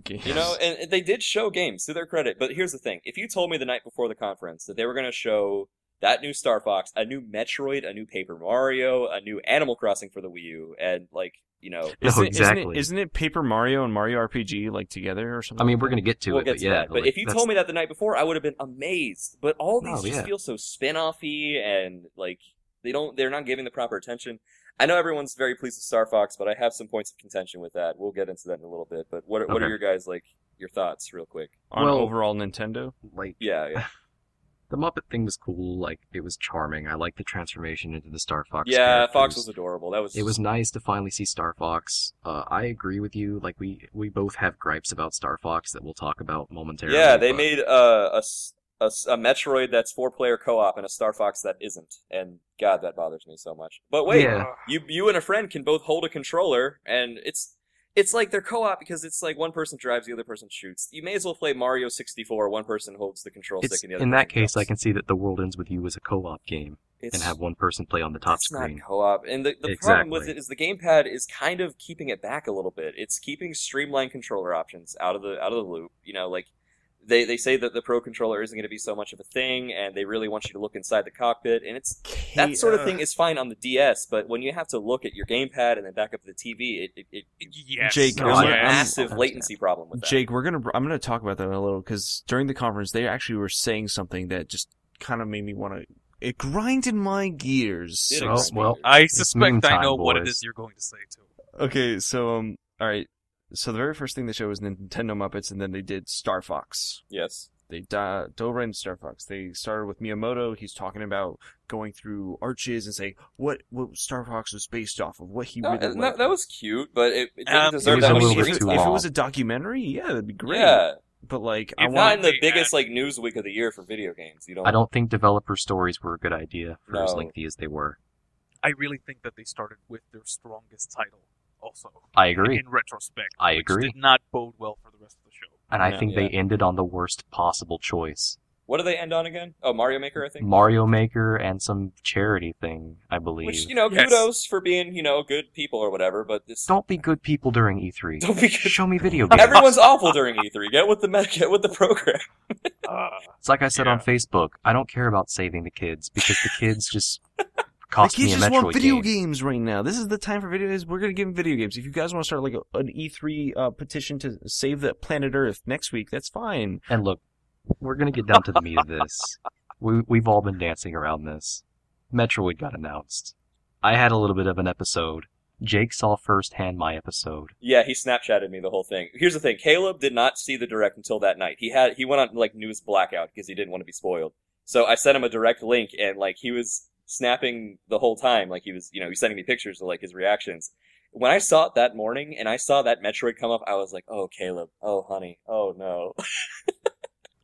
Speaker 12: You know, and and they did show games to their credit, but here's the thing. If you told me the night before the conference that they were going to show that new Star Fox, a new Metroid, a new Paper Mario, a new Animal Crossing for the Wii U, and like, you know,
Speaker 13: Isn't
Speaker 11: No,
Speaker 13: it- Isn't
Speaker 11: Oh, exactly.
Speaker 13: it, isn't it Paper Mario and Mario RPG like together or something?
Speaker 11: I mean,
Speaker 13: like
Speaker 11: we're
Speaker 13: that?
Speaker 11: gonna get to
Speaker 12: we'll
Speaker 11: it,
Speaker 12: get
Speaker 11: but
Speaker 12: to
Speaker 11: yeah.
Speaker 12: that. But
Speaker 11: like,
Speaker 12: if you
Speaker 11: that's-
Speaker 12: told me that the night before, I would have been amazed. But all these
Speaker 11: No,
Speaker 12: just
Speaker 11: yeah.
Speaker 12: feel so spin-offy and like they don't they're not giving the proper attention. I know everyone's very pleased with Star Fox, but I have some points of contention with that. We'll get into that in a little bit. But what are, what are
Speaker 11: Okay.
Speaker 12: your guys like your thoughts real quick?
Speaker 13: on
Speaker 11: well-
Speaker 13: overall Nintendo.
Speaker 11: like,
Speaker 12: Yeah, yeah.
Speaker 11: the Muppet thing was cool. Like it was charming. I liked the transformation into the Star Fox.
Speaker 12: Yeah, Fox
Speaker 11: characters.
Speaker 12: was adorable. That was
Speaker 11: It was nice to finally see Star Fox. Uh, I agree with you. Like we we both have gripes about Star Fox that we'll talk about momentarily.
Speaker 12: Yeah, they
Speaker 11: but
Speaker 12: made uh, a, s- a s- a Metroid that's four player co op and a Star Fox that isn't, and God, that bothers me so much. But wait,
Speaker 11: Yeah.
Speaker 12: you you and a friend can both hold a controller, and it's it's like they're co op because it's like one person drives, the other person shoots. You may as well play Mario sixty four. One person holds the control
Speaker 11: It's,
Speaker 12: stick, and the other.
Speaker 11: in that
Speaker 12: person
Speaker 11: case, I
Speaker 12: jumps.
Speaker 11: can see that the world ends with you as a co-op game
Speaker 12: It's-
Speaker 11: and have one person play on the top
Speaker 12: It's
Speaker 11: screen.
Speaker 12: not co-op, and the, the problem with
Speaker 11: Exactly.
Speaker 12: it is the gamepad is kind of keeping it back a little bit. It's keeping streamlined controller options out of the out of the loop. You know, like they they say that the pro controller isn't going to be so much of a thing, and they really want you to look inside the cockpit, and it's that sort of thing
Speaker 13: uh.
Speaker 12: is fine on the DS, but when you have to look at your gamepad and then back up to the TV, it it, it
Speaker 14: Yes.
Speaker 13: Jake,
Speaker 12: there's
Speaker 13: I'm
Speaker 12: a
Speaker 13: gonna- I'm-
Speaker 12: massive latency problem with that.
Speaker 13: Jake, we're gonna I'm gonna talk about that in a little because during the conference they actually were saying something that just kind of made me want to. It grinded my gears.
Speaker 12: Did it grind
Speaker 13: so to
Speaker 12: your
Speaker 13: speak.
Speaker 11: Oh, well,
Speaker 14: I
Speaker 11: It's
Speaker 14: suspect I
Speaker 11: meantime,
Speaker 14: know what it
Speaker 11: boys.
Speaker 14: is you're going to say too.
Speaker 13: Okay, so um, all right. So the very first thing they showed was Nintendo Muppets, and then they did Star Fox.
Speaker 12: yes,
Speaker 13: They di- dove right into Star Fox. They started with Miyamoto. He's talking about going through arches and saying what what Star Fox was based off of, what he
Speaker 12: No,
Speaker 13: really
Speaker 12: and
Speaker 13: liked.
Speaker 12: that, that was cute, but it, it didn't
Speaker 14: Um,
Speaker 12: deserve
Speaker 11: it was
Speaker 12: that
Speaker 11: a
Speaker 12: much
Speaker 11: little bit
Speaker 12: screen
Speaker 11: too
Speaker 12: time.
Speaker 13: if it
Speaker 11: long.
Speaker 13: was a documentary, yeah, that'd be great.
Speaker 12: Yeah,
Speaker 13: But like, I
Speaker 14: If
Speaker 12: if
Speaker 13: want
Speaker 12: not in the
Speaker 14: Why-
Speaker 12: biggest like newsweek of the year for video games. You don't.
Speaker 11: I don't think developer stories were a good idea for as
Speaker 12: No.
Speaker 11: lengthy as they were.
Speaker 14: I really think that they started with their strongest title. Also,
Speaker 11: I agree.
Speaker 14: In retrospect,
Speaker 11: I
Speaker 14: which
Speaker 11: agree.
Speaker 14: Did not bode well for the rest of the show.
Speaker 11: And I
Speaker 13: No,
Speaker 11: think they ended on the worst possible choice.
Speaker 12: What do they end on again? Oh, Mario Maker, I think.
Speaker 11: Mario Maker and some charity thing, I believe.
Speaker 12: Which you know,
Speaker 14: Yes.
Speaker 12: kudos for being you know good people or whatever. But this
Speaker 11: Don't be good people during E3.
Speaker 12: Don't be good.
Speaker 11: Show me video games.
Speaker 12: Everyone's awful during E3. Get with the me- get with the program.
Speaker 14: Uh,
Speaker 11: It's like I said on
Speaker 14: Yeah.
Speaker 11: Facebook. I don't care about saving the kids because the kids just
Speaker 13: the
Speaker 11: cost
Speaker 13: kids
Speaker 11: me a
Speaker 13: just
Speaker 11: Metroid
Speaker 13: want video
Speaker 11: game.
Speaker 13: games right now. This is the time for video games. We're gonna give them video games. If you guys want to start like a, an E3 uh, petition to save the planet Earth next week, that's fine.
Speaker 11: And look, we're gonna get down to the meat of this. We we've all been dancing around this. Metroid got announced. I had a little bit of an episode. Jake saw firsthand my episode.
Speaker 12: Yeah, he Snapchatted me the whole thing. Here's the thing: Caleb did not see the direct until that night. He had he went on like news blackout because he didn't want to be spoiled. So I sent him a direct link, and like he was snapping the whole time. Like he was, you know, he was sending me pictures of like his reactions. When I saw it that morning, and I saw that Metroid come up, I was like, "Oh, Caleb! Oh, honey! Oh no!"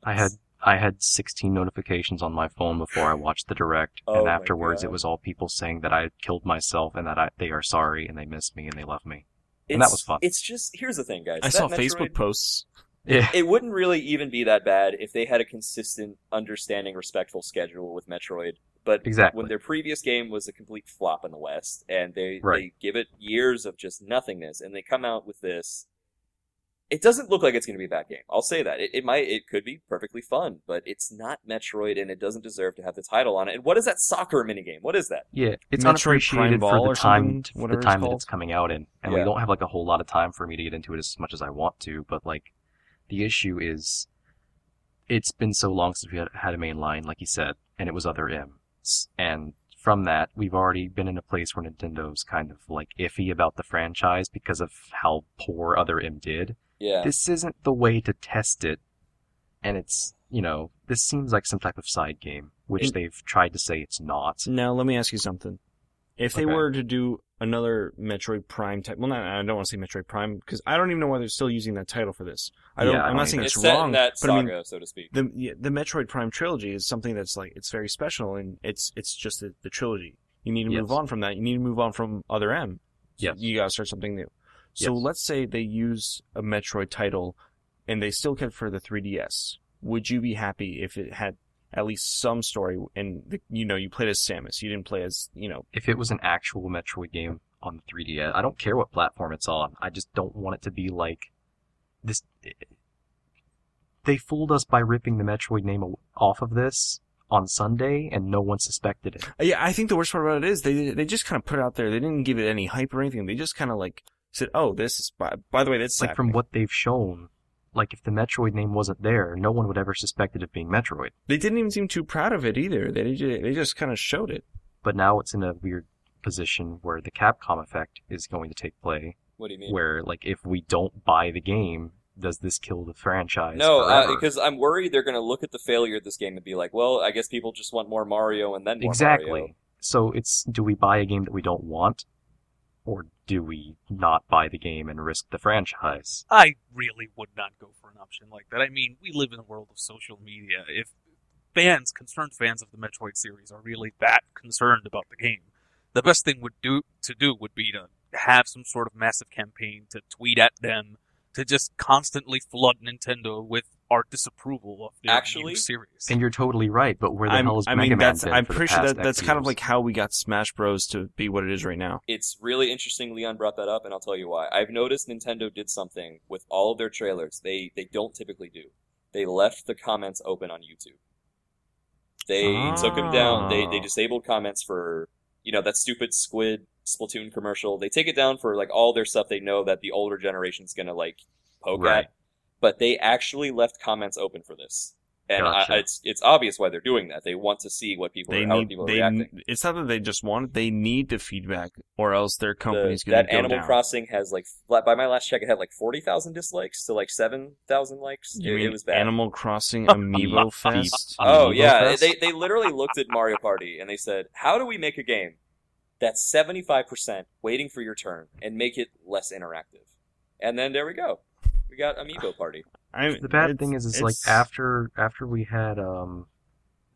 Speaker 11: I had I had 16 notifications on my phone before I watched the direct,
Speaker 12: Oh
Speaker 11: and
Speaker 12: my
Speaker 11: afterwards it
Speaker 12: God.
Speaker 11: was all people saying that I had killed myself and that I, they are sorry and they missed me and they love me. And that
Speaker 12: It's-
Speaker 11: was fun.
Speaker 12: It's just here's the thing, guys.
Speaker 13: I
Speaker 12: That
Speaker 13: saw
Speaker 12: Metroid-
Speaker 13: Facebook posts.
Speaker 11: Yeah.
Speaker 12: it wouldn't really even be that bad if they had a consistent, understanding, respectful schedule with Metroid. But
Speaker 11: Exactly.
Speaker 12: when their previous game was a complete flop in the West, and they
Speaker 11: Right.
Speaker 12: they give it years of just nothingness, and they come out with this. It doesn't look like it's going to be a bad game. I'll say that it, it might, it could be perfectly fun, but it's not Metroid, and it doesn't deserve to have the title on it. And what is that soccer minigame? What is that?
Speaker 11: Yeah, it's
Speaker 13: Metroid Prime
Speaker 11: unappreciated
Speaker 13: Ball
Speaker 11: for
Speaker 13: or
Speaker 11: the time
Speaker 13: something,
Speaker 11: the
Speaker 13: whatever it's
Speaker 11: time that
Speaker 13: called.
Speaker 11: it's coming out in, and
Speaker 12: Yeah.
Speaker 11: we don't have like a whole lot of time for me to get into it as much as I want to. But like, the issue is, it's been so long since we had, had a main line, like you said, and it was other M's, and from that we've already been in a place where Nintendo's kind of like iffy about the franchise because of how poor other M did.
Speaker 12: Yeah,
Speaker 11: This isn't the way to test it, and it's you know this seems like some type of side game, which
Speaker 13: It-
Speaker 11: they've tried to say it's not.
Speaker 13: Now let me ask you something. If they
Speaker 11: Okay.
Speaker 13: were to do another Metroid Prime type, well, not I don't want to say Metroid Prime because I don't even know why they're still using that title for this. I don't.
Speaker 11: Yeah, I
Speaker 13: I'm
Speaker 11: don't
Speaker 13: not saying
Speaker 11: either.
Speaker 13: it's,
Speaker 12: it's set
Speaker 13: wrong,
Speaker 12: in that
Speaker 13: but
Speaker 12: saga,
Speaker 13: I mean,
Speaker 12: so to speak.
Speaker 13: the yeah, the Metroid Prime trilogy is something that's like it's very special and it's it's just the, the trilogy. You need to move
Speaker 11: Yes.
Speaker 13: on from that. You need to move on from Other M.
Speaker 11: Yes.
Speaker 13: You gotta start something new. So
Speaker 11: Yes.
Speaker 13: let's say they use a Metroid title and they still kept for the 3DS. Would you be happy if it had at least some story and the, you know you played as Samus, you didn't play as you know
Speaker 11: if it was an actual Metroid game on the 3DS, I don't care what platform it's on. I just don't want it to be like this. eh, They fooled us by ripping the Metroid name aw- off of this on Sunday, and no one suspected it.
Speaker 13: Yeah, I think the worst part about it is they they just kind of put it out there. They didn't give it any hype or anything. They just kind of like said, "Oh, this is by, by the way, that's
Speaker 11: It's like from
Speaker 13: happening."
Speaker 11: what they've shown, like if the Metroid name wasn't there, no one would ever suspect it of being Metroid.
Speaker 13: They didn't even seem too proud of it either. They ju- they just kind of showed it.
Speaker 11: But now it's in a weird position where the Capcom effect is going to take play,
Speaker 12: What do you mean?
Speaker 11: where like if we don't buy the game, does this kill the franchise?
Speaker 12: No, uh,
Speaker 11: forever?
Speaker 12: because I'm worried they're going to look at the failure of this game and be like, well, I guess people just want more Mario and then more
Speaker 11: exactly.
Speaker 12: Mario.
Speaker 11: So it's do we buy a game that we don't want, or do we not buy the game and risk the franchise?
Speaker 14: I really would not go for an option like that. I mean, we live in a world of social media. If fans, concerned fans of the Metroid series, are really that concerned about the game, the best thing would do to do would be to have some sort of massive campaign to tweet at them to just constantly flood Nintendo with our disapproval of their
Speaker 12: Actually-
Speaker 14: new series.
Speaker 11: And you're totally right, but where the
Speaker 13: I'm-
Speaker 11: hell is
Speaker 13: I
Speaker 11: Mega
Speaker 13: mean,
Speaker 11: Man
Speaker 13: that's
Speaker 11: been
Speaker 13: I'm
Speaker 11: for the
Speaker 13: pretty sure
Speaker 11: past
Speaker 13: that that's
Speaker 11: X
Speaker 13: kind of
Speaker 11: years?
Speaker 13: like how we got Smash Bros to be what it is right now.
Speaker 12: It's really interesting, Leon brought that up, and I'll tell you why. I've noticed Nintendo did something with all of their trailers they they don't typically do. They left the comments open on YouTube. They took them down. They they
Speaker 13: Ah.
Speaker 12: disabled comments for you know that stupid squid Splatoon commercial. They take it down for like all their stuff they know that the older generation's gonna like poke
Speaker 11: Right.
Speaker 12: at. But they actually left comments open for this, and
Speaker 11: Gotcha.
Speaker 12: I, it's it's obvious why they're doing that. They want to see what people
Speaker 13: They
Speaker 12: are, how
Speaker 13: need
Speaker 12: people are
Speaker 13: they
Speaker 12: reacting.
Speaker 13: it's not that they just want it; they need the feedback, or else their
Speaker 12: the-
Speaker 13: company's going
Speaker 12: that
Speaker 13: to go
Speaker 12: Animal
Speaker 13: down.
Speaker 12: Crossing has like flat, by my last check, it had like forty thousand dislikes to like seven thousand likes.
Speaker 13: you
Speaker 12: it,
Speaker 13: mean
Speaker 12: it was bad.
Speaker 13: Animal Crossing Amiibo Fest?
Speaker 12: oh
Speaker 13: Amiibo
Speaker 12: yeah,
Speaker 13: Fest?
Speaker 12: they they literally looked at Mario Party and they said, "How do we make a game that's seventy five percent waiting for your turn and make it less interactive?" And then there we go, we got Amiibo Party.
Speaker 13: I,
Speaker 11: the bad
Speaker 13: it's-
Speaker 11: thing is, is like
Speaker 13: it's-
Speaker 11: after after we had um,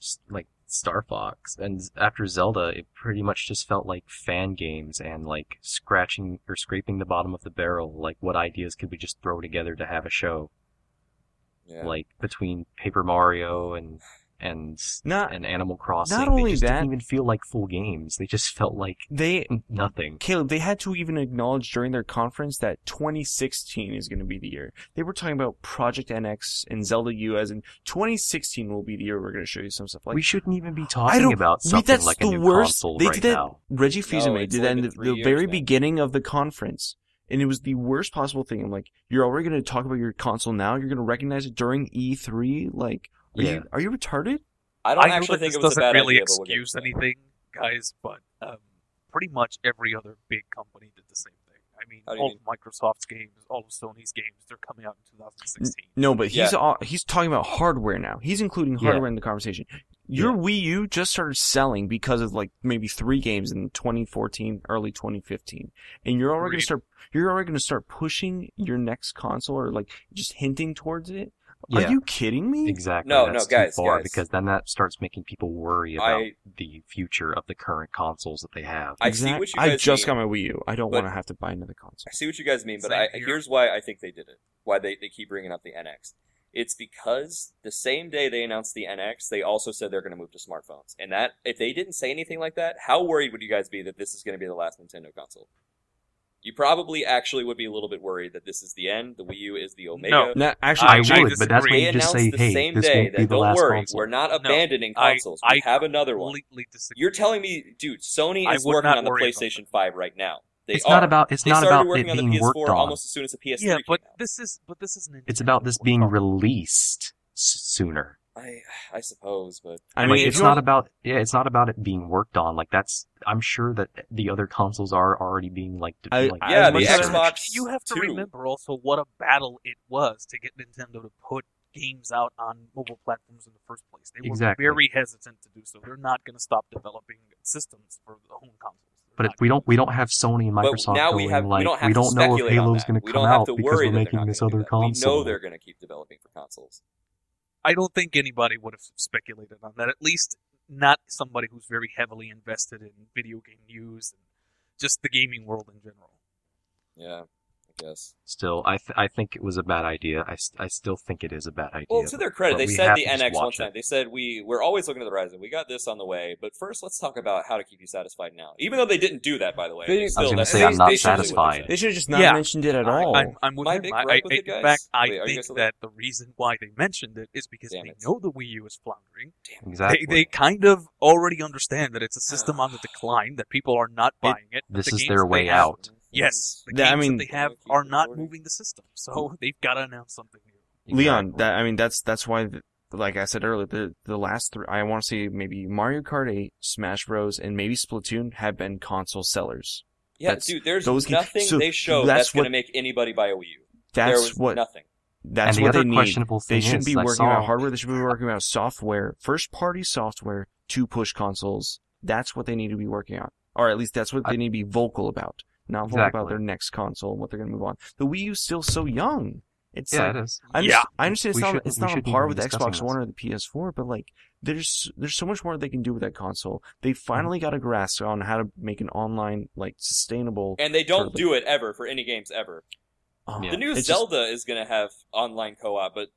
Speaker 11: s- like Star Fox and z- after Zelda, it pretty much just felt like fan games and like scratching or scraping the bottom of the barrel. Like what ideas could we just throw together to have a show?
Speaker 12: Yeah.
Speaker 11: Like between Paper Mario and and
Speaker 13: Not-
Speaker 11: and Animal Crossing,
Speaker 13: not
Speaker 11: they
Speaker 13: only
Speaker 11: just
Speaker 13: that-
Speaker 11: didn't even feel like full games. They just felt like
Speaker 13: they
Speaker 11: nothing.
Speaker 13: Caleb, they had to even acknowledge during their conference that 2016 is going to be the year. They were talking about Project NX and Zelda U as in 2016 will be the year we're going to show you some stuff like
Speaker 11: we shouldn't even be
Speaker 13: I
Speaker 11: talking
Speaker 13: don't.
Speaker 11: about
Speaker 13: we-
Speaker 11: something
Speaker 13: that's
Speaker 11: like
Speaker 13: the
Speaker 11: a new
Speaker 13: worst.
Speaker 11: console
Speaker 13: they
Speaker 11: right
Speaker 13: did that.
Speaker 11: now.
Speaker 13: Reggie Fils-Aime
Speaker 12: it's
Speaker 13: did
Speaker 12: only
Speaker 13: that in
Speaker 12: been
Speaker 13: the,
Speaker 12: three
Speaker 13: the
Speaker 12: years,
Speaker 13: very
Speaker 12: man.
Speaker 13: beginning of the conference, and it was the worst possible thing. I'm like, you're already going to talk about your console now. You're going to recognize it during E3. Like, are
Speaker 11: Yeah.
Speaker 13: you are you retarded?
Speaker 12: I don't
Speaker 14: I know
Speaker 12: actually
Speaker 14: that
Speaker 12: think it
Speaker 14: this
Speaker 12: was a
Speaker 14: doesn't
Speaker 12: bad
Speaker 14: really
Speaker 12: idea, but we'll get
Speaker 14: excuse
Speaker 12: into that.
Speaker 14: anything, guys, but um, pretty much every other big company did the same thing. I mean,
Speaker 12: How do you
Speaker 14: all
Speaker 12: mean?
Speaker 14: of Microsoft's games, all of Sony's games, they're coming out in 2016.
Speaker 13: No, but he's
Speaker 12: Yeah.
Speaker 13: all, he's talking about hardware now. He's including
Speaker 11: Yeah.
Speaker 13: hardware in the conversation. Your Wii U just started selling because of like maybe three games in 2014, early 2015, and you're already going
Speaker 14: Agreed.
Speaker 13: to start you're already going to start pushing your next console or like just hinting towards it.
Speaker 11: Yeah.
Speaker 13: Are you kidding me?
Speaker 11: Exactly.
Speaker 12: No, no,
Speaker 11: that's
Speaker 12: guys,
Speaker 11: too far
Speaker 12: guys.
Speaker 11: because then that starts making people worry about
Speaker 12: I-
Speaker 11: the future of the current consoles that they have.
Speaker 12: I see what you
Speaker 13: I
Speaker 12: guys
Speaker 13: just
Speaker 12: mean.
Speaker 13: got my Wii U. I don't
Speaker 12: But-
Speaker 13: want to have to buy another console.
Speaker 12: I see what you guys mean, but
Speaker 14: Same
Speaker 12: I,
Speaker 14: here.
Speaker 12: here's why I think they did it. Why they, they keep bringing up the NX. It's because the same day they announced the NX, they also said they're going to move to smartphones. And that, if they didn't say anything like that, how worried would you guys be that this is going to be the last Nintendo console? You probably actually would be a little bit worried that this is the end. The Wii U is the Omega.
Speaker 14: No.
Speaker 13: No, actually,
Speaker 11: I,
Speaker 14: I
Speaker 11: would, but that's
Speaker 14: disagree.
Speaker 11: when
Speaker 12: They
Speaker 11: you just
Speaker 12: announced
Speaker 11: say,
Speaker 12: the
Speaker 11: "Hey,
Speaker 12: same
Speaker 11: this
Speaker 12: day
Speaker 11: won't be
Speaker 12: that
Speaker 11: the
Speaker 12: don't
Speaker 11: last
Speaker 12: worry,
Speaker 11: console."
Speaker 12: we're not
Speaker 14: No,
Speaker 12: abandoning
Speaker 14: I-
Speaker 12: consoles.
Speaker 14: I
Speaker 12: we have another one.
Speaker 14: Completely disagree.
Speaker 12: You're telling me, dude, Sony
Speaker 14: I
Speaker 12: is
Speaker 14: would
Speaker 12: working
Speaker 14: not
Speaker 12: on the
Speaker 14: worry about
Speaker 12: PlayStation 5 right now. They
Speaker 11: it's
Speaker 12: are.
Speaker 11: not about. It's
Speaker 12: they
Speaker 11: not
Speaker 12: started
Speaker 11: about
Speaker 12: working
Speaker 11: it
Speaker 12: on the
Speaker 11: being
Speaker 12: PS4
Speaker 11: worked on.
Speaker 12: almost as soon as the PS3
Speaker 14: yeah,
Speaker 12: came
Speaker 14: but
Speaker 12: out.
Speaker 14: this is but this is Nintendo.
Speaker 11: It's about this
Speaker 14: We're
Speaker 11: being
Speaker 14: talking-
Speaker 11: released s- sooner.
Speaker 12: I I suppose, but
Speaker 13: I mean,
Speaker 11: like,
Speaker 13: if
Speaker 11: it's
Speaker 13: you want-
Speaker 11: not about. Yeah, it's not about it being worked on. Like that's. I'm sure that the other consoles are already being like. de-
Speaker 13: I-
Speaker 11: like
Speaker 13: I-
Speaker 12: yeah, the
Speaker 13: much as-
Speaker 12: Xbox.
Speaker 14: You have to
Speaker 12: 2.
Speaker 14: remember also what a battle it was to get Nintendo to put games out on mobile platforms in the first place. They were
Speaker 11: Exactly.
Speaker 14: very hesitant to do so. They're not going to stop developing systems for the home consoles. They're
Speaker 11: but if
Speaker 14: not
Speaker 11: we
Speaker 14: gonna.
Speaker 11: don't, we don't have Sony and
Speaker 12: But
Speaker 11: Microsoft
Speaker 12: now
Speaker 11: going
Speaker 12: we have
Speaker 11: like
Speaker 12: we don't have to
Speaker 11: know if
Speaker 12: speculate on
Speaker 11: Halo's
Speaker 12: that.
Speaker 11: going
Speaker 12: we
Speaker 11: come
Speaker 12: don't have
Speaker 11: out
Speaker 12: to
Speaker 11: because
Speaker 12: worry that
Speaker 11: we're
Speaker 12: they're
Speaker 11: making
Speaker 12: not
Speaker 11: this
Speaker 12: gonna do
Speaker 11: other
Speaker 12: that.
Speaker 11: console.
Speaker 12: We know they're going to keep developing for consoles.
Speaker 14: I don't think anybody would have speculated on that. At least not somebody who's very heavily invested in video game news and just the gaming world in general.
Speaker 12: Yeah, I guess.
Speaker 11: Still, I th- I think it was a bad idea. I, s- I still think it is a bad idea.
Speaker 12: Well, to their credit,
Speaker 11: but
Speaker 12: they
Speaker 11: we
Speaker 12: said
Speaker 11: have
Speaker 12: the
Speaker 11: to just
Speaker 12: NX one
Speaker 11: watch it.
Speaker 12: time. They said we we're always looking to the horizon. We got this on the way, but first let's talk about how to keep you satisfied now. Even though they didn't do that, by the way.
Speaker 13: They-
Speaker 12: they
Speaker 13: I was
Speaker 12: still,
Speaker 11: gonna
Speaker 12: that's-
Speaker 11: say
Speaker 12: they-
Speaker 11: I'm not
Speaker 12: they should do what they
Speaker 11: satisfied.
Speaker 12: said.
Speaker 13: They should have just not
Speaker 14: Yeah.
Speaker 13: mentioned it at all.
Speaker 14: I'm, I'm with
Speaker 12: Oh, Am I
Speaker 14: him.
Speaker 12: big
Speaker 14: I,
Speaker 12: rock
Speaker 14: I,
Speaker 12: with it,
Speaker 14: in
Speaker 12: guys?
Speaker 14: fact, I
Speaker 12: Wait, are you guys
Speaker 14: think
Speaker 12: still there?
Speaker 14: that the reason why they mentioned it is because
Speaker 12: Damn
Speaker 14: they
Speaker 12: it.
Speaker 14: know the Wii U is floundering.
Speaker 11: Exactly.
Speaker 14: They, they kind of already understand that it's a system on the decline, that people are not buying it. that
Speaker 11: this
Speaker 14: the
Speaker 11: is
Speaker 14: games
Speaker 11: their
Speaker 14: that they
Speaker 11: way
Speaker 14: have-
Speaker 11: out.
Speaker 14: Yes, the
Speaker 13: Th- I
Speaker 14: games
Speaker 13: mean-
Speaker 14: that they have
Speaker 12: Keep
Speaker 14: are not
Speaker 12: recording.
Speaker 14: moving the system,
Speaker 11: Mm.
Speaker 14: so they've got to announce something new.
Speaker 13: Leon,
Speaker 11: Exactly.
Speaker 13: that I mean, that's that's why, the, like I said earlier, the the last three, I want to say maybe Mario Kart 8, Smash Bros, and maybe Splatoon have been console sellers.
Speaker 12: Yeah,
Speaker 13: That's-
Speaker 12: dude, there's
Speaker 13: those games-
Speaker 12: nothing
Speaker 13: so
Speaker 12: they show
Speaker 13: that's
Speaker 12: that's, going to
Speaker 13: what-
Speaker 12: make anybody buy a Wii U. there
Speaker 13: That's
Speaker 12: was
Speaker 13: what
Speaker 12: nothing.
Speaker 13: That's
Speaker 11: And
Speaker 13: what
Speaker 11: the other
Speaker 13: they need.
Speaker 11: questionable
Speaker 13: they
Speaker 11: thing
Speaker 13: shouldn't
Speaker 11: is,
Speaker 13: be
Speaker 11: I
Speaker 13: working out
Speaker 11: saw-
Speaker 13: hardware. They should be working out software, first party software to push consoles. That's what they need to be working on, or at least that's what they need to be vocal about. Not vocal about
Speaker 11: Exactly.
Speaker 13: their next console and what they're going to move on. The Wii U's still so young. It's
Speaker 11: Yeah,
Speaker 13: like,
Speaker 11: it is.
Speaker 13: I under-
Speaker 11: Yeah.
Speaker 13: I understand it's
Speaker 11: We
Speaker 13: not
Speaker 11: should-
Speaker 13: it's
Speaker 11: we
Speaker 13: not on
Speaker 11: shouldn't
Speaker 13: par
Speaker 11: even
Speaker 13: with
Speaker 11: be
Speaker 13: the
Speaker 11: discussing
Speaker 13: Xbox One or the PS4, but like there's there's so much more they can do with that console.
Speaker 11: Mm-hmm.
Speaker 13: They finally got a grasp on how to make an online like sustainable.
Speaker 12: And they don't
Speaker 13: for,
Speaker 12: do it ever for any games ever.
Speaker 11: Um,
Speaker 13: Oh,
Speaker 12: The new
Speaker 13: it's just-
Speaker 12: Zelda is going to have online co-op, but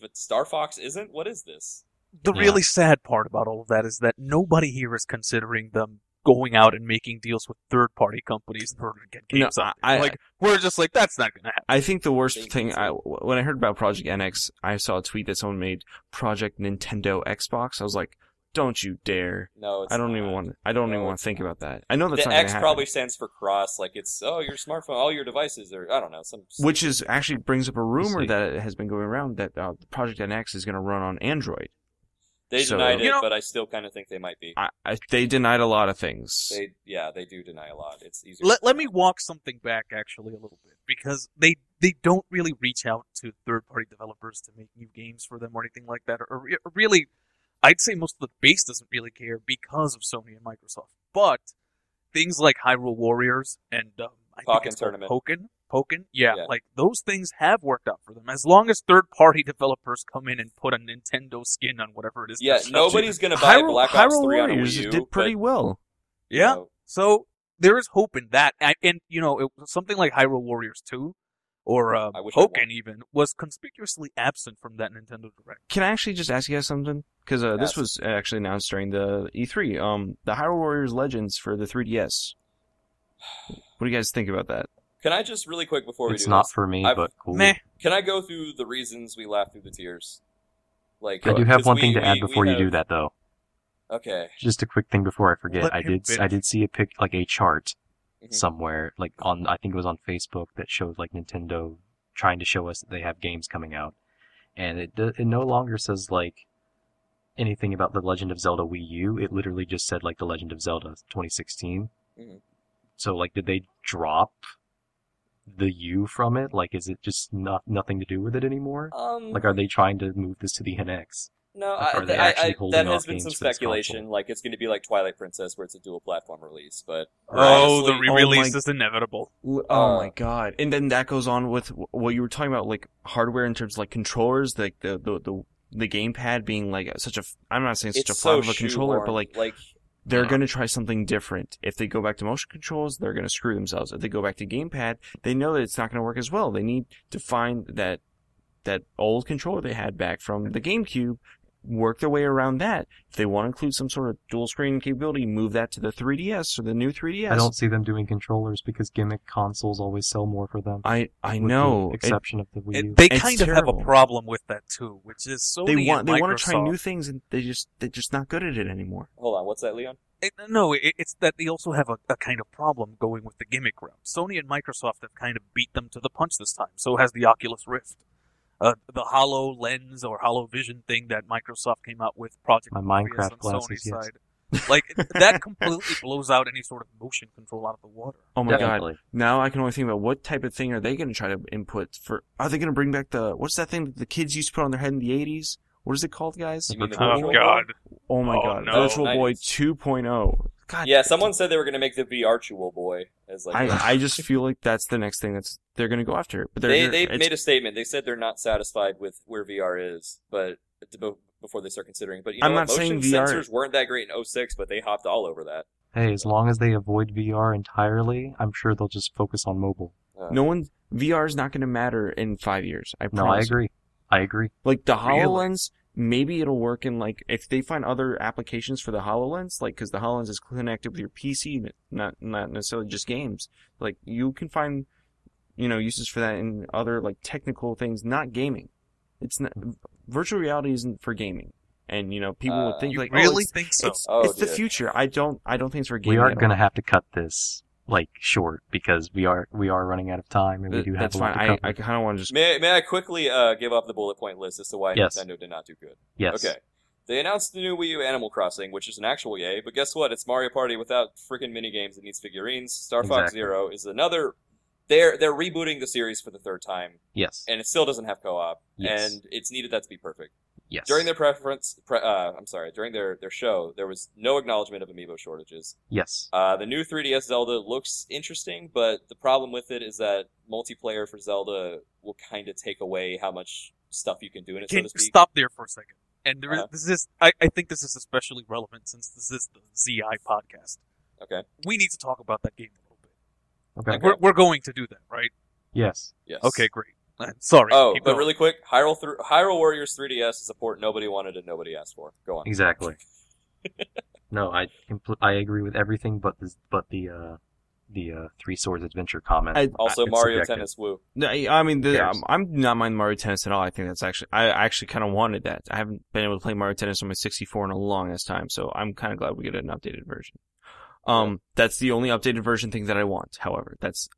Speaker 12: but Star Fox isn't. What is this?
Speaker 14: The really sad part about all of that is that nobody here is considering them going out and making deals with third party companies in order to get
Speaker 13: No,
Speaker 14: games out.
Speaker 13: I-
Speaker 14: like we're just like that's not gonna happen.
Speaker 13: I think the worst thing I when I heard about Project NX, I saw a tweet that someone made Project Nintendo Xbox. I was like, don't you dare!
Speaker 12: No, it's
Speaker 13: I don't even want. I don't even want to think about that. I know that's
Speaker 12: the
Speaker 13: not
Speaker 12: X
Speaker 13: gonna happen.
Speaker 12: probably stands for cross. Like it's oh your smartphone, all your devices are I don't know some.
Speaker 13: Which is actually brings up a rumor that has been going around that uh, Project NX is going to run on Android.
Speaker 12: They
Speaker 13: So-
Speaker 12: denied it, but I still kind of think they might be.
Speaker 13: I, I, they denied a lot of things.
Speaker 12: They yeah they do deny a lot. It's easier.
Speaker 14: Let, let me walk something back actually a little bit because they they don't really reach out to third party developers to make new games for them or anything like that. Or, re- or really, I'd say most of the base doesn't really care because of Sony and Microsoft. But things like Hyrule Warriors and um, I think
Speaker 12: Pokken
Speaker 14: it's called
Speaker 12: Tournament.
Speaker 14: Pokken, Pokken, yeah, like those things have worked out for them as long as third party developers come in and put a Nintendo skin on whatever it is.
Speaker 12: Yeah,
Speaker 14: they're selling.
Speaker 12: nobody's gonna buy
Speaker 14: Hyrule-
Speaker 12: Black Ops
Speaker 14: Hyrule
Speaker 12: Three on a
Speaker 14: Warriors
Speaker 12: Wii U.
Speaker 13: did pretty well.
Speaker 14: Yeah. So there is hope in that, and, and you know, it, something like Hyrule Warriors Two, or uh,
Speaker 12: wish I
Speaker 14: Hoken even was conspicuously absent from that Nintendo Direct.
Speaker 13: Can I actually just ask you guys something? Because uh, this
Speaker 14: Yes.
Speaker 13: was actually announced during the E3. Um, the Hyrule Warriors Legends for the 3DS. What do you guys think about that?
Speaker 12: Can I just really quick before we
Speaker 13: It's
Speaker 12: do
Speaker 13: not
Speaker 12: this,
Speaker 13: for me, but cool.
Speaker 11: Meh.
Speaker 12: Can I go through the reasons we laughed through the tears? Like uh,
Speaker 11: I do have
Speaker 12: 'cause
Speaker 11: one
Speaker 12: we-
Speaker 11: thing to
Speaker 12: we-
Speaker 11: add
Speaker 12: we
Speaker 11: before you
Speaker 12: have-
Speaker 11: do that, though.
Speaker 12: Okay.
Speaker 11: Just a quick thing before I forget.
Speaker 12: Let
Speaker 11: I
Speaker 12: him
Speaker 11: did
Speaker 12: finish.
Speaker 11: I did see a pic like a chart
Speaker 12: Mm-hmm.
Speaker 11: somewhere like on I think it was on Facebook that showed like Nintendo trying to show us that they have games coming out, and it do- it no longer says like anything about the Legend of Zelda Wii U. It literally just said like the Legend of Zelda 2016.
Speaker 12: Mhm.
Speaker 11: So like, did they drop the U from it? Like, is it just not nothing to do with it anymore?
Speaker 12: Um,
Speaker 11: like, are they trying to move this to the NX?
Speaker 12: No,
Speaker 11: Like,
Speaker 12: I,
Speaker 11: are they
Speaker 12: I,
Speaker 11: actually
Speaker 12: I,
Speaker 11: holding
Speaker 12: that
Speaker 11: off
Speaker 12: has been
Speaker 11: games
Speaker 12: some
Speaker 11: for this console?
Speaker 12: speculation. Like it's going to be like Twilight Princess, where it's a dual platform release. But
Speaker 14: Oh, the
Speaker 12: honestly-
Speaker 14: re-release is inevitable.
Speaker 13: L-
Speaker 12: Uh,
Speaker 13: Oh my god! And then that goes on with wh- what you were talking about, like hardware in terms of like controllers, like the the the, the gamepad being like such a. f- I'm not saying such
Speaker 12: It's
Speaker 13: a flop
Speaker 12: so
Speaker 13: of a controller, but
Speaker 12: shoehorned,
Speaker 13: like
Speaker 12: like- uh-huh.
Speaker 13: they're gonna try something different. If they go back to motion controls, they're gonna screw themselves. If they go back to gamepad, they know that it's not gonna work as well. They need to find that that old controller they had back from the GameCube work their way around that. If they want to include some sort of dual screen capability, move that to the 3DS or the new 3DS.
Speaker 11: I don't see them doing controllers because gimmick consoles always sell more for them.
Speaker 13: I I
Speaker 11: with the
Speaker 13: know. It-
Speaker 11: exception of the Wii
Speaker 14: It-
Speaker 11: U.
Speaker 14: they
Speaker 13: It's
Speaker 14: kind of have
Speaker 13: terrible.
Speaker 14: a problem with that too, which is Sony
Speaker 13: they want
Speaker 14: and
Speaker 13: they
Speaker 14: Microsoft.
Speaker 13: want to try new things and they just they're just not good at it anymore.
Speaker 12: Hold on, what's that, Leon?
Speaker 14: It- Eh, no, it, it's that they also have a, a kind of problem going with the gimmick route. Sony and Microsoft have kind of beat them to the punch this time. So has the Oculus Rift, uh, the Hollow Lens or Hollow Vision thing that Microsoft came out with Project
Speaker 11: My
Speaker 14: Morpheus
Speaker 11: Minecraft
Speaker 14: on
Speaker 11: glasses,
Speaker 14: Sony's
Speaker 11: yes.
Speaker 14: side. Like that completely blows out any sort of motion control out of the water.
Speaker 13: Oh my
Speaker 11: Definitely.
Speaker 13: god! Now I can only think about what type of thing are they going to try to input for? Are they going to bring back the what's that thing that the kids used to put on their head in the eighties? What is it called, guys?
Speaker 12: You mean the Virtual Oh, Boy? God.
Speaker 13: Oh my
Speaker 12: Oh,
Speaker 13: god!
Speaker 12: no.
Speaker 13: Virtual Boy oh. 2.0.
Speaker 12: yeah, someone said they were going to make the virtual boy as like.
Speaker 13: I I just feel like that's the next thing that's they're going to go after. But they're,
Speaker 12: they
Speaker 13: they're-
Speaker 12: they
Speaker 13: it's-
Speaker 12: made a statement. They said they're not satisfied with where VR is, but be- before they start considering. But you know
Speaker 13: I'm
Speaker 12: what?
Speaker 13: not saying
Speaker 12: motion
Speaker 13: VR
Speaker 12: sensors weren't that great in 06, but they hopped all over that.
Speaker 11: Hey, as long as they avoid VR entirely, I'm sure they'll just focus on mobile.
Speaker 13: no one VR is not going to matter in five years. I
Speaker 11: No, I
Speaker 13: promise you.
Speaker 11: agree. I agree.
Speaker 13: Like the
Speaker 11: Really?
Speaker 13: Hololens, maybe it'll work in like if they find other applications for the Hololens, like because the Hololens is connected with your PC, not not necessarily just games. Like you can find, you know, uses for that in other like technical things, not gaming. It's not virtual reality isn't for gaming, and you know people
Speaker 12: Uh,
Speaker 13: would think
Speaker 12: You
Speaker 13: like
Speaker 12: really
Speaker 13: oh, it's,
Speaker 12: think so?
Speaker 13: It's,
Speaker 12: Oh,
Speaker 13: it's the
Speaker 12: dear.
Speaker 13: future. I don't I don't think it's for gaming.
Speaker 11: We are
Speaker 13: at all.
Speaker 11: going to have to cut this like short because we are we are running out of time and we
Speaker 13: Th-
Speaker 11: do have
Speaker 13: That's
Speaker 11: a lot
Speaker 13: fine.
Speaker 11: to
Speaker 13: I
Speaker 11: cover.
Speaker 13: I kind of want to just
Speaker 12: May, may I quickly uh, give up the bullet point list as to why
Speaker 13: Yes.
Speaker 12: Nintendo did not do good?
Speaker 11: Yes.
Speaker 12: Okay. They announced the new Wii U Animal Crossing, which is an actual yay, but guess what? It's Mario Party without freaking minigames and needs figurines. Star Fox
Speaker 11: Exactly.
Speaker 12: Zero is another They're they're rebooting the series for the third time,
Speaker 11: Yes.
Speaker 12: and it still doesn't have co-op,
Speaker 11: Yes.
Speaker 12: and it's needed that to be perfect.
Speaker 11: Yes.
Speaker 12: During their preference, pre- uh, I'm sorry, during their their show, there was no acknowledgement of amiibo shortages.
Speaker 11: Yes.
Speaker 12: Uh, the new 3DS Zelda looks interesting, but the problem with it is that multiplayer for Zelda will kind of take away how much stuff you can do in it, so
Speaker 14: Can
Speaker 12: to
Speaker 14: you
Speaker 12: speak.
Speaker 14: stop there for a second? And there is,
Speaker 12: Uh-huh.
Speaker 14: this is I, I think this is especially relevant since this is the ZI podcast.
Speaker 12: Okay.
Speaker 14: We need to talk about that game a little bit.
Speaker 11: Okay.
Speaker 14: Like we're, we're going to do that, right?
Speaker 11: Yes.
Speaker 12: Yes.
Speaker 14: Okay, great. Uh, Sorry.
Speaker 12: Oh,
Speaker 14: keep
Speaker 12: but
Speaker 14: going.
Speaker 12: really quick, Hyrule thr Hyrule Warriors 3DS is a port nobody wanted and nobody asked for. Go on.
Speaker 11: Exactly. no, I compl- I agree with everything, but this, but the uh, the uh, Three Swords Adventure comment.
Speaker 13: I-
Speaker 12: Also,
Speaker 11: It's
Speaker 12: Mario
Speaker 11: subjective.
Speaker 12: Tennis, woo.
Speaker 13: No, I I mean,
Speaker 11: Who
Speaker 13: the,
Speaker 11: cares?
Speaker 13: I'm, I'm not mind Mario Tennis at all. I think that's actually, I actually kind of wanted that. I haven't been able to play Mario Tennis on my 64 in a long ass time, so I'm kind of glad we get an updated version. Um, that's the only updated version thing that I want. However, that's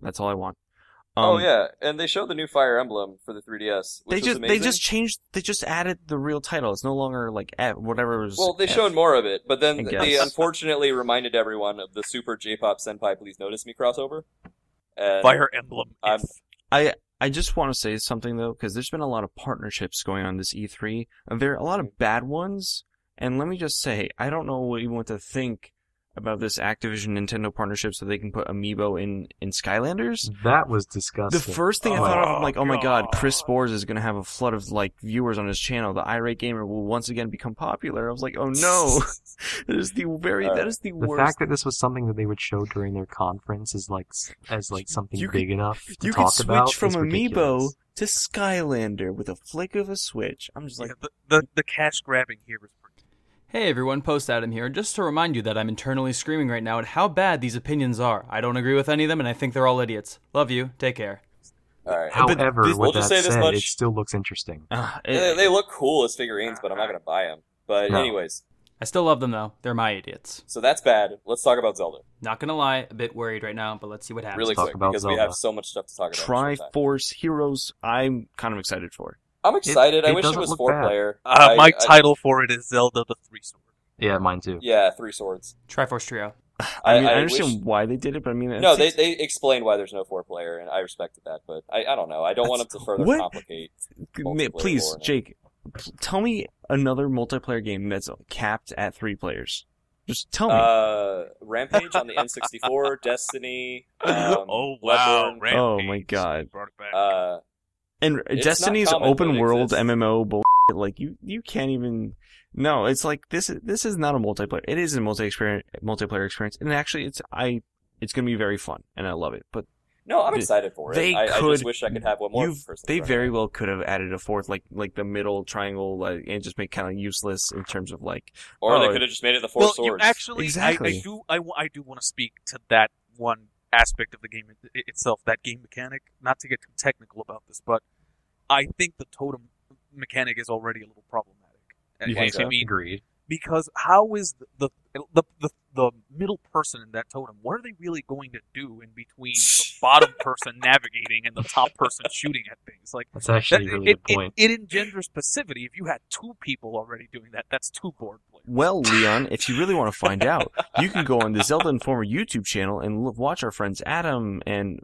Speaker 13: that's all I want. Um,
Speaker 12: oh yeah, and they showed the new Fire Emblem for the 3DS, which
Speaker 13: they
Speaker 12: was
Speaker 13: just
Speaker 12: amazing.
Speaker 13: they just changed. They just added the real title. It's no longer like F, whatever. Was
Speaker 12: well, they
Speaker 13: F.
Speaker 12: showed more of it, but
Speaker 13: I
Speaker 12: then they
Speaker 13: guess.
Speaker 12: unfortunately reminded everyone of the Super J-pop Senpai Please Notice Me crossover. And
Speaker 14: Fire Emblem.
Speaker 12: I'm-
Speaker 14: if-
Speaker 13: I I just want to say something though, because there's been a lot of partnerships going on this E3. There are a lot of bad ones, and let me just say, I don't know what you want to think about this Activision Nintendo partnership, so they can put Amiibo in in Skylanders.
Speaker 11: That was
Speaker 13: The
Speaker 11: disgusting.
Speaker 13: first thing I thought of, I'm like,
Speaker 14: Oh,
Speaker 13: oh my god, Chris
Speaker 14: God.
Speaker 13: Spores is gonna have a flood of like viewers on his channel. The irate gamer will once again become popular. I was like, oh no, that is the very
Speaker 12: Uh,
Speaker 13: that is the,
Speaker 11: the
Speaker 13: worst.
Speaker 11: fact that this was something that they would show during their conference is like s- as like something
Speaker 13: You could-
Speaker 11: big enough to
Speaker 13: you could
Speaker 11: talk about
Speaker 13: switch from
Speaker 11: is
Speaker 13: Amiibo
Speaker 11: ridiculous.
Speaker 13: to Skylander with a flick of a switch. I'm just like,
Speaker 14: yeah, the, the the cash grabbing here is pretty.
Speaker 15: Hey everyone, Post Adam here. Just to remind you that I'm internally screaming right now at how bad these opinions are. I don't agree with any of them and I think they're all idiots. Love you. Take care.
Speaker 12: all right.
Speaker 13: But
Speaker 11: However,
Speaker 13: this-
Speaker 11: with
Speaker 12: We'll
Speaker 11: that
Speaker 12: just say this
Speaker 11: said,
Speaker 12: much.
Speaker 11: it still looks interesting.
Speaker 13: Ah, it-
Speaker 12: They, they look cool as figurines, but I'm not gonna buy them. But
Speaker 11: No.
Speaker 12: anyways,
Speaker 15: I still love them though. They're my idiots.
Speaker 12: so that's bad. Let's talk about Zelda
Speaker 15: Not gonna lie, a bit worried right now, but let's see what happens.
Speaker 12: really
Speaker 11: talk
Speaker 12: quick
Speaker 11: about
Speaker 12: because we
Speaker 11: Zelda.
Speaker 12: have so much stuff to talk about. in short time.
Speaker 13: Triforce Heroes, I'm kind of excited for.
Speaker 12: I'm excited. I
Speaker 11: it
Speaker 12: wish it
Speaker 11: doesn't
Speaker 12: was
Speaker 11: look
Speaker 12: four
Speaker 11: bad.
Speaker 12: player.
Speaker 14: Uh,
Speaker 12: I-
Speaker 14: my
Speaker 12: I-
Speaker 14: title for it is Zelda the Three Sword.
Speaker 11: Yeah, mine too.
Speaker 12: Yeah, three swords.
Speaker 15: Triforce Trio.
Speaker 13: I, mean, I,
Speaker 12: I
Speaker 13: understand
Speaker 12: wish-
Speaker 13: why they did it, but I mean,
Speaker 12: No,
Speaker 13: it's-
Speaker 12: they they explain why there's no four player, and I respected that. But I, I don't know. I don't want
Speaker 13: That's-
Speaker 12: them to further
Speaker 13: what?
Speaker 12: complicate.
Speaker 13: Ma-
Speaker 12: multiplayer
Speaker 13: please,
Speaker 12: lore now.
Speaker 13: Jake, p- tell me another multiplayer game that's capped at three players. Just tell me.
Speaker 12: Uh, Rampage on the N64, Destiny. Um,
Speaker 14: oh wow!
Speaker 12: Bloodborne,
Speaker 14: Rampage.
Speaker 13: Oh, my God.
Speaker 14: Brought it back.
Speaker 12: Uh,
Speaker 13: and
Speaker 12: it's
Speaker 13: Destiny's
Speaker 12: not common, but
Speaker 13: open
Speaker 12: it
Speaker 13: world
Speaker 12: exists.
Speaker 13: MMO bull. Like you, you can't even. No, it's like this. is This is not a multiplayer. It is a multi experience, multiplayer experience, and actually, it's I. It's gonna be very fun, and I love it. But
Speaker 12: no, I'm
Speaker 13: They-
Speaker 12: excited for it.
Speaker 13: they
Speaker 12: I, I
Speaker 13: could-
Speaker 12: just wish I could have one more
Speaker 13: You've-
Speaker 12: person.
Speaker 13: They
Speaker 12: running
Speaker 13: very
Speaker 12: it.
Speaker 13: well could have added a fourth, like like the middle triangle, like, and just make kind of useless in terms of like.
Speaker 12: Or
Speaker 13: oh,
Speaker 12: they could have just made it the four
Speaker 14: well, you
Speaker 12: swords.
Speaker 14: actually, I,
Speaker 13: Exactly.
Speaker 14: I do, I, w- I do want to speak to that one aspect of the game it- it- itself, that game mechanic. Not to get too technical about this, but I think the totem mechanic is already a little problematic.
Speaker 13: You
Speaker 14: I-
Speaker 13: think so?
Speaker 14: I mean,
Speaker 11: Agreed.
Speaker 14: because how is the the, the the the middle person in that totem? What are they really going to do in between the bottom person navigating and the top person shooting at things? Like
Speaker 11: That's actually a
Speaker 14: that-
Speaker 11: really
Speaker 14: it,
Speaker 11: good point.
Speaker 14: It, it engenders passivity. If you had two people already doing that, that's two board players.
Speaker 13: Well, Leon, if you really want to find out, you can go on the Zelda Informer YouTube channel and look, watch our friends Adam and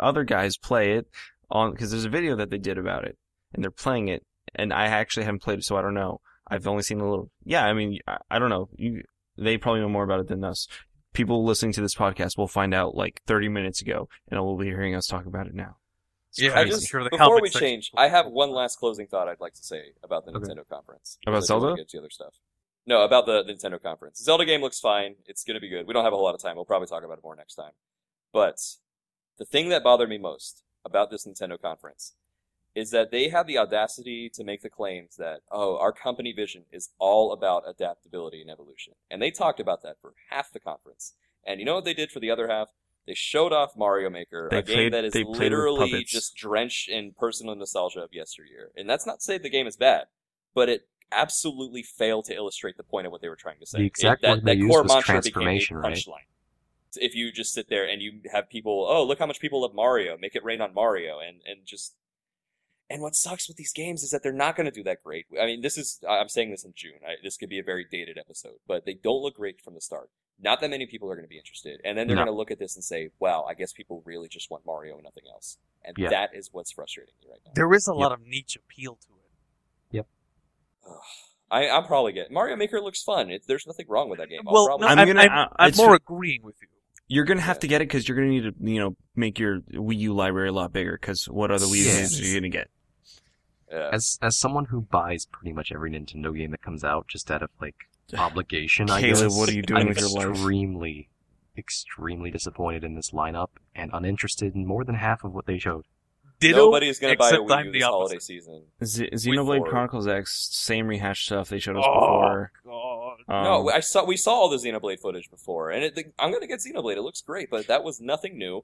Speaker 13: other guys play it on because there's a video that they did about it, and they're playing it. And I actually haven't played it, so I don't know. I've only seen a little. Yeah, I mean, I, I don't know. You, they probably know more about it than us. People listening to this podcast will find out like 30 minutes ago, and will be hearing us talk about it now. It's
Speaker 14: Yeah, I
Speaker 13: crazy.
Speaker 14: just- Sure, the
Speaker 12: before
Speaker 14: comment
Speaker 12: we
Speaker 14: section-
Speaker 12: change, I have one last closing thought I'd like to say about the
Speaker 11: Okay.
Speaker 12: Nintendo conference.
Speaker 13: About
Speaker 12: because I do wanna
Speaker 13: Zelda?
Speaker 12: Get to other stuff. No, about the Nintendo conference. Zelda game looks fine. It's going to be good. We don't have a whole lot of time. We'll probably talk about it more next time. But the thing that bothered me most about this Nintendo conference is that they have the audacity to make the claims that oh, our company vision is all about adaptability and evolution, and they talked about that for half the conference. And you know what they did for the other half? They showed off Mario Maker,
Speaker 13: They
Speaker 12: a game
Speaker 13: played-
Speaker 12: that is
Speaker 13: they played with
Speaker 12: literally
Speaker 13: puppets.
Speaker 12: just drenched in personal nostalgia of yesteryear. And that's not to say the game is bad, but it absolutely failed to illustrate the point of what they were trying to say.
Speaker 11: The
Speaker 12: It-
Speaker 11: exact
Speaker 12: that,
Speaker 11: word they
Speaker 12: that
Speaker 11: used
Speaker 12: core
Speaker 11: was
Speaker 12: mantra became a
Speaker 11: transformation, right?
Speaker 12: punchline. If you just sit there and you have people, oh, look how much people love Mario, make it rain on Mario, and and just And what sucks with these games is that they're not going to do that great. I mean, this is I- I'm saying this in June. I, this could be a very dated episode, but they don't look great from the start. Not that many people are going to be interested, and then they're
Speaker 11: No.
Speaker 12: going to look at this and say, "Wow, I guess people really just want Mario and nothing else." And
Speaker 11: Yeah.
Speaker 12: that is what's frustrating me right now.
Speaker 14: There is a lot of niche appeal to it.
Speaker 12: I, I'm probably getting Mario Maker looks fun. It, there's nothing wrong with that game. I'll
Speaker 14: Well,
Speaker 12: probably-
Speaker 14: no, I'm,
Speaker 13: gonna-
Speaker 14: I'm-
Speaker 13: I-
Speaker 11: uh,
Speaker 14: I'm
Speaker 13: it's
Speaker 14: more
Speaker 13: ju-
Speaker 14: agreeing with you.
Speaker 13: You're gonna have to get it because you're gonna need to, you know, make your Wii U library a lot bigger. Because what other Wii U
Speaker 11: Yeah.
Speaker 13: games are you gonna get?
Speaker 11: As as someone who buys pretty much every Nintendo game that comes out just out of like obligation, I
Speaker 13: Caleb,
Speaker 11: guess,
Speaker 13: what are you doing
Speaker 11: I'm
Speaker 13: with your life?
Speaker 11: Extremely, extremely disappointed in this lineup and uninterested in more than half of what they showed.
Speaker 14: Ditto,
Speaker 12: Nobody is going to buy a
Speaker 14: except
Speaker 12: Wii
Speaker 14: I'm
Speaker 12: U
Speaker 14: the
Speaker 12: this holiday
Speaker 14: opposite.
Speaker 12: season.
Speaker 13: Z-
Speaker 12: Wait
Speaker 13: Xenoblade
Speaker 12: for it.
Speaker 13: Chronicles X, same rehash stuff they showed us
Speaker 14: Oh,
Speaker 13: before.
Speaker 14: God.
Speaker 13: Um,
Speaker 12: no, I saw we saw all the Xenoblade footage before, and it, I'm going to get Xenoblade. It looks great, but that was nothing new.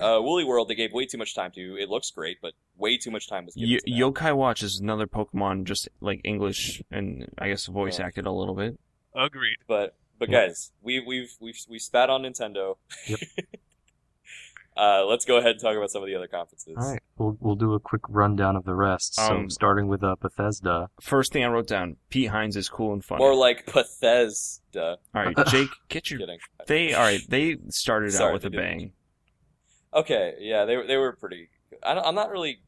Speaker 12: Uh, Woolly World they gave way too much time to. It looks great, but way too much time was given.
Speaker 13: Yo-
Speaker 12: to that.
Speaker 13: Yokai Watch is another Pokemon, just like English and I guess voice
Speaker 12: Yeah.
Speaker 13: acted a little bit.
Speaker 14: Agreed.
Speaker 12: But but
Speaker 13: Yeah.
Speaker 12: guys, we we've we've we spat on Nintendo.
Speaker 11: Yep.
Speaker 12: uh, let's go ahead and talk about some of the other conferences.
Speaker 11: All right, we'll we'll do a quick rundown of the rest. so
Speaker 13: Um,
Speaker 11: starting with uh, Bethesda,
Speaker 13: First thing I wrote down: Pete Hines is cool and funny.
Speaker 12: More like Bethesda.
Speaker 13: all right, Jake, get your.
Speaker 12: Kidding.
Speaker 13: They all right. They started
Speaker 12: Sorry,
Speaker 13: out with
Speaker 12: they
Speaker 13: a
Speaker 12: didn't.
Speaker 13: bang.
Speaker 12: Okay, yeah, they were they were pretty. I don't, I'm not really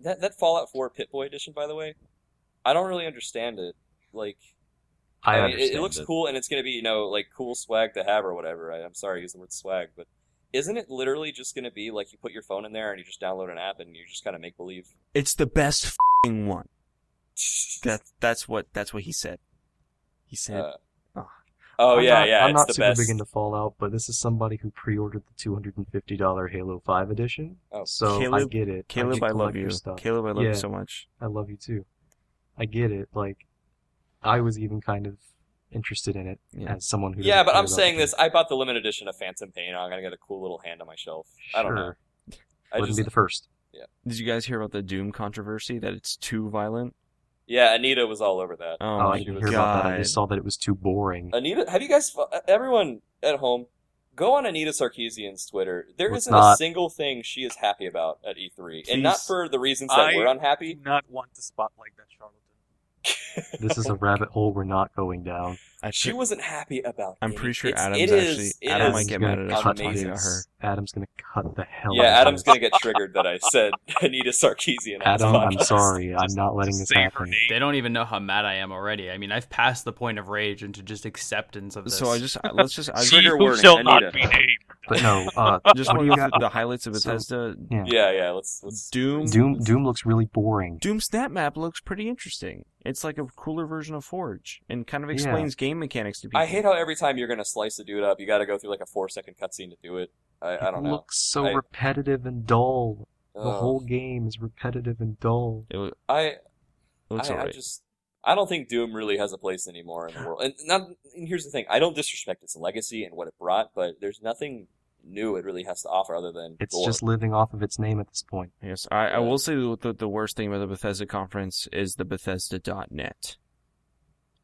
Speaker 12: that that Fallout 4 Pit Boy edition, by the way. I don't really understand it. Like,
Speaker 11: I,
Speaker 12: mean, it,
Speaker 11: understand
Speaker 12: it looks cool, and it's gonna be you know like cool swag to have or whatever. I, I'm sorry, to use the word swag, but isn't it literally just gonna be like you put your phone in there and you just download an app and you just kind of make believe?
Speaker 13: It's the best fing one. That that's what that's what he said. He said,
Speaker 12: Uh,
Speaker 13: Oh.
Speaker 12: oh
Speaker 11: I'm
Speaker 12: yeah,
Speaker 11: not,
Speaker 12: yeah,
Speaker 11: I'm
Speaker 12: it's
Speaker 11: not
Speaker 12: the
Speaker 11: super
Speaker 12: best.
Speaker 11: big into Fallout, but this is somebody who pre-ordered the two hundred and fifty dollar Halo Five edition.
Speaker 12: Oh.
Speaker 11: so I
Speaker 13: Caleb-
Speaker 11: get it.
Speaker 13: "Caleb,
Speaker 11: get
Speaker 13: I, love
Speaker 11: collector
Speaker 13: you.
Speaker 11: Stuff.
Speaker 13: Caleb, I love
Speaker 11: Yeah.
Speaker 13: you so much."
Speaker 11: I love you too. I get it. Like, I was even kind of interested in it
Speaker 13: Yeah.
Speaker 11: as someone who.
Speaker 12: Yeah,
Speaker 11: doesn't
Speaker 12: but
Speaker 11: care
Speaker 12: I'm
Speaker 11: about
Speaker 12: saying
Speaker 11: the
Speaker 12: this. I bought the limited edition of Phantom Pain. I'm gonna get a cool little hand on my shelf. I don't know.
Speaker 11: Sure.
Speaker 12: I
Speaker 11: Wouldn't
Speaker 12: just
Speaker 11: be the first.
Speaker 13: Did you guys hear about the Doom controversy? That it's too violent.
Speaker 12: yeah, Anita was all over that.
Speaker 13: Oh,
Speaker 11: Oh, I
Speaker 13: my
Speaker 11: didn't
Speaker 13: god!
Speaker 11: hear about that. I just saw that it was too boring.
Speaker 12: Anita, have you guys, uh, everyone at home, go on Anita Sarkeesian's Twitter. There
Speaker 11: Let's
Speaker 12: not a
Speaker 11: not.
Speaker 12: single thing she is happy about at E3, and
Speaker 13: Please.
Speaker 12: not for the reasons that
Speaker 14: I-
Speaker 12: we're
Speaker 14: Do
Speaker 12: unhappy.
Speaker 14: not want to spotlight that charlatan.
Speaker 11: this is a rabbit hole we're not going down.
Speaker 13: I
Speaker 12: She
Speaker 13: pre-
Speaker 12: wasn't happy about.
Speaker 13: I'm
Speaker 12: it.
Speaker 13: pretty sure
Speaker 12: It's-
Speaker 13: Adam's
Speaker 12: it is-
Speaker 13: actually
Speaker 12: it
Speaker 13: Adam
Speaker 12: is-
Speaker 13: might get mad at us for talking
Speaker 12: amazing.
Speaker 13: about her.
Speaker 11: Adam's gonna cut the hell.
Speaker 12: Yeah,
Speaker 11: out of
Speaker 12: Adam's
Speaker 11: this.
Speaker 12: gonna get triggered that I said Anita Sarkeesian. on this
Speaker 11: Adam, I'm
Speaker 12: podcast.
Speaker 11: sorry. I'm not letting this
Speaker 14: Save her
Speaker 11: happen.
Speaker 14: name.
Speaker 15: They don't even know how mad I am already. I mean, I've passed the point of rage into just acceptance of this.
Speaker 13: So I just I- let's just I
Speaker 14: She
Speaker 13: just,
Speaker 12: Trigger
Speaker 14: who
Speaker 12: warning,
Speaker 14: shall
Speaker 12: Anita.
Speaker 14: not be named.
Speaker 11: But no, uh,
Speaker 13: just
Speaker 11: what
Speaker 13: want to
Speaker 11: do you
Speaker 13: go through
Speaker 11: got?
Speaker 13: the highlights of
Speaker 11: So-
Speaker 13: Bethesda.
Speaker 11: Yeah.
Speaker 12: Yeah, yeah. Let's let's.
Speaker 13: Doom.
Speaker 11: Doom, Doom looks really boring.
Speaker 13: Doom's snap map looks pretty interesting. It's like a cooler version of Forge and kind of
Speaker 11: Yeah.
Speaker 13: explains game mechanics to people.
Speaker 12: I hate how every time you're gonna slice a dude up, you got to go through like a four second cutscene to do it. I, I don't
Speaker 11: It
Speaker 12: know.
Speaker 11: looks so
Speaker 12: I-
Speaker 11: repetitive and dull. The
Speaker 12: Ugh.
Speaker 11: whole game is repetitive and dull.
Speaker 13: it, loo-
Speaker 12: I
Speaker 13: it looks
Speaker 12: I, I
Speaker 13: alright.
Speaker 12: just I don't think Doom really has a place anymore in the world. And not and here's the thing, I don't disrespect its legacy and what it brought, but there's nothing new it really has to offer other than
Speaker 11: It's
Speaker 12: gore.
Speaker 11: just living off of its name at this point.
Speaker 13: Yes, I,
Speaker 12: Yeah.
Speaker 13: I will say the, the the worst thing about the Bethesda conference is the Bethesda.net.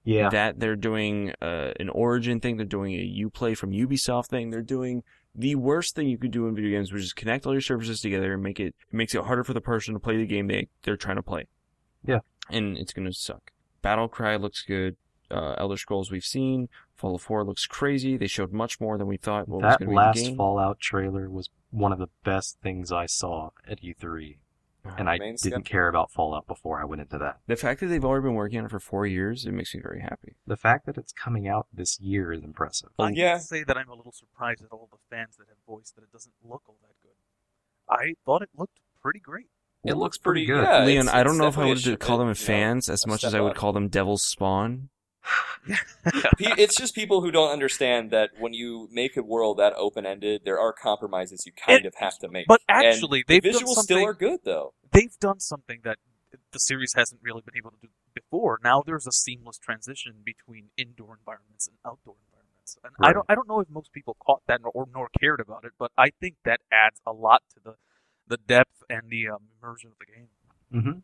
Speaker 11: Yeah.
Speaker 13: That they're doing uh, an Origin thing, they're doing a UPlay from Ubisoft thing, they're doing the worst thing you could do in video games, which is connect all your services together and make it, it makes it harder for the person to play the game they they're trying to play.
Speaker 11: Yeah.
Speaker 13: and it's gonna suck. Battle Cry looks good. Uh, Elder Scrolls we've seen. Fallout 4 looks crazy. They showed much more than we thought. What was
Speaker 11: that
Speaker 13: gonna be in the
Speaker 11: last
Speaker 13: game.
Speaker 11: Fallout trailer was one of the best things I saw at E3,
Speaker 13: Ah,
Speaker 11: and I
Speaker 12: Main
Speaker 11: didn't
Speaker 12: skeptic.
Speaker 11: care about Fallout before I went into that.
Speaker 13: The fact that they've already been working on it for four years, it makes me very happy.
Speaker 11: The fact that it's coming out this year is impressive.
Speaker 14: I
Speaker 12: Yeah.
Speaker 14: yeah. say that I'm a little surprised at all the fans that have voiced that it doesn't look all that good. I thought it looked pretty great.
Speaker 11: It looks pretty good.
Speaker 12: yeah,
Speaker 13: Leon,
Speaker 12: it's-
Speaker 13: I
Speaker 12: it's
Speaker 13: don't know if I
Speaker 12: definitely a
Speaker 13: would
Speaker 12: ship
Speaker 13: call
Speaker 12: that,
Speaker 13: them
Speaker 12: you know,
Speaker 13: fans as
Speaker 12: a
Speaker 13: much as
Speaker 12: step
Speaker 13: I would
Speaker 12: up.
Speaker 13: call them devil's spawn.
Speaker 12: Pe- it's just people who don't understand that when you make a world that open ended, there are compromises you kind
Speaker 14: It-
Speaker 12: of have to make.
Speaker 14: But
Speaker 12: And
Speaker 14: actually,
Speaker 12: the
Speaker 14: they've done
Speaker 12: visuals
Speaker 14: something.
Speaker 12: still are good though.
Speaker 14: they've done something that the series hasn't really been able to do before. Now there's a seamless transition between indoor environments and outdoor environments, and I
Speaker 11: Right.
Speaker 14: don't I don't know if most people caught that nor, or nor cared about it, but I think that adds a lot to the the depth and the um, immersion of the game.
Speaker 11: Mm-hmm.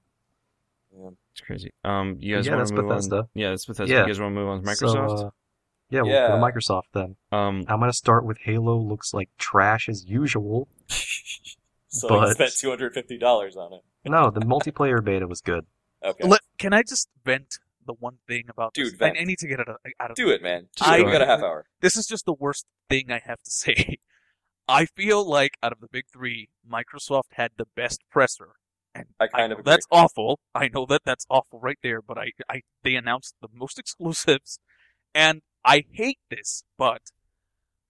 Speaker 13: It's crazy. Um, you guys
Speaker 11: Yeah,
Speaker 13: want
Speaker 11: that's
Speaker 13: to move on?
Speaker 11: Bethesda.
Speaker 13: Yeah, that's Bethesda.
Speaker 11: Yeah.
Speaker 13: You guys want to move on to Microsoft?
Speaker 11: So, uh, yeah, we'll
Speaker 12: Yeah.
Speaker 11: go to Microsoft then.
Speaker 13: um,
Speaker 11: I'm gonna start with Halo. Looks like trash as usual.
Speaker 12: So
Speaker 11: but
Speaker 12: I spent two hundred fifty dollars on it.
Speaker 11: no, the multiplayer beta was good.
Speaker 12: Okay.
Speaker 14: Let- can I just vent the one thing about
Speaker 12: Dude,
Speaker 14: this? I-
Speaker 12: vent.
Speaker 14: I, need to get it out out of
Speaker 12: Do it, man. Just
Speaker 14: I-
Speaker 12: do it. We got a half hour.
Speaker 14: This is just the worst thing I have to say. I feel like out of the big three, Microsoft had the best presser. And
Speaker 12: I kind of agree.
Speaker 14: that's awful. I know that that's awful right there, but I, I they announced the most exclusives, and I hate this, but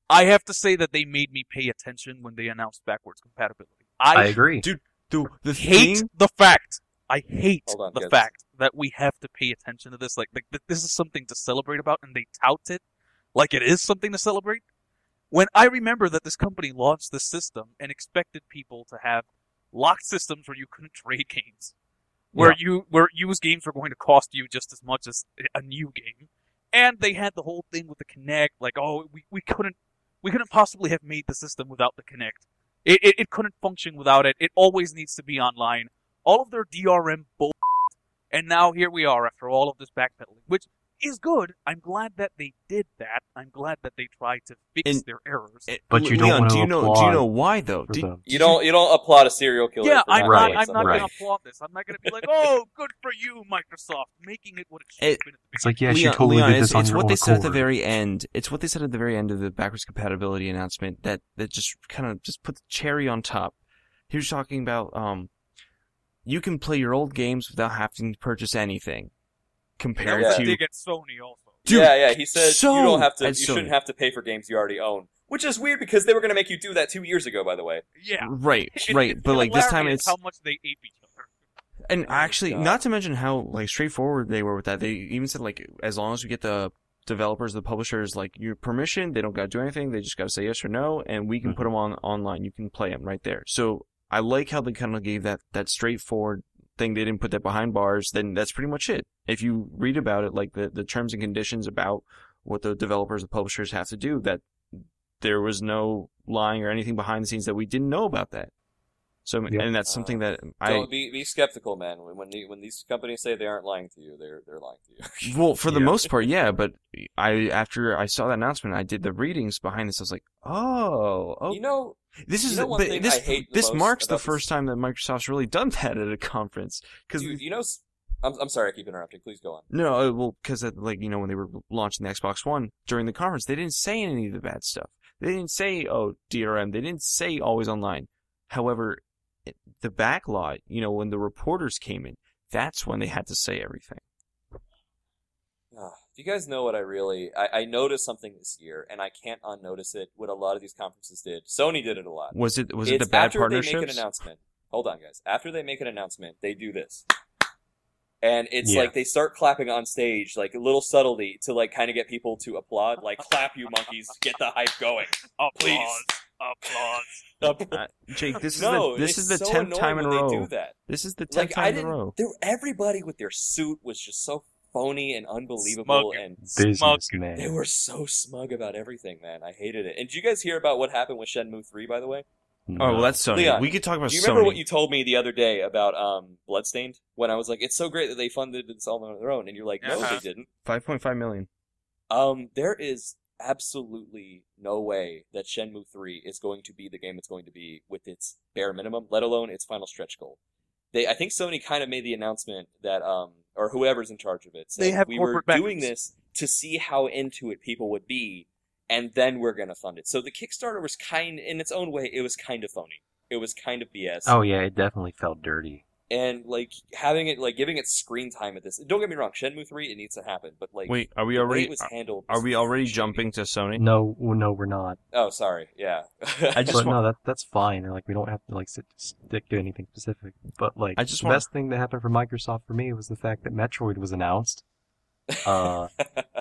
Speaker 14: I have to say that they made me pay attention when they announced backwards compatibility.
Speaker 11: I agree.
Speaker 13: Dude, dude, the
Speaker 14: hate
Speaker 13: thing-
Speaker 14: the fact. I hate
Speaker 12: Hold on,
Speaker 14: the
Speaker 12: guys.
Speaker 14: fact that we have to pay attention to this. Like, like th- this is something to celebrate about, and they tout it like it is something to celebrate. When I remember that this company launched this system and expected people to have locked systems where you couldn't trade games, where
Speaker 12: Yeah.
Speaker 14: you where used games were going to cost you just as much as a new game, and they had the whole thing with the Connect, like oh we, we couldn't we couldn't possibly have made the system without the Connect. It, it it couldn't function without it. It always needs to be online. All of their DRM bull, and now here we are after all of this backpedaling, which is good. I'm glad that they did that. I'm glad that they tried to fix
Speaker 13: And- eh,
Speaker 14: their errors.
Speaker 11: But you don't
Speaker 13: Leon,
Speaker 11: want to
Speaker 13: do you know? Do you know why though?
Speaker 11: for
Speaker 13: Do-
Speaker 11: them.
Speaker 12: You don't you don't applaud a serial killer.
Speaker 14: Yeah,
Speaker 12: for
Speaker 14: I'm
Speaker 12: not
Speaker 14: not.
Speaker 12: doing
Speaker 14: I'm not
Speaker 12: something.
Speaker 14: going to applaud this. I'm not going to be like, "Oh, good for you, Microsoft, making it what it should have
Speaker 13: It-
Speaker 14: been."
Speaker 11: It's like, yeah, she
Speaker 13: Leon,
Speaker 11: totally
Speaker 13: Leon,
Speaker 11: did
Speaker 13: it's,
Speaker 11: this on
Speaker 13: it's
Speaker 11: your
Speaker 13: what
Speaker 11: own
Speaker 13: they said at the
Speaker 11: accord.
Speaker 13: very end. It's what they said at the very end of the backwards compatibility announcement that that just kind of just put the cherry on top. He was talking about um, you can play your old games without having to purchase anything,
Speaker 14: That
Speaker 13: compared
Speaker 14: was
Speaker 12: Yeah.
Speaker 14: a
Speaker 13: to
Speaker 14: dig at Sony also.
Speaker 13: Dude,
Speaker 12: yeah, yeah. He said you
Speaker 13: so-
Speaker 12: don't have to. You
Speaker 13: and so-
Speaker 12: shouldn't have to pay for games you already own, which is weird because they were going to make you do that two years ago. By the way,
Speaker 14: Yeah,
Speaker 13: right,
Speaker 14: It's
Speaker 13: right. But like this time,
Speaker 14: hilarious
Speaker 13: it's
Speaker 14: how much they ape each other.
Speaker 13: and actually
Speaker 12: Oh God.
Speaker 13: not to mention how like straightforward they were with that. They even said like as long as we get the developers, the publishers, like your permission, they don't got to do anything. They just got to say yes or no, and we can
Speaker 12: Mm-hmm.
Speaker 13: put 'em put them on online. You can play them right there. So I like how they kind of gave that that straightforward thing. They didn't put that behind bars. Then that's pretty much it. If you read about it, like the the terms and conditions about what the developers, the publishers have to do, that there was no lying or anything behind the scenes that we didn't know about that. So
Speaker 11: Yeah.
Speaker 13: and that's something that I
Speaker 12: don't be be skeptical, man. When when, the, when these companies say they aren't lying to you, they're they're lying to you.
Speaker 13: Well, for the
Speaker 11: Yeah.
Speaker 13: most part, yeah. But I after I saw that announcement, I did the readings behind this. I was like, oh, oh,
Speaker 12: you know,
Speaker 13: this
Speaker 12: you
Speaker 13: is
Speaker 12: know one
Speaker 13: but
Speaker 12: thing
Speaker 13: this
Speaker 12: I hate the
Speaker 13: this
Speaker 12: most
Speaker 13: marks the
Speaker 12: about this-
Speaker 13: first time that Microsoft's really done that at a conference because
Speaker 12: dude, you know. s- I'm I'm sorry, I keep interrupting. Please go on.
Speaker 13: no, uh, well, because like you know when they were launching the Xbox One during the conference, they didn't say any of the bad stuff. They didn't say oh DRM. They didn't say always online. However, it- the backlot, you know, when the reporters came in, that's when they had to say everything.
Speaker 12: Ah, Do you guys know what I really I, I noticed something this year, and I can't unnotice it. What a lot of these conferences did. Sony did it a lot.
Speaker 13: Was it was
Speaker 12: it's
Speaker 13: it the bad
Speaker 12: after
Speaker 13: partnerships?
Speaker 12: they make an announcement. Hold on, guys. After they make an announcement, they do this, and it's
Speaker 13: Yeah.
Speaker 12: like they start clapping on stage, like a little subtlety to like kind of get people to applaud. Like, clap, you monkeys, get the hype going, please.
Speaker 14: Applause, applause.
Speaker 12: Up-
Speaker 13: Uh, Jake, this
Speaker 12: no,
Speaker 13: is the, this
Speaker 12: it's
Speaker 13: is the
Speaker 12: so
Speaker 13: tenth time in
Speaker 12: annoying
Speaker 13: a
Speaker 12: when
Speaker 13: row.
Speaker 12: They do that.
Speaker 13: This is the tenth
Speaker 12: Like I
Speaker 13: time in a
Speaker 12: didn't.
Speaker 13: row.
Speaker 12: There, everybody with their suit was just so phony and unbelievable,
Speaker 14: Smug.
Speaker 12: and
Speaker 11: Businessman.
Speaker 12: they were so smug about everything, man. I hated it. And did you guys hear about what happened with Shenmue Three? By the way,
Speaker 13: Oh, well, that's Sony.
Speaker 12: Leon,
Speaker 13: we could talk about
Speaker 12: do you
Speaker 13: Sony.
Speaker 12: remember what you told me the other day about um, Bloodstained? When I was like, "It's so great that they funded this all on their own," and you're like, "No,
Speaker 14: Uh-huh.
Speaker 12: they didn't."
Speaker 13: Five point five million.
Speaker 12: Um, there is absolutely no way that Shenmue 3 is going to be the game it's going to be with its bare minimum, let alone its final stretch goal. They, I think Sony kind of made the announcement that, um, or whoever's in charge of it, said
Speaker 14: They have
Speaker 12: we were
Speaker 14: corporate
Speaker 12: doing this
Speaker 14: backers."
Speaker 12: to see how into it people would be, and then we're going to fund it. So the Kickstarter was kind, in its own way, it was kind of phony. It was kind of BS
Speaker 11: Oh yeah, it definitely felt dirty.
Speaker 12: and like having it like giving it screen time at this. Don't get me wrong, Shenmue three it needs to happen, but like
Speaker 13: Wait, are we
Speaker 12: the way
Speaker 13: already-
Speaker 12: it was handled?
Speaker 13: Are
Speaker 12: was
Speaker 13: we already
Speaker 12: shitty.
Speaker 13: jumping to Sony?
Speaker 11: No, no, we're not.
Speaker 12: Oh, sorry. Yeah.
Speaker 13: I just
Speaker 11: but
Speaker 13: want.
Speaker 11: no, that that's fine. Like we don't have to like sit, stick to anything specific. But like
Speaker 13: I just
Speaker 11: the
Speaker 13: want-
Speaker 11: best thing that happened for Microsoft for me was the fact that Metroid was announced. Uh,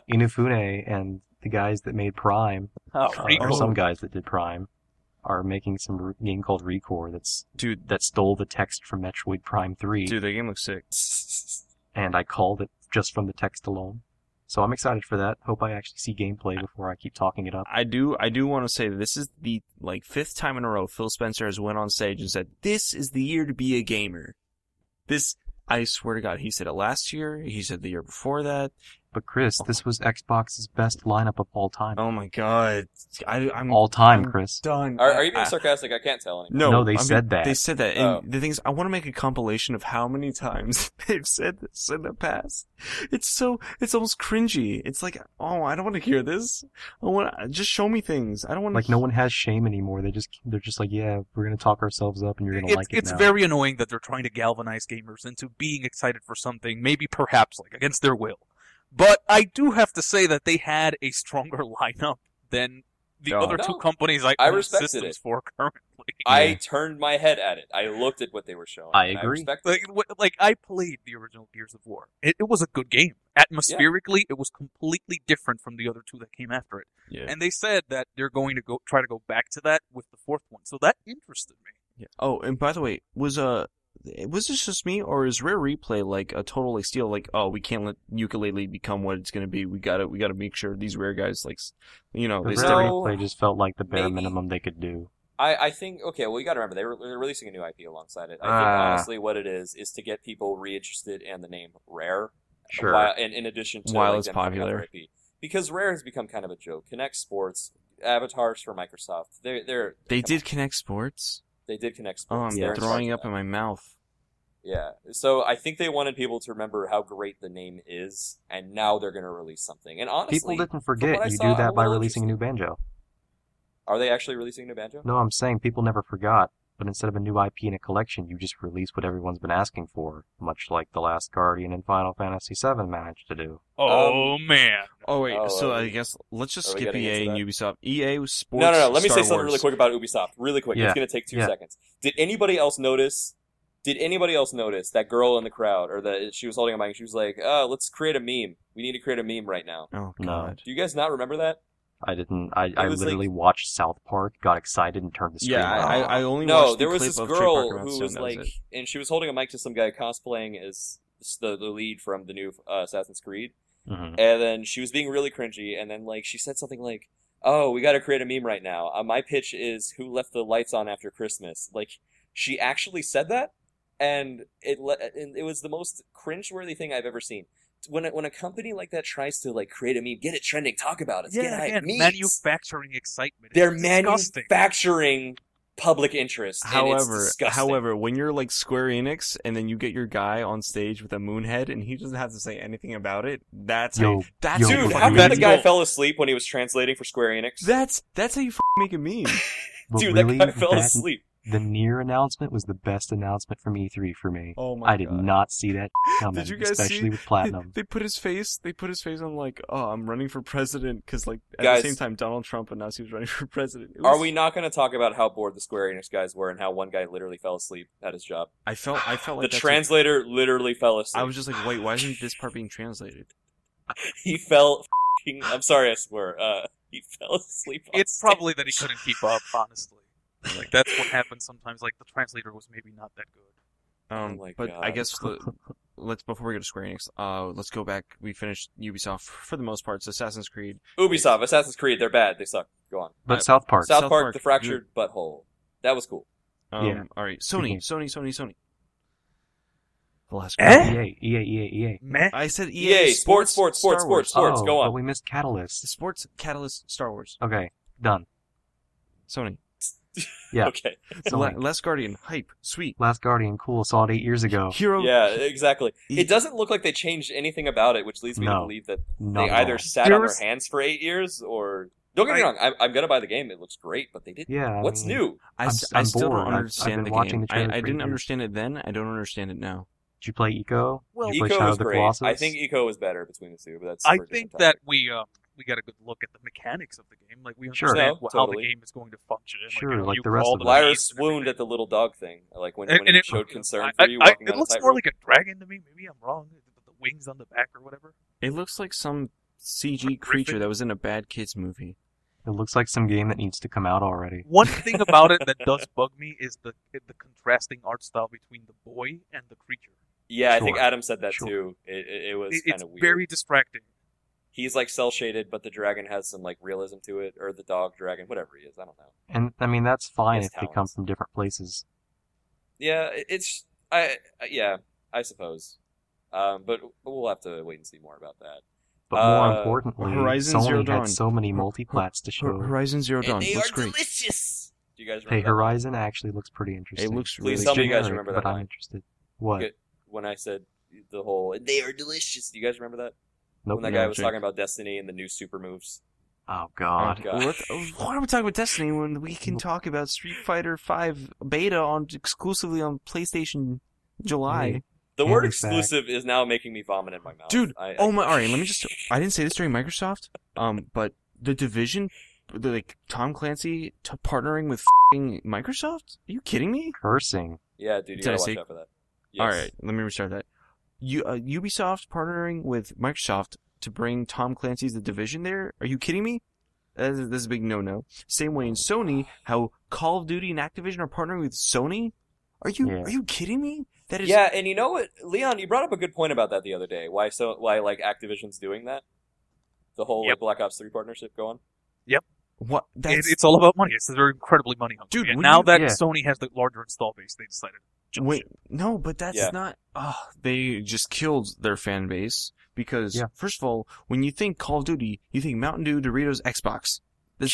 Speaker 11: Inufune and the guys that made Prime,
Speaker 14: Oh,
Speaker 11: uh,
Speaker 14: Rico.
Speaker 11: or some guys that did Prime, are making some r- game called Recore that's
Speaker 13: Dude.
Speaker 11: that stole the text from Metroid Prime Three,
Speaker 13: Dude, the game looks sick.
Speaker 11: and I called it just from the text alone. So I'm excited for that. Hope I actually see gameplay before I keep talking it up.
Speaker 13: I do. I do want to say that this is the like fifth time in a row Phil Spencer has went on stage and said, "This is the year to be a gamer." This, I swear to God, he said it last year. He said the year before that,
Speaker 11: But Chris, this was Xbox's best lineup of all time.
Speaker 13: Oh my god. I, I'm
Speaker 11: all time,
Speaker 13: I'm
Speaker 11: Chris.
Speaker 13: Done.
Speaker 12: Are, are you
Speaker 13: I-
Speaker 12: being sarcastic? I can't tell anymore.
Speaker 13: No,
Speaker 11: No, they
Speaker 13: I mean,
Speaker 11: said that.
Speaker 13: They said that, and
Speaker 12: Oh.
Speaker 13: the thing is, I want to make a compilation of how many times they've said this in the past. It's so, it's almost cringy. It's like, oh, I don't want to hear this. I want just show me things. I don't want
Speaker 11: Like no one has shame anymore. They just they're just like, yeah, we're gonna talk ourselves up, and you're gonna
Speaker 14: it's,
Speaker 11: like it
Speaker 14: it's
Speaker 11: now.
Speaker 14: very annoying that they're trying to galvanize gamers into being excited for something, maybe perhaps like against their will. But I do have to say that they had a stronger lineup than the
Speaker 13: No.
Speaker 14: other two
Speaker 12: No.
Speaker 14: companies I,
Speaker 12: I
Speaker 14: own
Speaker 12: respected
Speaker 14: systems
Speaker 12: it.
Speaker 14: for currently.
Speaker 12: I turned my head at it. I looked at what they were showing.
Speaker 11: I
Speaker 12: and
Speaker 11: agree.
Speaker 12: respect it.
Speaker 14: like, wh- like I played the original Gears of War. It, it was a good game. Atmospherically, it was completely different from the other two that came after it.
Speaker 13: Yeah.
Speaker 14: And they said that they're going to go try to go back to that with the fourth one. So that interested me.
Speaker 13: Yeah. Oh, and by the way, was uh, was this just me or is Rare Replay like a total like steal? Like, oh, we can't let ukulele become what it's gonna be. We gotta, we gotta make sure these rare guys like, s- you know,
Speaker 11: The
Speaker 13: they
Speaker 11: Rare
Speaker 13: step.
Speaker 12: No.
Speaker 11: replay just felt like the bare
Speaker 12: Maybe.
Speaker 11: minimum they could do.
Speaker 12: I, I think okay. Well, you got to remember they were, they're releasing a new IP alongside it. I think
Speaker 13: Ah.
Speaker 12: honestly, what it is is to get people reinterested in the name Rare.
Speaker 11: Sure.
Speaker 12: While, in, in addition to
Speaker 13: While
Speaker 12: like,
Speaker 13: it's
Speaker 12: them having
Speaker 13: popular.
Speaker 12: other IP. because Rare has become kind of a joke. Connect Sports, avatars for Microsoft. They're they're
Speaker 13: They
Speaker 12: come
Speaker 13: did
Speaker 12: on.
Speaker 13: connect sports.
Speaker 12: they did Connect
Speaker 13: Oh,
Speaker 12: Sports.
Speaker 13: I'm
Speaker 12: They're in charge
Speaker 13: throwing
Speaker 12: of
Speaker 13: up
Speaker 12: that.
Speaker 13: in my mouth.
Speaker 12: Yeah. So I think they wanted people to remember how great the name is, and now they're going to release something. And honestly,
Speaker 11: People didn't
Speaker 12: what I
Speaker 11: forget you
Speaker 12: saw,
Speaker 11: do
Speaker 12: I'm a
Speaker 11: that by
Speaker 12: little
Speaker 11: releasing a new banjo.
Speaker 12: are they actually releasing New Banjo?
Speaker 11: No, I'm saying people never forgot, but instead of a new IP and a collection, you just release what everyone's been asking for, much like The Last Guardian and Final Fantasy VII managed to do.
Speaker 14: Oh man.
Speaker 13: Oh wait,
Speaker 12: Um, Oh,
Speaker 13: so
Speaker 12: are
Speaker 13: I
Speaker 12: we-
Speaker 13: guess let's just
Speaker 12: are we
Speaker 13: skip
Speaker 12: getting
Speaker 13: EA
Speaker 12: into
Speaker 13: and Ubisoft. EA was sports.
Speaker 12: No, no, no. Let me
Speaker 13: Star
Speaker 12: say something
Speaker 13: Wars.
Speaker 12: really quick about Ubisoft, really quick.
Speaker 11: Yeah.
Speaker 12: It's going to take two
Speaker 11: Yeah.
Speaker 12: seconds. Did anybody else notice? Did anybody else notice that girl in the crowd, or that she was holding a mic? and She was like, "Uh, let's create a meme. We need to create a meme right now."
Speaker 13: Oh
Speaker 11: No.
Speaker 13: god.
Speaker 12: Do you guys not remember that?
Speaker 11: I didn't. I, I
Speaker 12: was like-
Speaker 11: literally watched South Park, got excited, and turned the screen
Speaker 13: Yeah, I,
Speaker 11: off.
Speaker 13: I I only
Speaker 12: No,
Speaker 13: watched
Speaker 12: there
Speaker 13: the
Speaker 12: was
Speaker 13: clip
Speaker 12: this
Speaker 13: of Trey
Speaker 12: girl
Speaker 13: Parker
Speaker 12: who
Speaker 13: Matson,
Speaker 12: was
Speaker 13: that was
Speaker 12: like,
Speaker 13: it.
Speaker 12: and she was holding a mic to some guy cosplaying as the, the lead from the new uh, Assassin's Creed,
Speaker 13: Mm-hmm.
Speaker 11: Mhm.
Speaker 12: and then she was being really cringy, and then like she said something like, "Oh, we got to create a meme right now. Uh, my pitch is who left the lights on after Christmas." Like she actually said that, and it le- and it was the most cringeworthy thing I've ever seen. When a, when a company like that tries to like create a meme, get it trending, talk about it, get
Speaker 14: Yeah,
Speaker 12: hype,
Speaker 14: again,
Speaker 12: memes.
Speaker 14: manufacturing excitement.
Speaker 12: They're
Speaker 14: It's disgusting.
Speaker 12: manufacturing public interest. and it's
Speaker 13: However,
Speaker 12: disgusting.
Speaker 13: however, when you're like Square Enix and then you get your guy on stage with a moon head and he doesn't have to say anything about it, that's how,
Speaker 11: Yo,
Speaker 13: you- that's
Speaker 11: yo,
Speaker 13: how you
Speaker 12: Dude,
Speaker 11: yo,
Speaker 12: how
Speaker 13: fucking
Speaker 12: come the
Speaker 13: make a
Speaker 12: guy
Speaker 13: meme.
Speaker 12: fell asleep when he was translating for Square Enix?
Speaker 13: That's that's how you fucking make a meme.
Speaker 11: But
Speaker 12: Dude,
Speaker 11: really,
Speaker 12: that guy fell
Speaker 11: that-
Speaker 12: asleep.
Speaker 11: The near announcement was the best announcement from E3 for me.
Speaker 13: Oh my
Speaker 11: I did
Speaker 13: god.
Speaker 11: not see that coming,
Speaker 13: Did you guys
Speaker 11: especially
Speaker 13: see?
Speaker 11: with
Speaker 13: they-
Speaker 11: platinum.
Speaker 13: They, put his face. They put his face on like, oh, I'm running for president because like at
Speaker 12: Guys.
Speaker 13: the same time Donald Trump announced he was running for president. It
Speaker 12: Are
Speaker 13: was-
Speaker 12: we not going to talk about how bored the Square Enix guys were and how one guy literally fell asleep at his job?
Speaker 13: I felt. I felt like
Speaker 12: the
Speaker 13: that's
Speaker 12: translator literally fell
Speaker 13: what-
Speaker 12: asleep.
Speaker 13: I was just like, wait, why isn't this part being translated?
Speaker 12: He fell. F***ing, I'm sorry, I swear. Uh, he fell asleep. on
Speaker 14: It's
Speaker 12: stage.
Speaker 14: probably that he couldn't keep up, honestly. Like that's what happens sometimes. Like the translator was maybe not that good.
Speaker 13: Um,
Speaker 12: Oh my
Speaker 13: but I
Speaker 12: God.
Speaker 13: guess the, let's before we go to Square Enix, uh, let's go back. We finished Ubisoft for the most part. It's Assassin's Creed.
Speaker 12: Ubisoft, Assassin's Creed. They're bad. They suck. Go on.
Speaker 11: But South Park.
Speaker 12: South,
Speaker 13: South
Speaker 12: Park,
Speaker 13: Park,
Speaker 12: the fractured butthole. That was cool.
Speaker 13: Um,
Speaker 11: Yeah.
Speaker 13: All right, Sony,
Speaker 11: Mhm.
Speaker 13: Sony, Sony, Sony. The last.
Speaker 14: Eh?
Speaker 11: EA, EA, EA, EA.
Speaker 14: Meh.
Speaker 13: I said EA,
Speaker 12: EA, E sports, sports,
Speaker 13: Star
Speaker 12: sports, sports,
Speaker 13: Wars.
Speaker 12: sports.
Speaker 11: oh,
Speaker 12: go
Speaker 11: but
Speaker 12: on.
Speaker 11: we missed Catalyst.
Speaker 13: Sports, Catalyst, Star Wars,
Speaker 11: Okay, done.
Speaker 13: Sony.
Speaker 11: yeah.
Speaker 12: Okay.
Speaker 11: It's
Speaker 13: La-
Speaker 11: only-
Speaker 13: Last Guardian, hype, sweet.
Speaker 11: Last Guardian, cool. Saw it eight years ago.
Speaker 13: Hero.
Speaker 12: Yeah, exactly.
Speaker 13: E-
Speaker 12: It doesn't look like they changed anything about it, which leads me to
Speaker 11: No.
Speaker 12: believe that
Speaker 11: No,
Speaker 12: they either sat on
Speaker 14: There's-
Speaker 12: their hands for eight years or don't get me
Speaker 14: I-
Speaker 12: wrong I'm, I'm gonna buy the game it looks great but they didn't
Speaker 11: Yeah. I
Speaker 12: what's
Speaker 11: mean,
Speaker 12: new
Speaker 13: I,
Speaker 11: I'm
Speaker 13: s-
Speaker 11: s-
Speaker 13: I
Speaker 11: I'm
Speaker 13: still
Speaker 11: bored.
Speaker 13: don't
Speaker 11: I've- I've
Speaker 13: understand
Speaker 11: been
Speaker 13: the
Speaker 11: watching
Speaker 13: game.
Speaker 11: the trailer
Speaker 13: I, I
Speaker 11: for
Speaker 13: didn't
Speaker 11: years.
Speaker 13: understand it then. I don't understand it now.
Speaker 11: Did you play Eco?
Speaker 14: Well,
Speaker 11: Did you play
Speaker 12: Eco
Speaker 11: Shadow
Speaker 12: was
Speaker 11: of the
Speaker 12: great
Speaker 11: Colossus?
Speaker 12: I think Eco was better between the two but that's
Speaker 14: I
Speaker 12: for a
Speaker 14: think
Speaker 12: different
Speaker 14: that
Speaker 12: topic.
Speaker 14: we um we got a good look at the mechanics of the game. Like we
Speaker 11: Sure.
Speaker 14: understand
Speaker 12: No,
Speaker 14: how
Speaker 12: totally.
Speaker 14: the game is going to function.
Speaker 11: Sure,
Speaker 14: like, how
Speaker 11: like
Speaker 14: you
Speaker 11: the rest
Speaker 14: call
Speaker 11: of
Speaker 14: the
Speaker 11: them.
Speaker 12: Lyra
Speaker 14: waves and
Speaker 12: swooned
Speaker 14: everything.
Speaker 12: at the little dog thing like when,
Speaker 14: And-
Speaker 12: when
Speaker 14: and
Speaker 12: it,
Speaker 14: it-
Speaker 12: showed concern
Speaker 14: I-
Speaker 12: for you
Speaker 14: I-
Speaker 12: walking
Speaker 14: it
Speaker 12: on
Speaker 14: looks
Speaker 12: a
Speaker 14: more
Speaker 12: tightrope.
Speaker 14: like a dragon to me. Maybe I'm wrong. The, the wings on the back or whatever.
Speaker 13: It looks like some CG
Speaker 14: Griffin.
Speaker 13: creature that was in a bad kids movie.
Speaker 11: It looks like some game that needs to come out already.
Speaker 14: One thing about it that does bug me is the the contrasting art style between the boy and the creature.
Speaker 12: yeah I think
Speaker 11: Sure.
Speaker 12: Adam said that
Speaker 11: Sure.
Speaker 12: too it, it, it was
Speaker 14: It-
Speaker 12: kind
Speaker 14: it's
Speaker 12: of weird
Speaker 14: very distracting.
Speaker 12: he's like cell shaded but the dragon has some like realism to it or the dog dragon whatever he is I don't know
Speaker 11: And I mean that's fine
Speaker 12: Yes,
Speaker 11: if they come
Speaker 12: talents.
Speaker 11: from different places.
Speaker 12: yeah it- it's I I- yeah I suppose um, but we'll have to wait and see more about that
Speaker 11: But more
Speaker 13: Uh,
Speaker 11: importantly,
Speaker 13: Horizon
Speaker 11: Sony
Speaker 13: Zero
Speaker 11: had
Speaker 13: Dawn.
Speaker 11: so many multiplats to show.
Speaker 13: Horizon Zero Dawn
Speaker 12: they
Speaker 13: looks
Speaker 12: are
Speaker 13: great.
Speaker 12: delicious. Do you guys
Speaker 11: Hey,
Speaker 12: remember? that?
Speaker 11: Horizon actually looks pretty interesting.
Speaker 13: looks
Speaker 12: Please
Speaker 13: really
Speaker 12: tell me you guys
Speaker 11: generic,
Speaker 12: remember
Speaker 11: but
Speaker 12: that
Speaker 11: I'm
Speaker 12: line.
Speaker 11: interested. What?
Speaker 12: Good. When I said the whole "they are delicious," do you guys remember that?
Speaker 11: Nope.
Speaker 12: when that
Speaker 11: No,
Speaker 12: guy was
Speaker 11: Jake.
Speaker 12: talking about Destiny and the new super moves.
Speaker 11: Oh God.
Speaker 12: Oh, God.
Speaker 13: What, why are we talking about Destiny when we can talk about Street Fighter Five beta on exclusively on PlayStation July?
Speaker 12: The word
Speaker 13: Hand is back.
Speaker 12: "exclusive" is now making me vomit in my mouth,
Speaker 13: Dude,
Speaker 12: I, I-
Speaker 13: oh my! All right, let me just. I didn't say this during Microsoft, um, but the division, the, like Tom Clancy t- partnering with fing Microsoft. Are you kidding me?
Speaker 11: Cursing.
Speaker 12: Yeah, dude, you
Speaker 13: Did I
Speaker 12: gotta watch
Speaker 13: say-
Speaker 12: out for that.
Speaker 13: All
Speaker 12: Yes.
Speaker 13: right, let me restart that. You, uh, Ubisoft partnering with Microsoft to bring Tom Clancy's The Division there? Are you kidding me? That is, that's a big no-no. Same way in Sony, how Call of Duty and Activision are partnering with Sony. Are you
Speaker 11: Yeah.
Speaker 13: are you kidding me? That is
Speaker 12: yeah, and you know what, Leon, you brought up a good point about that the other day. Why so? Why like Activision's doing that? The whole like Black Ops Three partnership going.
Speaker 13: what
Speaker 14: It,
Speaker 13: that's
Speaker 14: it's all about money. It's they're incredibly money hungry.
Speaker 13: Dude,
Speaker 14: And
Speaker 13: would
Speaker 14: now
Speaker 13: you-
Speaker 14: that
Speaker 13: Yeah.
Speaker 14: Sony has the larger install base, they decided. to jump
Speaker 13: Wait,
Speaker 14: ship.
Speaker 13: no, but that's
Speaker 14: Yeah.
Speaker 13: not. Oh, they just killed their fan base because first of all, when you think Call of Duty, you think Mountain Dew, Doritos, Xbox.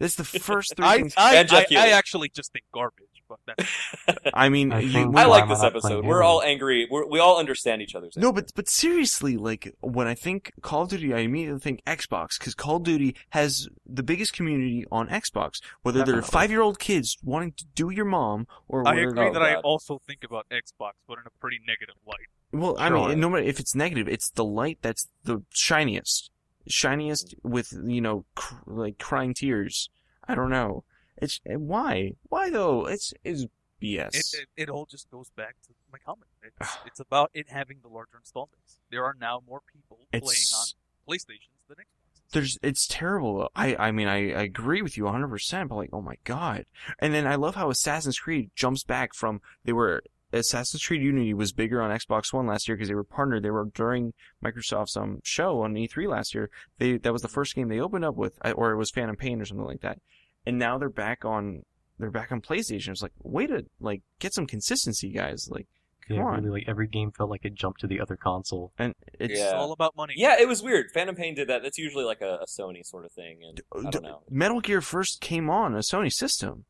Speaker 13: This that's the first three.
Speaker 14: I,
Speaker 13: things-
Speaker 14: I, I, I actually just think garbage, but that's
Speaker 13: I mean,
Speaker 11: I
Speaker 13: you-
Speaker 11: think
Speaker 12: I like
Speaker 11: I'm
Speaker 12: this
Speaker 11: not
Speaker 12: episode.
Speaker 11: playing
Speaker 12: We're
Speaker 11: Halo.
Speaker 12: all angry. We're, we all understand each other's.
Speaker 13: No, but but seriously, like when I think Call of Duty, I immediately think Xbox because Call of Duty has the biggest community on Xbox. Whether they're
Speaker 14: Definitely.
Speaker 13: five-year-old kids wanting to do your mom, or
Speaker 14: I
Speaker 13: whether
Speaker 14: agree
Speaker 13: they're-
Speaker 14: that I also think about Xbox, but in a pretty negative light.
Speaker 13: Well, I
Speaker 14: Sure.
Speaker 13: mean, no matter if it's negative, it's the light that's the shiniest, shiniest with you know, cr- like crying tears. I don't know. It's and why, why though? It's is BS.
Speaker 14: It, it, it all just goes back to my comment. It's, it's about it having the larger install base. There are now more people
Speaker 13: It's-
Speaker 14: playing on PlayStations than Xbox.
Speaker 13: There's, it's terrible. though. I, I mean, I, I agree with you 100%, but like, oh my god. And then I love how Assassin's Creed jumps back from, they were, Assassin's Creed Unity was bigger on Xbox One last year because they were partnered. They were during Microsoft's um, show on E3 last year. They, that was the first game they opened up with, I- or it was Phantom Pain or something like that. And now they're back on, they're back on PlayStation. It's like, way to, like, get some consistency, guys. Like, come
Speaker 11: Yeah,
Speaker 13: on.
Speaker 11: really, like every game felt like it jumped to the other console.
Speaker 13: And it's
Speaker 14: about money.
Speaker 12: Yeah, it was weird. Phantom Pain did that. That's usually like a, a Sony sort of thing, and I don't know.
Speaker 13: Metal Gear first came on a Sony system.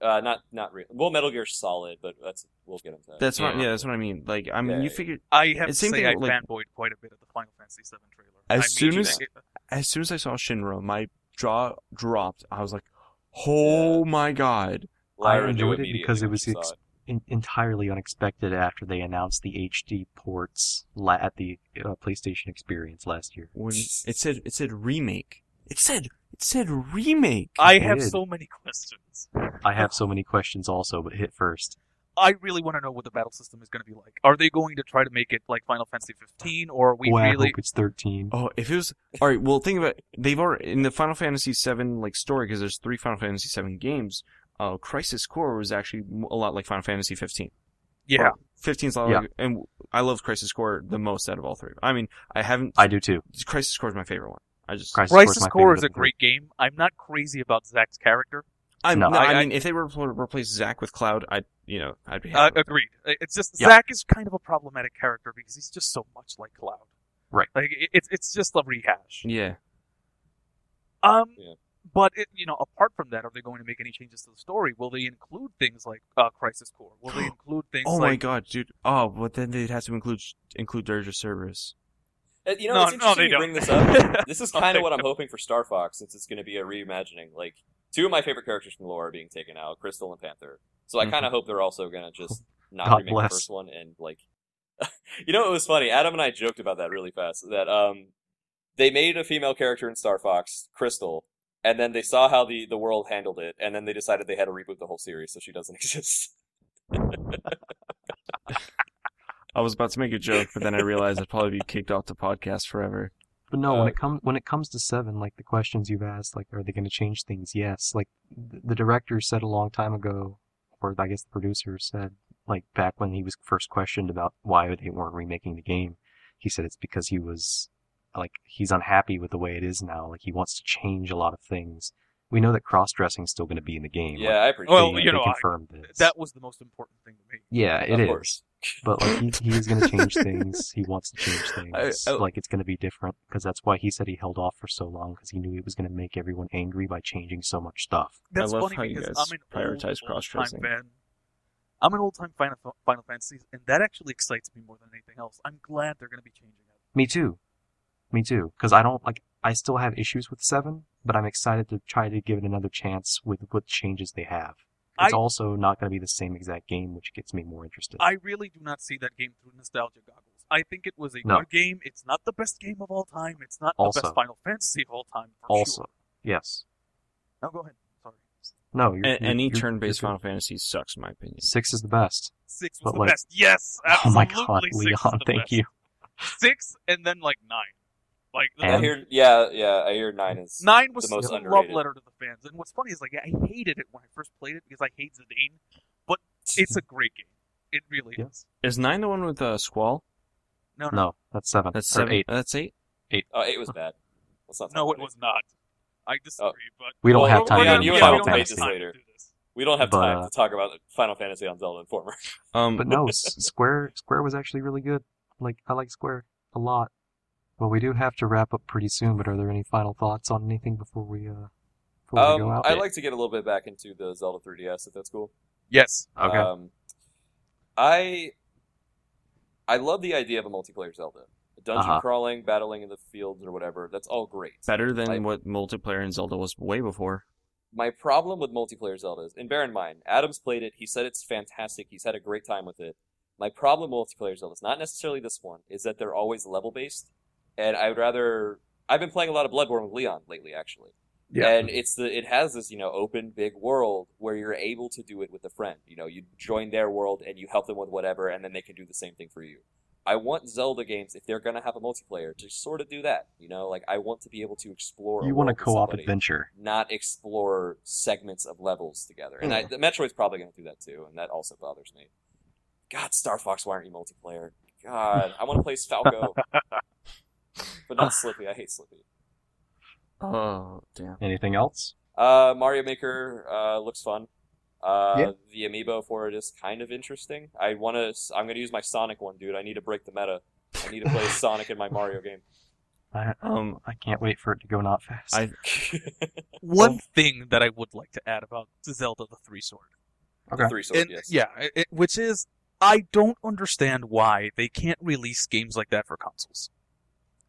Speaker 12: Uh, not not real. Well, Metal Gear Solid, but that's we'll get into that.
Speaker 13: That's what, yeah, that's what I mean. Like, I mean, you figure.
Speaker 14: I have to
Speaker 13: it's same
Speaker 14: say
Speaker 13: thing,
Speaker 14: I
Speaker 13: like,
Speaker 14: fanboyed quite a bit at the Final Fantasy VII trailer. I
Speaker 13: as
Speaker 14: mean,
Speaker 13: soon
Speaker 14: you
Speaker 13: as
Speaker 14: think-
Speaker 13: as soon as I saw Shinra, my jaw dropped. I was like, "Oh my god!"
Speaker 11: I enjoyed it because it was ex- en- entirely unexpected after they announced the HD ports la- at the uh, PlayStation Experience last year.
Speaker 13: when it said it said remake. It said it said remake.
Speaker 14: I have
Speaker 11: Weird.
Speaker 14: so many questions.
Speaker 11: I have so many questions also, but hit first.
Speaker 14: I really want to know what the battle system is going to be like. Are they going to try to make it like Final Fantasy 15, or are we
Speaker 11: Boy, I
Speaker 14: really?
Speaker 11: hope it's 13.
Speaker 13: Oh, if it was all right. Well, think about it. they've already in the Final Fantasy VII like story because there's three Final Fantasy VII games. Uh, Crisis Core was actually m- a lot like Final Fantasy 15.
Speaker 14: Yeah.
Speaker 13: 15's a lot
Speaker 11: Yeah.
Speaker 13: like, and I love Crisis Core the most out of all three. I mean, I haven't.
Speaker 11: I do too.
Speaker 13: Crisis Core is my favorite one. I just
Speaker 11: Crisis
Speaker 14: Crisis Core is a great game. I'm not crazy about Zack's character.
Speaker 13: I'm, no, I,
Speaker 14: I-
Speaker 13: mean, if they were to replace Zach with Cloud, I would you know I'd be
Speaker 14: Uh,
Speaker 13: happy.
Speaker 14: agreed. It's just
Speaker 13: Yeah.
Speaker 14: Zack is kind of a problematic character because he's just so much like Cloud.
Speaker 11: Right.
Speaker 14: Like it- it's it's just a rehash.
Speaker 13: yeah.
Speaker 14: Um, but it, you know, apart from that, are they going to make any changes to the story? Will they include things like uh, Crisis Core? Will they include things?
Speaker 13: Oh my
Speaker 14: like,
Speaker 13: god, dude. Oh, but then they'd have to include include Dirge of Cerberus.
Speaker 12: Uh, You know,
Speaker 14: No,
Speaker 12: it's
Speaker 14: no,
Speaker 12: interesting
Speaker 14: they
Speaker 12: you
Speaker 14: don't.
Speaker 12: bring this up. This is
Speaker 14: No,
Speaker 12: kind
Speaker 14: they
Speaker 12: of what I'm
Speaker 14: don't.
Speaker 12: hoping for Star Fox, since it's going to be a reimagining. Like two of my favorite characters from lore are being taken out, Crystal and Panther. So
Speaker 14: Mm-hmm.
Speaker 12: I kind of hope they're also going to just
Speaker 14: Oh,
Speaker 12: not
Speaker 11: God
Speaker 12: remake
Speaker 11: bless.
Speaker 12: the first one and like. you know, it was funny. Adam and I joked about that really fast. That um, they made a female character in Star Fox, Crystal, and then they saw how the the world handled it, and then they decided they had to reboot the whole series, so she doesn't exist.
Speaker 13: I was about to make a joke, but then I realized I'd probably be kicked off the podcast forever.
Speaker 11: But no,
Speaker 12: Oh.
Speaker 11: when it comes when it comes to seven, like the questions you've asked, like are they going to change things? Yes, like th- the director said a long time ago, or I guess the producer said, like back when he was first questioned about why they weren't remaking the game, he said it's because he was like he's unhappy with the way it is now. Like he wants to change a lot of things. We know that cross dressing is still going to be in the game.
Speaker 12: Yeah, I appreciate
Speaker 11: Well,
Speaker 12: that.
Speaker 11: they,
Speaker 12: you know,
Speaker 11: they
Speaker 12: I-
Speaker 11: confirmed it.
Speaker 14: That was the most important thing to me.
Speaker 11: Yeah, it
Speaker 12: Of
Speaker 11: is.
Speaker 12: course.
Speaker 11: But like he, he's going to change things. He wants to change things.
Speaker 13: I- I-
Speaker 14: oh.
Speaker 11: like it's going to be different because that's why he said he held off for so long because he knew he was going to make everyone angry by changing so much stuff.
Speaker 14: That's
Speaker 13: I love
Speaker 14: funny
Speaker 13: how you
Speaker 14: because
Speaker 13: guys
Speaker 14: I'm an
Speaker 13: prioritize cross
Speaker 14: old-time
Speaker 13: dressing.
Speaker 14: fan. I'm an old-time fan of Final Fantasy, and that actually excites me more than anything else. I'm glad they're going to be changing it.
Speaker 11: Me too. Me too. Because I don't like. I still have issues with seven, but I'm excited to try to give it another chance with what changes they have. It's
Speaker 14: I-
Speaker 11: also not going to be the same exact game, which gets me more interested.
Speaker 14: I really do not see that game through nostalgia goggles. I think it was a
Speaker 11: No.
Speaker 14: good game. It's not the best game of all time. It's not
Speaker 11: Also-
Speaker 14: the best Final Fantasy of all time. For
Speaker 11: also,
Speaker 14: sure.
Speaker 11: yes.
Speaker 14: No, go ahead. Sorry.
Speaker 11: No, you're,
Speaker 13: A-
Speaker 11: you're-
Speaker 13: any
Speaker 11: you're-
Speaker 13: turn-based
Speaker 11: you're
Speaker 13: Final Fantasy sucks, in my opinion.
Speaker 11: Six is the best.
Speaker 14: Six was
Speaker 11: But,
Speaker 14: the
Speaker 11: like-
Speaker 14: best. Yes,
Speaker 11: Oh my
Speaker 14: absolutely.
Speaker 11: god,
Speaker 14: six
Speaker 11: Leon,
Speaker 14: is the
Speaker 11: thank
Speaker 14: best.
Speaker 11: you.
Speaker 14: Six and then like nine. Like the-
Speaker 12: I hear, yeah, yeah, I hear nine is
Speaker 14: Nine was
Speaker 12: the most
Speaker 14: a love
Speaker 12: underrated.
Speaker 14: letter to the fans, and what's funny is like I hated it when I first played it because I hate Zidane, but it's a great game. It really is.
Speaker 13: Is nine the one with uh, Squall?
Speaker 14: No, no,
Speaker 11: No, that's seven.
Speaker 13: That's
Speaker 11: or
Speaker 13: seven.
Speaker 11: eight.
Speaker 13: That's eight.
Speaker 12: Oh, eight was bad. Let's not talk
Speaker 14: no,
Speaker 12: about Oh.
Speaker 14: it was not. I disagree, but
Speaker 11: We don't
Speaker 12: Well,
Speaker 11: have time.
Speaker 12: Leon,
Speaker 11: to
Speaker 12: you
Speaker 11: do
Speaker 12: and I will
Speaker 11: Final
Speaker 12: debate this
Speaker 11: Fantasy.
Speaker 12: later. We don't have
Speaker 11: But,
Speaker 12: time
Speaker 11: uh,
Speaker 12: to talk about Final Fantasy on Zelda Informer.
Speaker 13: Um,
Speaker 11: But no, S- Square Square was actually really good. Like I like Square a lot. Well, we do have to wrap up pretty soon. But are there any final thoughts on anything before we uh before we go
Speaker 12: Um,
Speaker 11: out?
Speaker 12: I'd like to get a little bit back into the Zelda 3DS if that's cool.
Speaker 14: Yes.
Speaker 11: Okay.
Speaker 12: Um, I I love the idea of a multiplayer Zelda. Dungeon
Speaker 11: Uh-huh.
Speaker 12: crawling, battling in the fields or whatever. That's all great.
Speaker 13: better than
Speaker 12: Like-
Speaker 13: what multiplayer in Zelda was way before.
Speaker 12: my problem with multiplayer Zelda is, and bear in mind, Adam's played it. He said it's fantastic. He's had a great time with it. My problem with multiplayer Zelda is not necessarily this one, is that they're always level based, and I would rather. I've been playing a lot of Bloodborne with Leon lately, actually.
Speaker 10: Yeah.
Speaker 12: And it's the it has this you know open big world where you're able to do it with a friend. You know, you join their world and you help them with whatever, and then they can do the same thing for you. I want Zelda games if they're gonna have a multiplayer to sort of do that. You know, like I want to be able to explore.
Speaker 11: you
Speaker 12: want
Speaker 11: want a co-op adventure?
Speaker 12: not explore segments of levels together. And I, the Metroid's probably going to do that too, and that also bothers me. God, Star Fox, why aren't you multiplayer? God, I want to play as Falco, but not Slippy. I hate Slippy.
Speaker 13: Oh damn!
Speaker 11: Anything else?
Speaker 12: Uh, Mario Maker uh, looks fun. Uh,
Speaker 5: Yeah.
Speaker 12: The amiibo for it is kind of interesting. I want to. I'm going to use my Sonic one, dude. I need to break the meta. I need to play as Sonic in my Mario game.
Speaker 11: I
Speaker 13: Um,
Speaker 11: I can't wait for it to go not fast.
Speaker 13: I
Speaker 14: One thing that I would like to add about Zelda: The Three Sword.
Speaker 11: Okay.
Speaker 12: Three sword,
Speaker 14: And-
Speaker 12: yes.
Speaker 14: Yeah, it- it- which is I don't understand why they can't release games like that for consoles.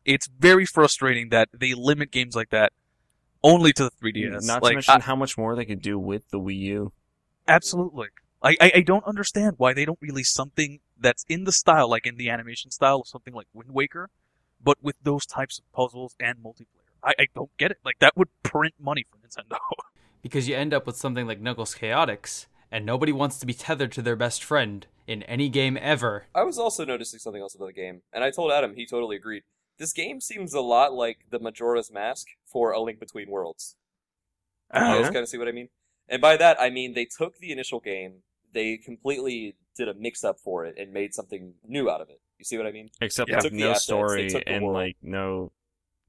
Speaker 14: It's very frustrating that they limit games like that only to the 3DS.
Speaker 13: Not
Speaker 14: Like,
Speaker 13: to mention
Speaker 14: I-
Speaker 13: how much more they could do with the Wii U.
Speaker 14: absolutely. I, I I don't understand why they don't release something that's in the style, like in the animation style of something like Wind Waker, but with those types of puzzles and multiplayer. I, I don't get it. Like that would print money for Nintendo.
Speaker 15: because you end up with something like Knuckles Chaotix, and nobody wants to be tethered to their best friend in any game ever.
Speaker 12: I was also noticing something else about the game, and I told Adam, he totally agreed. This game seems a lot like the Majora's Mask for A Link Between Worlds. You
Speaker 13: Uh-huh.
Speaker 12: guys kind of see what I mean? And by that, I mean they took the initial game, they completely did a mix up for it, and made something new out of it. You see what I mean?
Speaker 13: Except
Speaker 12: Yeah.
Speaker 13: with
Speaker 12: Took the
Speaker 13: no
Speaker 12: assets, they
Speaker 13: story
Speaker 12: took the
Speaker 13: and
Speaker 12: world.
Speaker 13: like no,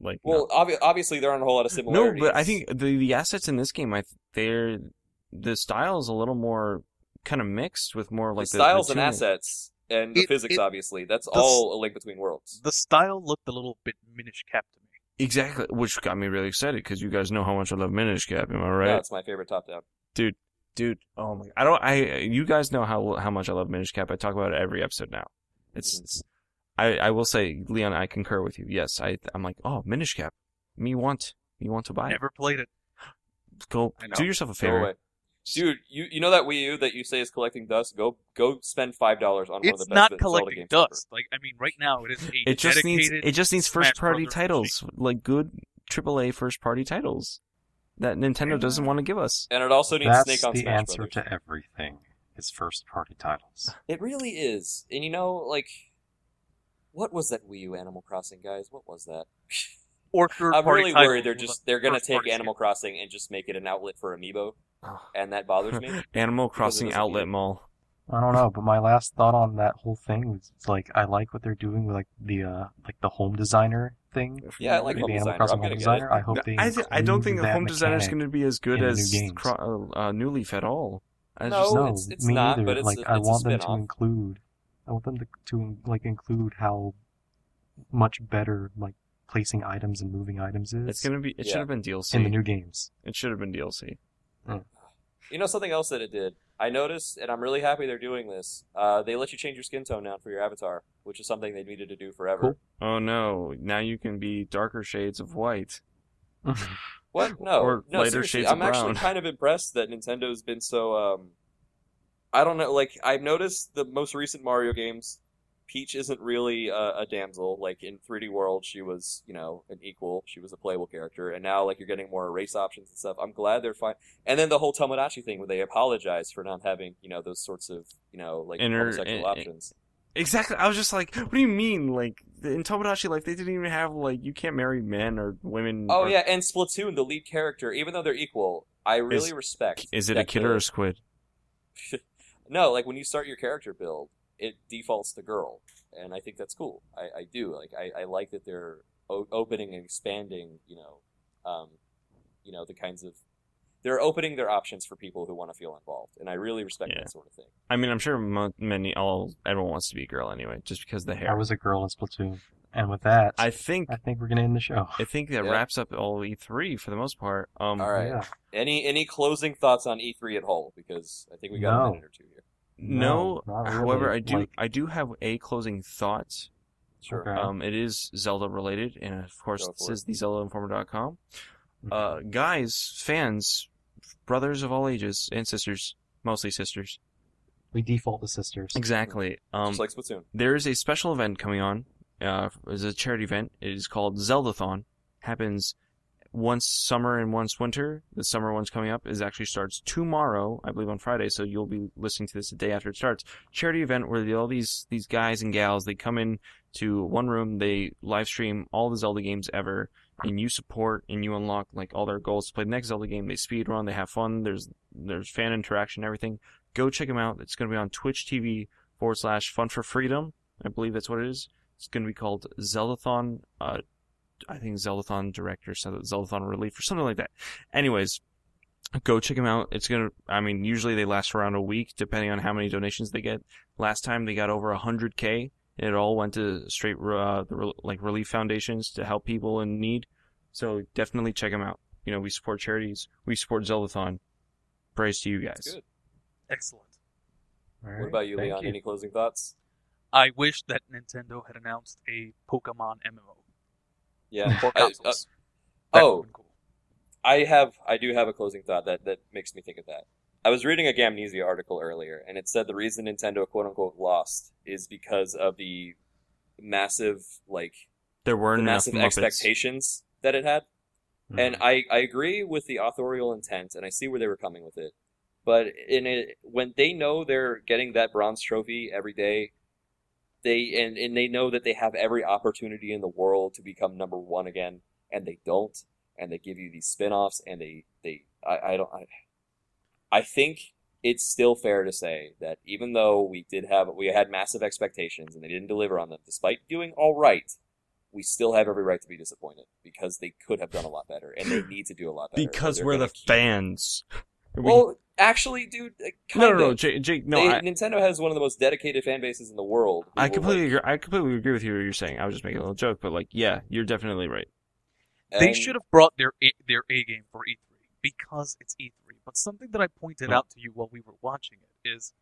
Speaker 13: like
Speaker 12: Well,
Speaker 13: no.
Speaker 12: obvi- obviously, there aren't a whole lot of
Speaker 13: No,
Speaker 12: similarities.
Speaker 13: but I think the the assets in this game, I th- they're the style is a little more kind of mixed with more like
Speaker 12: the styles and
Speaker 13: tuning.
Speaker 12: assets and the
Speaker 14: It-
Speaker 12: physics,
Speaker 14: it-
Speaker 12: obviously, that's
Speaker 14: the s-
Speaker 12: all A Link Between Worlds.
Speaker 14: the style looked a little bit Minish Cap to me.
Speaker 13: Exactly, which got me really excited because you guys know how much I love Minish Cap. Am I right,
Speaker 12: That's my favorite top down.
Speaker 13: dude? Oh my, I don't. I you guys know how how much I love Minish Cap. I talk about it every episode now.
Speaker 14: Mm-hmm.
Speaker 13: It's, it's I I will say, Leon, I concur with you. Yes, I I'm like, oh, Minish Cap, me want me want to buy. it.
Speaker 14: Never played it.
Speaker 13: Go
Speaker 14: I know.
Speaker 13: do yourself a
Speaker 12: Go
Speaker 13: favor.
Speaker 12: away. Dude, you, you know that Wii U that you say is collecting dust? Go go spend five dollars on one of the
Speaker 14: It's
Speaker 12: best
Speaker 14: not
Speaker 12: Zelda
Speaker 14: collecting
Speaker 12: games ever.
Speaker 14: dust. Like I mean, right now it is a
Speaker 13: It just needs
Speaker 14: dedicated
Speaker 13: it just needs
Speaker 14: Smash
Speaker 13: first party
Speaker 14: Brothers
Speaker 13: titles, like good AAA first party titles that Nintendo doesn't want to give us.
Speaker 12: And it also needs
Speaker 11: That's
Speaker 12: Snake on
Speaker 11: the
Speaker 12: Smash
Speaker 11: answer
Speaker 12: Brothers.
Speaker 11: to everything. Is first party titles.
Speaker 12: It really is. And you know, like, what was that Wii U Animal Crossing, guys? What was that?
Speaker 14: or third
Speaker 12: I'm
Speaker 14: party
Speaker 12: really
Speaker 14: titles
Speaker 12: worried they're
Speaker 14: with
Speaker 12: just
Speaker 14: a
Speaker 12: they're gonna
Speaker 14: first party
Speaker 12: take Animal
Speaker 14: skin.
Speaker 12: Crossing and just make it an outlet for Amiibo, and that bothers me.
Speaker 13: Animal
Speaker 12: Because it
Speaker 13: Crossing
Speaker 12: doesn't
Speaker 13: Outlet
Speaker 12: need-
Speaker 13: Mall.
Speaker 11: I don't know, but my last thought on that whole thing was it's like I like what they're doing with like the uh like the home designer thing.
Speaker 12: Yeah, I like
Speaker 11: the
Speaker 12: home
Speaker 11: Animal
Speaker 12: designer.
Speaker 11: Crossing
Speaker 12: I'm
Speaker 11: home
Speaker 12: gonna get
Speaker 11: designer.
Speaker 12: it.
Speaker 11: I hope they.
Speaker 13: I, th- I don't
Speaker 11: include
Speaker 13: think the
Speaker 11: that
Speaker 13: home designer is
Speaker 11: mechanic.
Speaker 13: going to be as good
Speaker 11: in the
Speaker 13: as
Speaker 11: new games.
Speaker 13: Cro- uh, New Leaf at all. I
Speaker 12: No,
Speaker 13: just-
Speaker 11: No,
Speaker 12: it's- it's
Speaker 11: me
Speaker 12: not,
Speaker 11: neither.
Speaker 12: but it's
Speaker 11: like
Speaker 12: a-
Speaker 11: I
Speaker 12: it's a
Speaker 11: want them to
Speaker 12: spin-off.
Speaker 11: include
Speaker 16: I want them to, to like include how much better like placing items and moving items is.
Speaker 13: It's gonna be. It should have been DLC
Speaker 16: in the new games.
Speaker 13: It should have been DLC.
Speaker 12: You know something else that it did. I noticed, and I'm really happy they're doing this. Uh, they let you change your skin tone now for your avatar, which is something they needed to do forever.
Speaker 13: Oh no! Now you can be darker shades of white.
Speaker 12: What? No,
Speaker 13: Or
Speaker 12: no.
Speaker 13: lighter
Speaker 12: seriously,
Speaker 13: shades of
Speaker 12: I'm actually
Speaker 13: brown.
Speaker 12: kind of impressed that Nintendo's been so. Um, I don't know. Like I've noticed the most recent Mario games, Peach isn't really a, a damsel. Like in 3D World, she was you know an equal. She was a playable character, and now like you're getting more race options and stuff. I'm glad they're fine. And then the whole Tomodachi thing, where they apologize for not having you know those sorts of you know like
Speaker 13: Inter-
Speaker 12: homosexual
Speaker 13: in-
Speaker 12: options.
Speaker 13: Exactly. I was just like, what do you mean? Like in Tomodachi Life, they didn't even have like you can't marry men or women.
Speaker 12: Oh
Speaker 13: or-
Speaker 12: yeah, and Splatoon, the lead character, even though they're equal, I really
Speaker 13: Is-
Speaker 12: respect.
Speaker 13: Is it a
Speaker 12: that
Speaker 13: kid
Speaker 12: they-
Speaker 13: or a squid?
Speaker 12: no, like when you start your character build, it defaults to girl, and I think that's cool. I, I do like I, I like that they're o- opening and expanding. You know, um, you know the kinds of they're opening their options for people who want to feel involved, and I really respect that sort of thing.
Speaker 13: I mean, I'm sure mo- many all everyone wants to be a girl anyway, just because of the hair.
Speaker 16: I was a girl in Splatoon, and with that,
Speaker 13: I think
Speaker 16: I think we're gonna end the
Speaker 12: Oh,
Speaker 16: show.
Speaker 13: I think that wraps up all E3 for the most part. Um,
Speaker 12: All right. Any any closing thoughts on E3 at whole? Because I think we got a
Speaker 13: No.
Speaker 12: minute or two here.
Speaker 13: No,
Speaker 12: No, not
Speaker 13: however,
Speaker 12: really.
Speaker 13: I do
Speaker 12: Like-
Speaker 13: I do have a closing thought.
Speaker 12: Sure. Okay.
Speaker 13: Um, it is Zelda related, and of course,
Speaker 12: Go
Speaker 13: this
Speaker 12: for
Speaker 13: is the ZeldaInformer.com.
Speaker 12: Mm-hmm.
Speaker 13: Uh, guys, fans, brothers of all ages and sisters, mostly sisters.
Speaker 16: We default to sisters.
Speaker 13: Exactly. Um,
Speaker 12: Just like Splatoon.
Speaker 13: There is a special event coming on. Uh, it's a charity event. It is called Zeldathon. Happens once summer and once winter. The summer one's coming up is actually starts tomorrow, I believe on Friday. So you'll be listening to this the day after it starts. Charity event where the- all these these guys and gals they come in to one room. They live stream all the Zelda games ever, and you support and you unlock like all their goals to play the next Zelda game. They speed run. They have fun. There's there's fan interaction. Everything. Go check them out. It's going to be on Twitch TV forward slash Fun for Freedom. I believe that's what it is. It's going to be called Zeldathon. Uh, I think Zeldathon Director, so- Zeldathon Relief, or something like that. Anyways, go check them out. It's gonna. I mean, usually they last around a week, depending on how many donations they get. Last time they got over hundred k. It all went to straight uh, the rel- like relief foundations to help people in need. So definitely check them out. You know, we support charities. We support Zeldathon. Praise to you guys.
Speaker 12: Good.
Speaker 14: Excellent.
Speaker 12: What about you,
Speaker 13: Thank
Speaker 12: Leon?
Speaker 13: you.
Speaker 12: Any closing thoughts?
Speaker 14: I wish that Nintendo had announced a Pokemon MMO.
Speaker 12: Yeah.
Speaker 14: For
Speaker 12: I- uh,
Speaker 14: consoles.
Speaker 12: oh, I have. I do have a closing thought that that makes me think of that. I was reading a Gamnesia article earlier, and it said the reason Nintendo "quote unquote" lost is because of the massive like
Speaker 13: There weren't
Speaker 12: the
Speaker 13: enough
Speaker 12: massive
Speaker 13: Muppets. Hmm.
Speaker 12: expectations that it had. And I, I agree with the authorial intent, and I see where they were coming with it. But in it, when they know they're getting that bronze trophy every day, they and, and they know that they have every opportunity in the world to become number one again, and they don't. And they give you these spin-offs, and they they I, I don't I, I think it's still fair to say that even though we did have we had massive expectations and they didn't deliver on them, despite doing all right, we still have every right to be disappointed because they could have done a lot better and they need to do a lot better. or
Speaker 13: Because
Speaker 12: they're
Speaker 13: we're
Speaker 12: gonna-
Speaker 13: the fans. We-
Speaker 12: well, actually, dude, uh, kinda.
Speaker 13: no, no, no, Jake, Jake no.
Speaker 12: They-
Speaker 13: I,
Speaker 12: Nintendo has one of the most dedicated fan bases in the world. who
Speaker 13: I
Speaker 12: will,
Speaker 13: completely agree. I completely agree with you. What you're saying. I was just making a little joke, but like, yeah, you're definitely right.
Speaker 14: They should have brought their A, their A game for E3 because it's E3. But something that I
Speaker 16: Hmm.
Speaker 14: pointed out to you while we were watching it is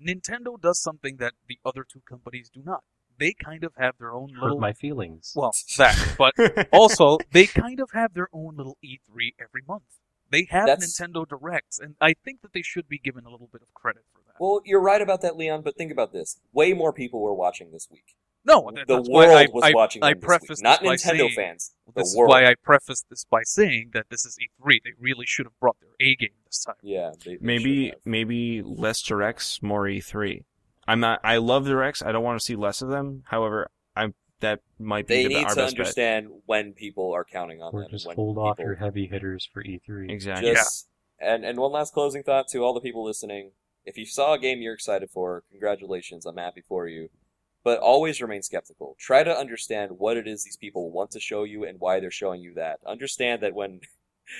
Speaker 14: Nintendo does something that the other two companies do not. They kind of have their own
Speaker 16: Hurt
Speaker 14: little
Speaker 16: my feelings.
Speaker 14: Well, that. But also, they kind of have their own little E3 every month. They have
Speaker 12: That's-
Speaker 14: Nintendo Directs, and I think that they should be given a little bit of credit for that.
Speaker 12: Well, you're right about that, Leon. But think about this: way more people were watching this week.
Speaker 14: No,
Speaker 12: the
Speaker 14: that- that's
Speaker 12: world
Speaker 14: why I,
Speaker 12: was
Speaker 14: I,
Speaker 12: watching
Speaker 14: I
Speaker 12: them this week.
Speaker 14: prefaced
Speaker 12: not
Speaker 14: this by
Speaker 12: Nintendo
Speaker 14: saying-
Speaker 12: fans.
Speaker 14: Well,
Speaker 12: The
Speaker 14: this
Speaker 12: world.
Speaker 14: is why I prefaced this by saying that this is E3. They really should have brought their A game this time.
Speaker 12: Yeah,
Speaker 13: Maybe maybe less directs, more E3. I'm not. I love directs. I don't want to see less of them. However, I that might be
Speaker 12: they
Speaker 13: the,
Speaker 12: need
Speaker 13: our
Speaker 12: to
Speaker 13: best bet.
Speaker 12: understand when people are counting on
Speaker 16: Or
Speaker 12: them.
Speaker 16: just
Speaker 12: when
Speaker 16: hold off
Speaker 12: people-
Speaker 16: your heavy hitters for
Speaker 11: E
Speaker 16: E3.
Speaker 13: Exactly.
Speaker 12: Just, and and one last closing thought to all the people listening: if you saw a game you're excited for, congratulations, I'm happy for you. But always remain skeptical. Try to understand what it is these people want to show you and why they're showing you that. Understand that when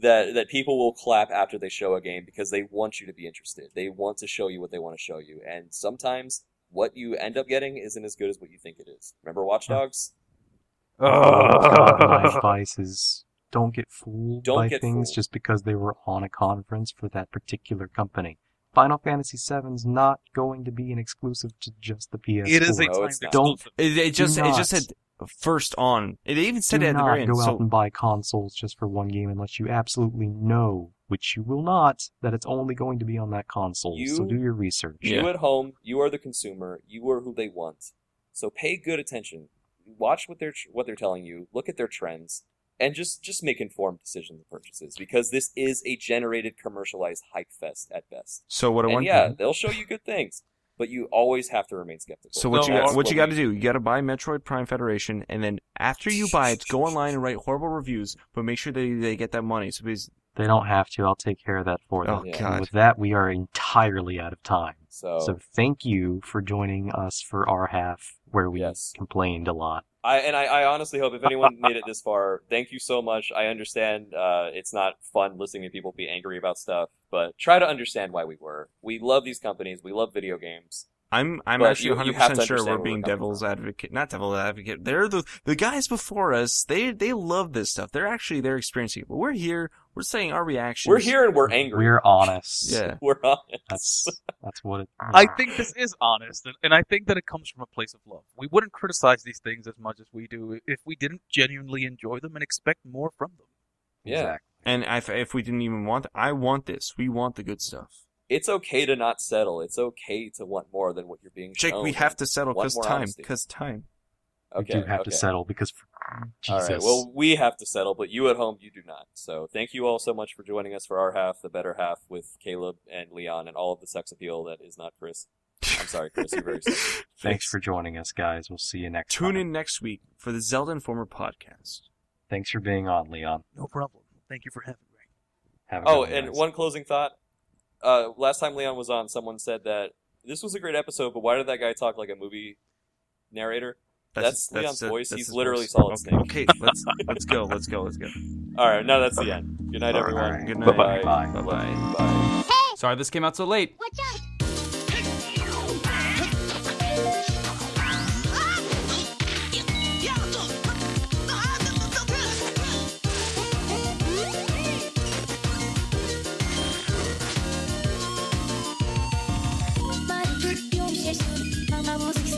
Speaker 12: that that people will clap after they show a game because they want you to be interested. They want to show you what they want to show you, and sometimes what you end up getting isn't as good as what you think it is. Remember Watch Dogs?
Speaker 11: God, my advice is don't get fooled
Speaker 12: Don't
Speaker 11: by
Speaker 12: get
Speaker 11: things just because they were on a conference for that particular company. Final Fantasy VII's not going to be an exclusive to just the PS4. Don't.
Speaker 13: It, it
Speaker 11: do
Speaker 13: just it
Speaker 11: not-
Speaker 13: just said first on. It even said
Speaker 11: do
Speaker 13: it at the
Speaker 11: not
Speaker 13: very end.
Speaker 11: go
Speaker 13: so-
Speaker 11: out and buy consoles just for one game unless you absolutely know, which you will not, that it's only going to be on that console. so
Speaker 12: You-
Speaker 11: do your research.
Speaker 12: You at home, you are the consumer. You are who they want. So pay good attention. Watch what they're what they're telling you. Look at their trends, and just just make informed decisions and purchases because this is a generated commercialized hype fest at best.
Speaker 13: So what I
Speaker 12: And
Speaker 13: want-
Speaker 12: Yeah, they'll show you good things, but you always have to remain skeptical.
Speaker 13: So what you
Speaker 12: That's
Speaker 13: got, what you got
Speaker 12: we-
Speaker 13: to do? You got to buy Metroid Prime Federation, and then after you buy it, go online and write horrible reviews, but make sure they they get that money. So because
Speaker 11: They don't have to. I'll take care of that for them.
Speaker 13: Oh, God.
Speaker 11: And with that, we are entirely out of time.
Speaker 12: So-
Speaker 11: thank you for joining us for our half where we complained a lot.
Speaker 12: I and I, I honestly hope if anyone made it this far, thank you so much. I understand uh, it's not fun listening to people be angry about stuff, but try to understand why we were. We love these companies. We love video games.
Speaker 13: I'm I'm
Speaker 12: But
Speaker 13: actually
Speaker 12: you-
Speaker 13: 100
Speaker 12: you have to
Speaker 13: percent sure
Speaker 12: understand
Speaker 13: we're
Speaker 12: where
Speaker 13: being
Speaker 12: coming
Speaker 13: devil's advocate, not devil's advocate. They're the the guys before us. They they love this stuff. They're actually they're experiencing it, but we're here. We're saying our reactions.
Speaker 12: We're here and we're angry.
Speaker 11: We're honest.
Speaker 13: Yeah.
Speaker 12: We're honest.
Speaker 11: That's that's what it.
Speaker 14: I think this is honest, and, and I think that it comes from a place of love. We wouldn't criticize these things as much as we do if we didn't genuinely enjoy them and expect more from them.
Speaker 12: Yeah.
Speaker 13: And if if we didn't even want, I want this. We want the good stuff.
Speaker 12: It's okay to not settle. It's okay to want more than what you're being
Speaker 13: Jake,
Speaker 12: shown.
Speaker 13: we have to settle
Speaker 12: Want
Speaker 13: because
Speaker 12: more
Speaker 13: time.
Speaker 12: honesty.
Speaker 13: Because time.
Speaker 12: Okay,
Speaker 11: we do have
Speaker 12: okay.
Speaker 11: to settle because Jesus.
Speaker 12: All right. Well, we have to settle, but you at home, you do not. So thank you all so much for joining us for our half, the better half, with Caleb and Leon and all of the sex appeal that is not Chris. I'm sorry, Chris. You're very sexy.
Speaker 11: Thanks for joining us, guys. We'll see you next.
Speaker 13: Tune in next week for the Zelda Informer podcast.
Speaker 11: Thanks for being on, Leon.
Speaker 14: No problem. Thank you for having me.
Speaker 11: Have a
Speaker 12: Oh,
Speaker 11: good one,
Speaker 12: and
Speaker 11: guys.
Speaker 12: one closing thought. Uh, last time Leon was on, someone said that this was a great episode, but why did that guy talk like a movie narrator? That's, Leon's voice. He's
Speaker 13: his
Speaker 12: literally
Speaker 13: voice.
Speaker 12: solid
Speaker 13: okay,
Speaker 12: snake.
Speaker 13: Okay, let's let's go. Let's go. Let's go.
Speaker 12: All right, now that's the end. Good night,
Speaker 13: All
Speaker 12: everyone.
Speaker 13: right, Good night.
Speaker 12: Bye-bye.
Speaker 13: Bye bye.
Speaker 4: Sorry this came out so late. Watch out!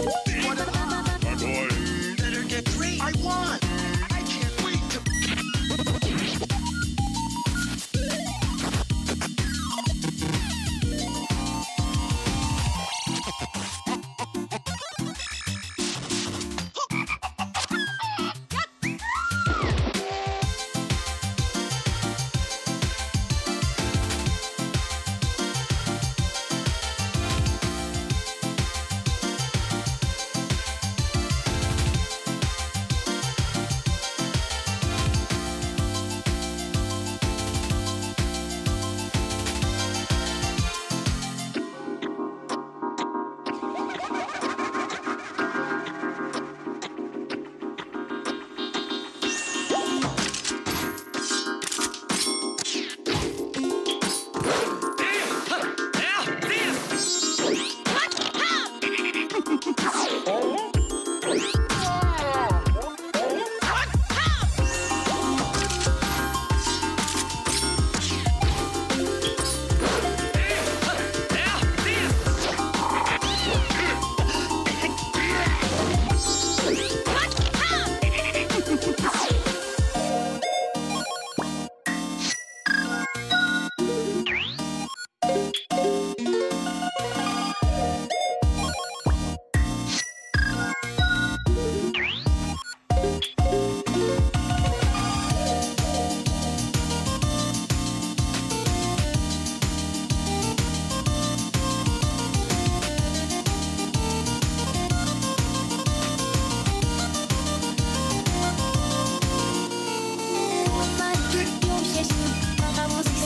Speaker 17: My boy. Better get free. I won. I can't wait to.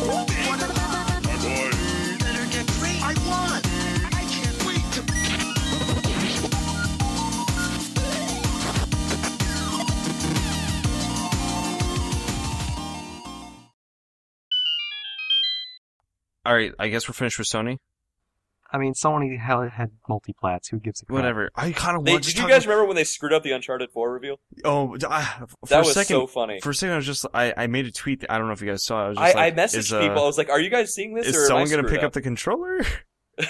Speaker 17: My boy. Better get free. I won. I can't wait to.
Speaker 13: All right. I guess we're finished with Sony.
Speaker 11: I mean, Sony ha- had multi-plats. Who gives a crap?
Speaker 13: Whatever. I kind of
Speaker 12: They,
Speaker 13: want.
Speaker 12: did
Speaker 13: just
Speaker 12: you
Speaker 13: talk
Speaker 12: guys remember when they screwed up the Uncharted 4 reveal?
Speaker 13: Oh, d- I, f- for
Speaker 12: That
Speaker 13: a
Speaker 12: was
Speaker 13: second,
Speaker 12: so funny.
Speaker 13: For a second, I was just I, I made a tweet. That, I don't know if you guys saw. it. I was
Speaker 12: I,
Speaker 13: just like,
Speaker 12: I messaged
Speaker 13: is, uh,
Speaker 12: people. I was like, "Are you guys seeing this?
Speaker 13: is
Speaker 12: or am I
Speaker 13: someone gonna
Speaker 12: screwed
Speaker 13: pick up the controller?" uh,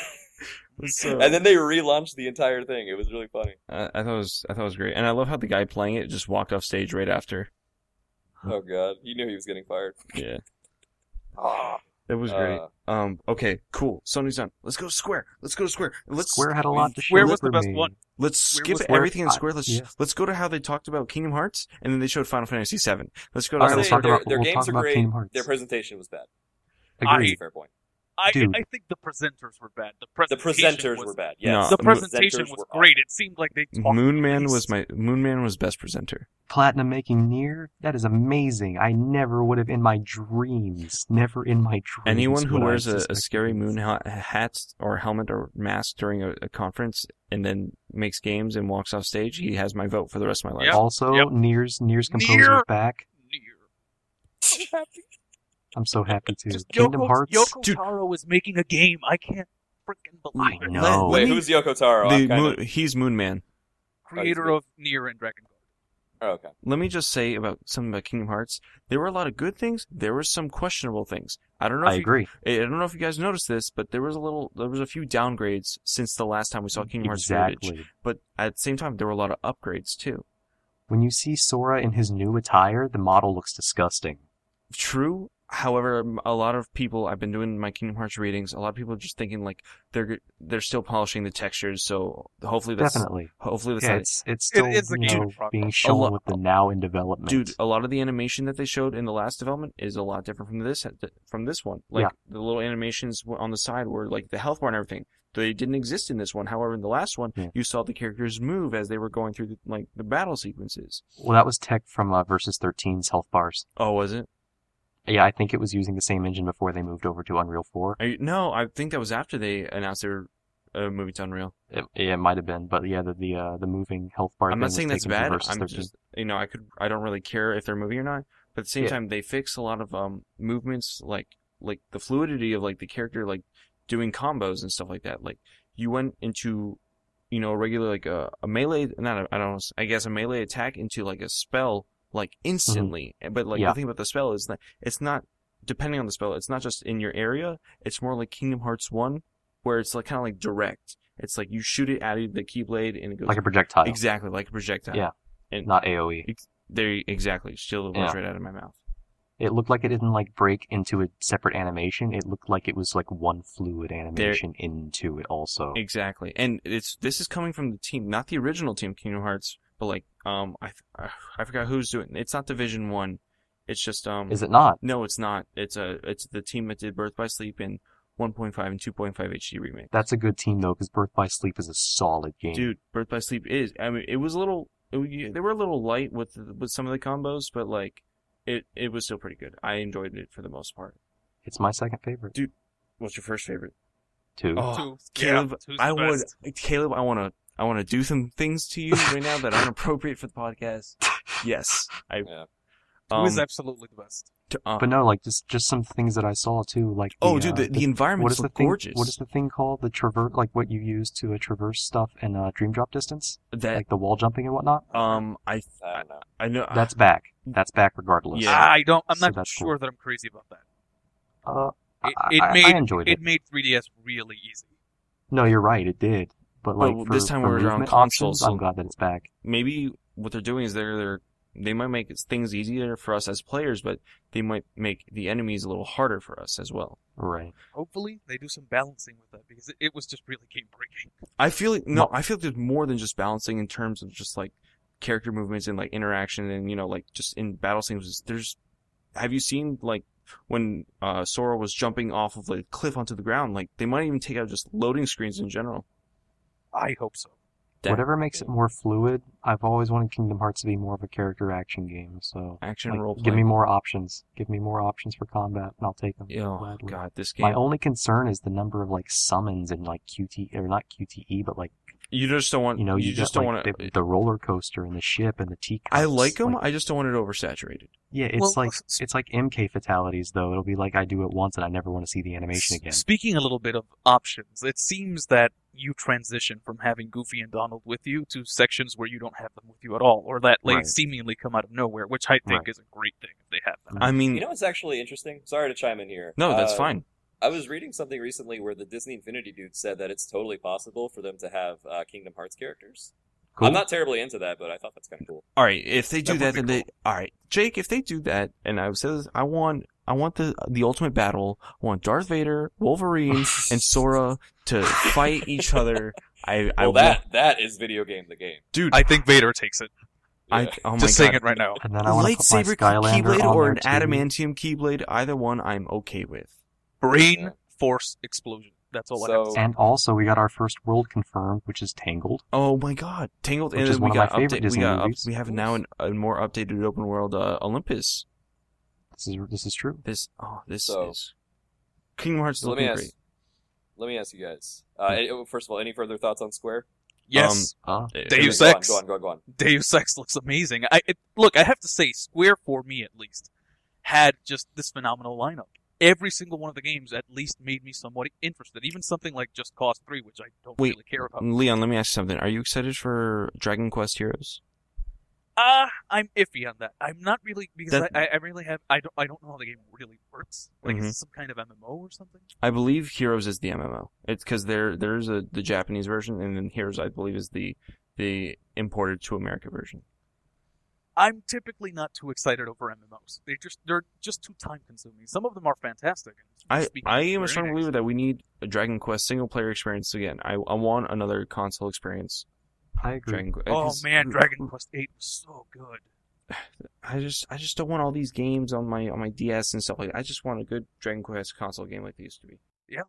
Speaker 13: So-
Speaker 12: and then they relaunched the entire thing. It was really funny.
Speaker 13: I, I thought it was I thought it was great, and I love how the guy playing it just walked off stage right after.
Speaker 12: Oh god, you knew he was getting fired.
Speaker 13: Yeah.
Speaker 12: Ah.
Speaker 13: It was great.
Speaker 12: Uh,
Speaker 13: um. Okay. Cool. Sony's done. Let's go Square. Let's go Square. Let's
Speaker 11: Square had a lot to
Speaker 13: Square
Speaker 11: show
Speaker 13: was the
Speaker 11: for
Speaker 13: best
Speaker 11: me.
Speaker 13: one. Let's
Speaker 11: Square
Speaker 13: skip
Speaker 11: was-
Speaker 13: everything in
Speaker 11: I-
Speaker 13: Square. Let's
Speaker 11: yeah.
Speaker 13: let's go to how they talked about Kingdom Hearts, and then they showed Final Fantasy VII. Let's go. To
Speaker 11: All right,
Speaker 13: how
Speaker 11: let's
Speaker 13: they-
Speaker 11: talk
Speaker 12: their,
Speaker 11: about-
Speaker 12: their
Speaker 11: we'll
Speaker 12: games
Speaker 11: talk
Speaker 12: are
Speaker 11: about
Speaker 12: great.
Speaker 11: Kingdom Hearts.
Speaker 12: Their presentation was bad.
Speaker 11: Agreed.
Speaker 12: That's a fair point.
Speaker 14: I,
Speaker 11: Dude.
Speaker 14: I think the presenters were bad. The,
Speaker 12: The
Speaker 14: presentation
Speaker 12: presenters
Speaker 14: was-
Speaker 12: were bad.
Speaker 13: No,
Speaker 12: Yes,
Speaker 13: the
Speaker 12: The
Speaker 14: presentation
Speaker 12: presenters
Speaker 14: was
Speaker 12: were
Speaker 14: great. It seemed like they talked.
Speaker 13: Moon Man was my Moon Man was best presenter.
Speaker 11: Platinum making near. That is amazing. I never would have in my dreams. Never in my dreams.
Speaker 13: Anyone who
Speaker 11: would I
Speaker 13: wears a, a
Speaker 11: suspect-
Speaker 13: scary moon ha- hat or helmet or mask during a, a conference and then makes games and walks off stage, he has my vote for the rest of my life.
Speaker 11: Also, Near's Near's composer is back. I'm so happy too. Kingdom
Speaker 14: Yoko,
Speaker 11: Hearts.
Speaker 14: Yoko Taro is making a game. I can't freaking believe it.
Speaker 11: know.
Speaker 12: Wait, who's Yoko Taro? I'm
Speaker 13: The
Speaker 12: kinda-
Speaker 13: moon, he's Moon Man.
Speaker 14: Creator of Nier and Dragon Ball.
Speaker 12: Oh, okay.
Speaker 13: Let me just say about something about Kingdom Hearts. There were a lot of good things. There were some questionable things. I don't know. If
Speaker 11: I
Speaker 13: you,
Speaker 11: agree.
Speaker 13: I don't know if you guys noticed this, but there was a little. There was a few downgrades since the last time we saw Kingdom Hearts footage.
Speaker 11: Exactly.
Speaker 13: But at the same time, there were a lot of upgrades too.
Speaker 11: When you see Sora in his new attire, the model looks disgusting.
Speaker 13: True. However, m- a lot of people I've been doing my Kingdom Hearts readings. A lot of people are just thinking like they're g- they're still polishing the textures. So hopefully that's
Speaker 11: Definitely.
Speaker 13: Hopefully that's
Speaker 11: yeah,
Speaker 13: not it.
Speaker 11: it's it's still you know, being shown
Speaker 13: lo-
Speaker 11: with the now in development.
Speaker 13: Dude, a lot of the animation that they showed in the last development is a lot different from this from this one. Like
Speaker 11: Yeah.
Speaker 13: the little animations w- on the side were like the health bar and everything. They didn't exist in this one. However, in the last one, you saw the characters move as they were going through the, like the battle sequences.
Speaker 11: Well, that was tech from uh, Versus 13's health bars.
Speaker 13: Oh, was it?
Speaker 11: Yeah, I think it was using the same engine before they moved over to Unreal 4.
Speaker 13: I, no, I think that was after they announced they were uh, moving to Unreal.
Speaker 11: It, yeah, it might have been, but yeah, the the, uh, the moving health bar.
Speaker 13: I'm
Speaker 11: thing
Speaker 13: not
Speaker 11: was
Speaker 13: saying that's
Speaker 11: taken from
Speaker 13: bad.
Speaker 11: Versus
Speaker 13: I'm
Speaker 11: 13.
Speaker 13: just you know I could I don't really care if they're moving or not. But at the same
Speaker 11: Yeah.
Speaker 13: time, they fix a lot of um movements like like the fluidity of like the character like doing combos and stuff like that. Like you went into you know a regular like a, a melee not a, I don't know, I guess a melee attack into like a spell like instantly. But like
Speaker 11: Mm-hmm. Yeah.
Speaker 13: the thing about the spell is that it's not depending on the spell. It's not just in your area. It's more like Kingdom Hearts one where it's like kind of like direct. It's like you shoot it at the keyblade and it goes
Speaker 11: Like a projectile.
Speaker 13: Exactly, like a projectile.
Speaker 11: Yeah,
Speaker 13: and
Speaker 11: not AOE.
Speaker 13: Ex- there, exactly. Steal the words
Speaker 11: Yeah.
Speaker 13: right out of my mouth.
Speaker 11: It looked like it didn't like break into a separate animation. It looked like it was like one fluid animation into it also.
Speaker 13: Exactly, and it's this is coming from the team, not the original team Kingdom Hearts, but like um, I th- I forgot who's doing. It's not Division One. It's just um.
Speaker 11: Is it not?
Speaker 13: No, it's not. It's a it's the team that did Birth by Sleep and 1.5 and 2.5 HD remake.
Speaker 11: That's a good team though, because Birth by Sleep is a solid game.
Speaker 13: Dude, Birth by Sleep is. I mean, it was a little. It, w- they were a little light with with some of the combos, but like, it it was still pretty good. I enjoyed it for the most part.
Speaker 11: It's my second favorite.
Speaker 13: Dude, what's your first favorite?
Speaker 11: Two.
Speaker 13: Oh,
Speaker 11: Two.
Speaker 13: Caleb,
Speaker 11: Yeah, two's
Speaker 13: I
Speaker 11: the
Speaker 13: would,
Speaker 11: best.
Speaker 13: Caleb, I want to, I want to do some things to you right now that aren't appropriate for the podcast. Yes, I.
Speaker 14: Who is
Speaker 13: um,
Speaker 14: absolutely the best?
Speaker 13: to- uh,
Speaker 11: But no, like just just some things that I saw too, like
Speaker 13: Oh, dude,
Speaker 11: uh,
Speaker 13: the- the environments
Speaker 11: what is the
Speaker 13: look
Speaker 11: thing,
Speaker 13: gorgeous.
Speaker 11: What is the thing called? The traverse, like what you use to uh, traverse stuff and uh, dream drop distance,
Speaker 13: That- Uh,
Speaker 11: like the wall jumping and whatnot.
Speaker 13: Um, I,
Speaker 12: I,
Speaker 13: I know
Speaker 11: That's back. That's back regardless.
Speaker 14: I don't. I'm
Speaker 11: So
Speaker 14: not
Speaker 11: that's cool.
Speaker 14: sure that I'm crazy about that.
Speaker 11: Uh,
Speaker 14: It,
Speaker 11: I-
Speaker 14: it
Speaker 11: I- I
Speaker 14: made
Speaker 11: enjoyed it.
Speaker 14: made 3ds really easy.
Speaker 11: No, you're right. It did.
Speaker 13: But
Speaker 11: But like for,
Speaker 13: this time
Speaker 11: for
Speaker 13: we're on
Speaker 11: movement
Speaker 13: console,
Speaker 11: options,
Speaker 13: so-
Speaker 11: I'm glad that it's back.
Speaker 13: maybe what they're doing is they're they're they might make things easier for us as players, but they might make the enemies a little harder for us as well.
Speaker 11: Right.
Speaker 14: Hopefully, they do some balancing with that because it, it was just really game breaking.
Speaker 13: I feel like no, I feel like there's more than just balancing in terms of just like character movements and like interaction and you know like just in battle scenes. There's have you seen like when uh, Sora was jumping off of like cliff onto the ground? Like they might even take out just loading screens in general.
Speaker 14: I hope so.
Speaker 11: Whatever makes it more fluid. I've always wanted Kingdom Hearts to be more of a character action game. So
Speaker 13: Action
Speaker 11: like,
Speaker 13: role
Speaker 11: Give
Speaker 13: play.
Speaker 11: me more options. Give me more options for combat, and I'll take them.
Speaker 13: Oh God, this game.
Speaker 11: My only concern is the number of like summons and like QT or not QTE, E, but like
Speaker 13: You just don't want.
Speaker 16: You know, you,
Speaker 13: just
Speaker 16: got,
Speaker 13: don't
Speaker 16: like,
Speaker 13: want to.
Speaker 16: the, the roller coaster and the ship and the teacups.
Speaker 13: I like them. I just don't want it oversaturated.
Speaker 16: Yeah, it's like it's like MK fatalities though. It'll be like I do it once and I never want to see the animation again.
Speaker 14: Speaking a little bit of options, it seems that you transition from having Goofy and Donald with you to sections where you don't have them with you at all, or that they
Speaker 12: Right.
Speaker 14: seemingly come out of nowhere, which I think
Speaker 12: Right.
Speaker 14: is a great thing if they have that.
Speaker 12: you know, it's actually interesting. Sorry to chime in here. Uh,
Speaker 14: No, that's fine.
Speaker 12: I was reading something recently where the Disney Infinity dude said that it's totally possible for them to have uh, Kingdom Hearts characters.
Speaker 13: Cool.
Speaker 12: I'm not terribly into that, but I thought that's kind of cool.
Speaker 13: All right, if they do that,
Speaker 12: That would
Speaker 13: then they. All right, Jake, if they do that, and I said this, I want, I want the the ultimate battle. I want Darth Vader, Wolverine, and Sora to fight each other. I, I
Speaker 12: Well,
Speaker 13: want-
Speaker 12: that that is video game the game.
Speaker 13: dude.
Speaker 14: I think Vader takes it.
Speaker 13: I,
Speaker 12: Yeah.
Speaker 13: oh my
Speaker 14: Just
Speaker 13: God.
Speaker 14: saying it right now. And then I wanna put my
Speaker 13: lightsaber
Speaker 14: Skylander
Speaker 13: keyblade
Speaker 14: on
Speaker 13: or
Speaker 14: there,
Speaker 13: an
Speaker 14: too.
Speaker 13: adamantium keyblade, either one, I'm okay with.
Speaker 14: Brain force explosion. That's all I have. To say.
Speaker 16: and also, we got our first world confirmed, which is Tangled.
Speaker 13: Oh my God, Tangled,
Speaker 16: Which
Speaker 13: and
Speaker 16: is
Speaker 13: then
Speaker 16: one of
Speaker 13: we
Speaker 16: my
Speaker 13: got
Speaker 16: favorite
Speaker 13: update,
Speaker 16: Disney
Speaker 13: we got up-
Speaker 16: movies.
Speaker 13: we have now an, a more updated open world uh, Olympus.
Speaker 16: This is this is true.
Speaker 13: This oh this
Speaker 12: So-
Speaker 13: is Kingdom Hearts is
Speaker 12: Let me
Speaker 13: looking
Speaker 12: ask.
Speaker 13: great. Hmm.
Speaker 12: Let me ask you guys. Uh, any- oh, first of all, any further thoughts on Square?
Speaker 14: Yes.
Speaker 16: Um,
Speaker 14: Deus
Speaker 12: Go on,
Speaker 14: Ex.
Speaker 12: Go on, go on, go on.
Speaker 14: Deus Ex looks amazing. I it, look. I have to say, Square for me at least had just this phenomenal lineup. Every single one of the games at least made me somewhat interested. Even something like Just Cause Three, which I don't
Speaker 13: Wait,
Speaker 14: really care about.
Speaker 13: Leon, let me ask you something. Are you excited for Dragon Quest Heroes?
Speaker 14: Ah, I'm iffy on that. I'm not really because
Speaker 13: That-
Speaker 14: I, I, I really have I don't I don't know how the game really works. Like
Speaker 13: Mhm.
Speaker 14: it's some kind of MMO or something.
Speaker 13: I believe Heroes is the MMO. It's because there there's a the Japanese version, and then Heroes I believe is the the imported to America version.
Speaker 14: I'm typically not too excited over MMOs. They just they're just too time consuming. Some of them are fantastic.
Speaker 13: I
Speaker 14: Speaking
Speaker 13: I
Speaker 14: of
Speaker 13: am
Speaker 14: Square
Speaker 13: a strong believer that we need a Dragon Quest single player experience again. I I want another console experience.
Speaker 16: I agree.
Speaker 13: Dragon, Qu-
Speaker 14: Oh
Speaker 13: 'cause
Speaker 14: man, Dragon Quest Eight was so good.
Speaker 13: I just I just don't want all these games on my on my DS and stuff like. that. I just want a good Dragon Quest console game like they used to be.
Speaker 14: Yeah,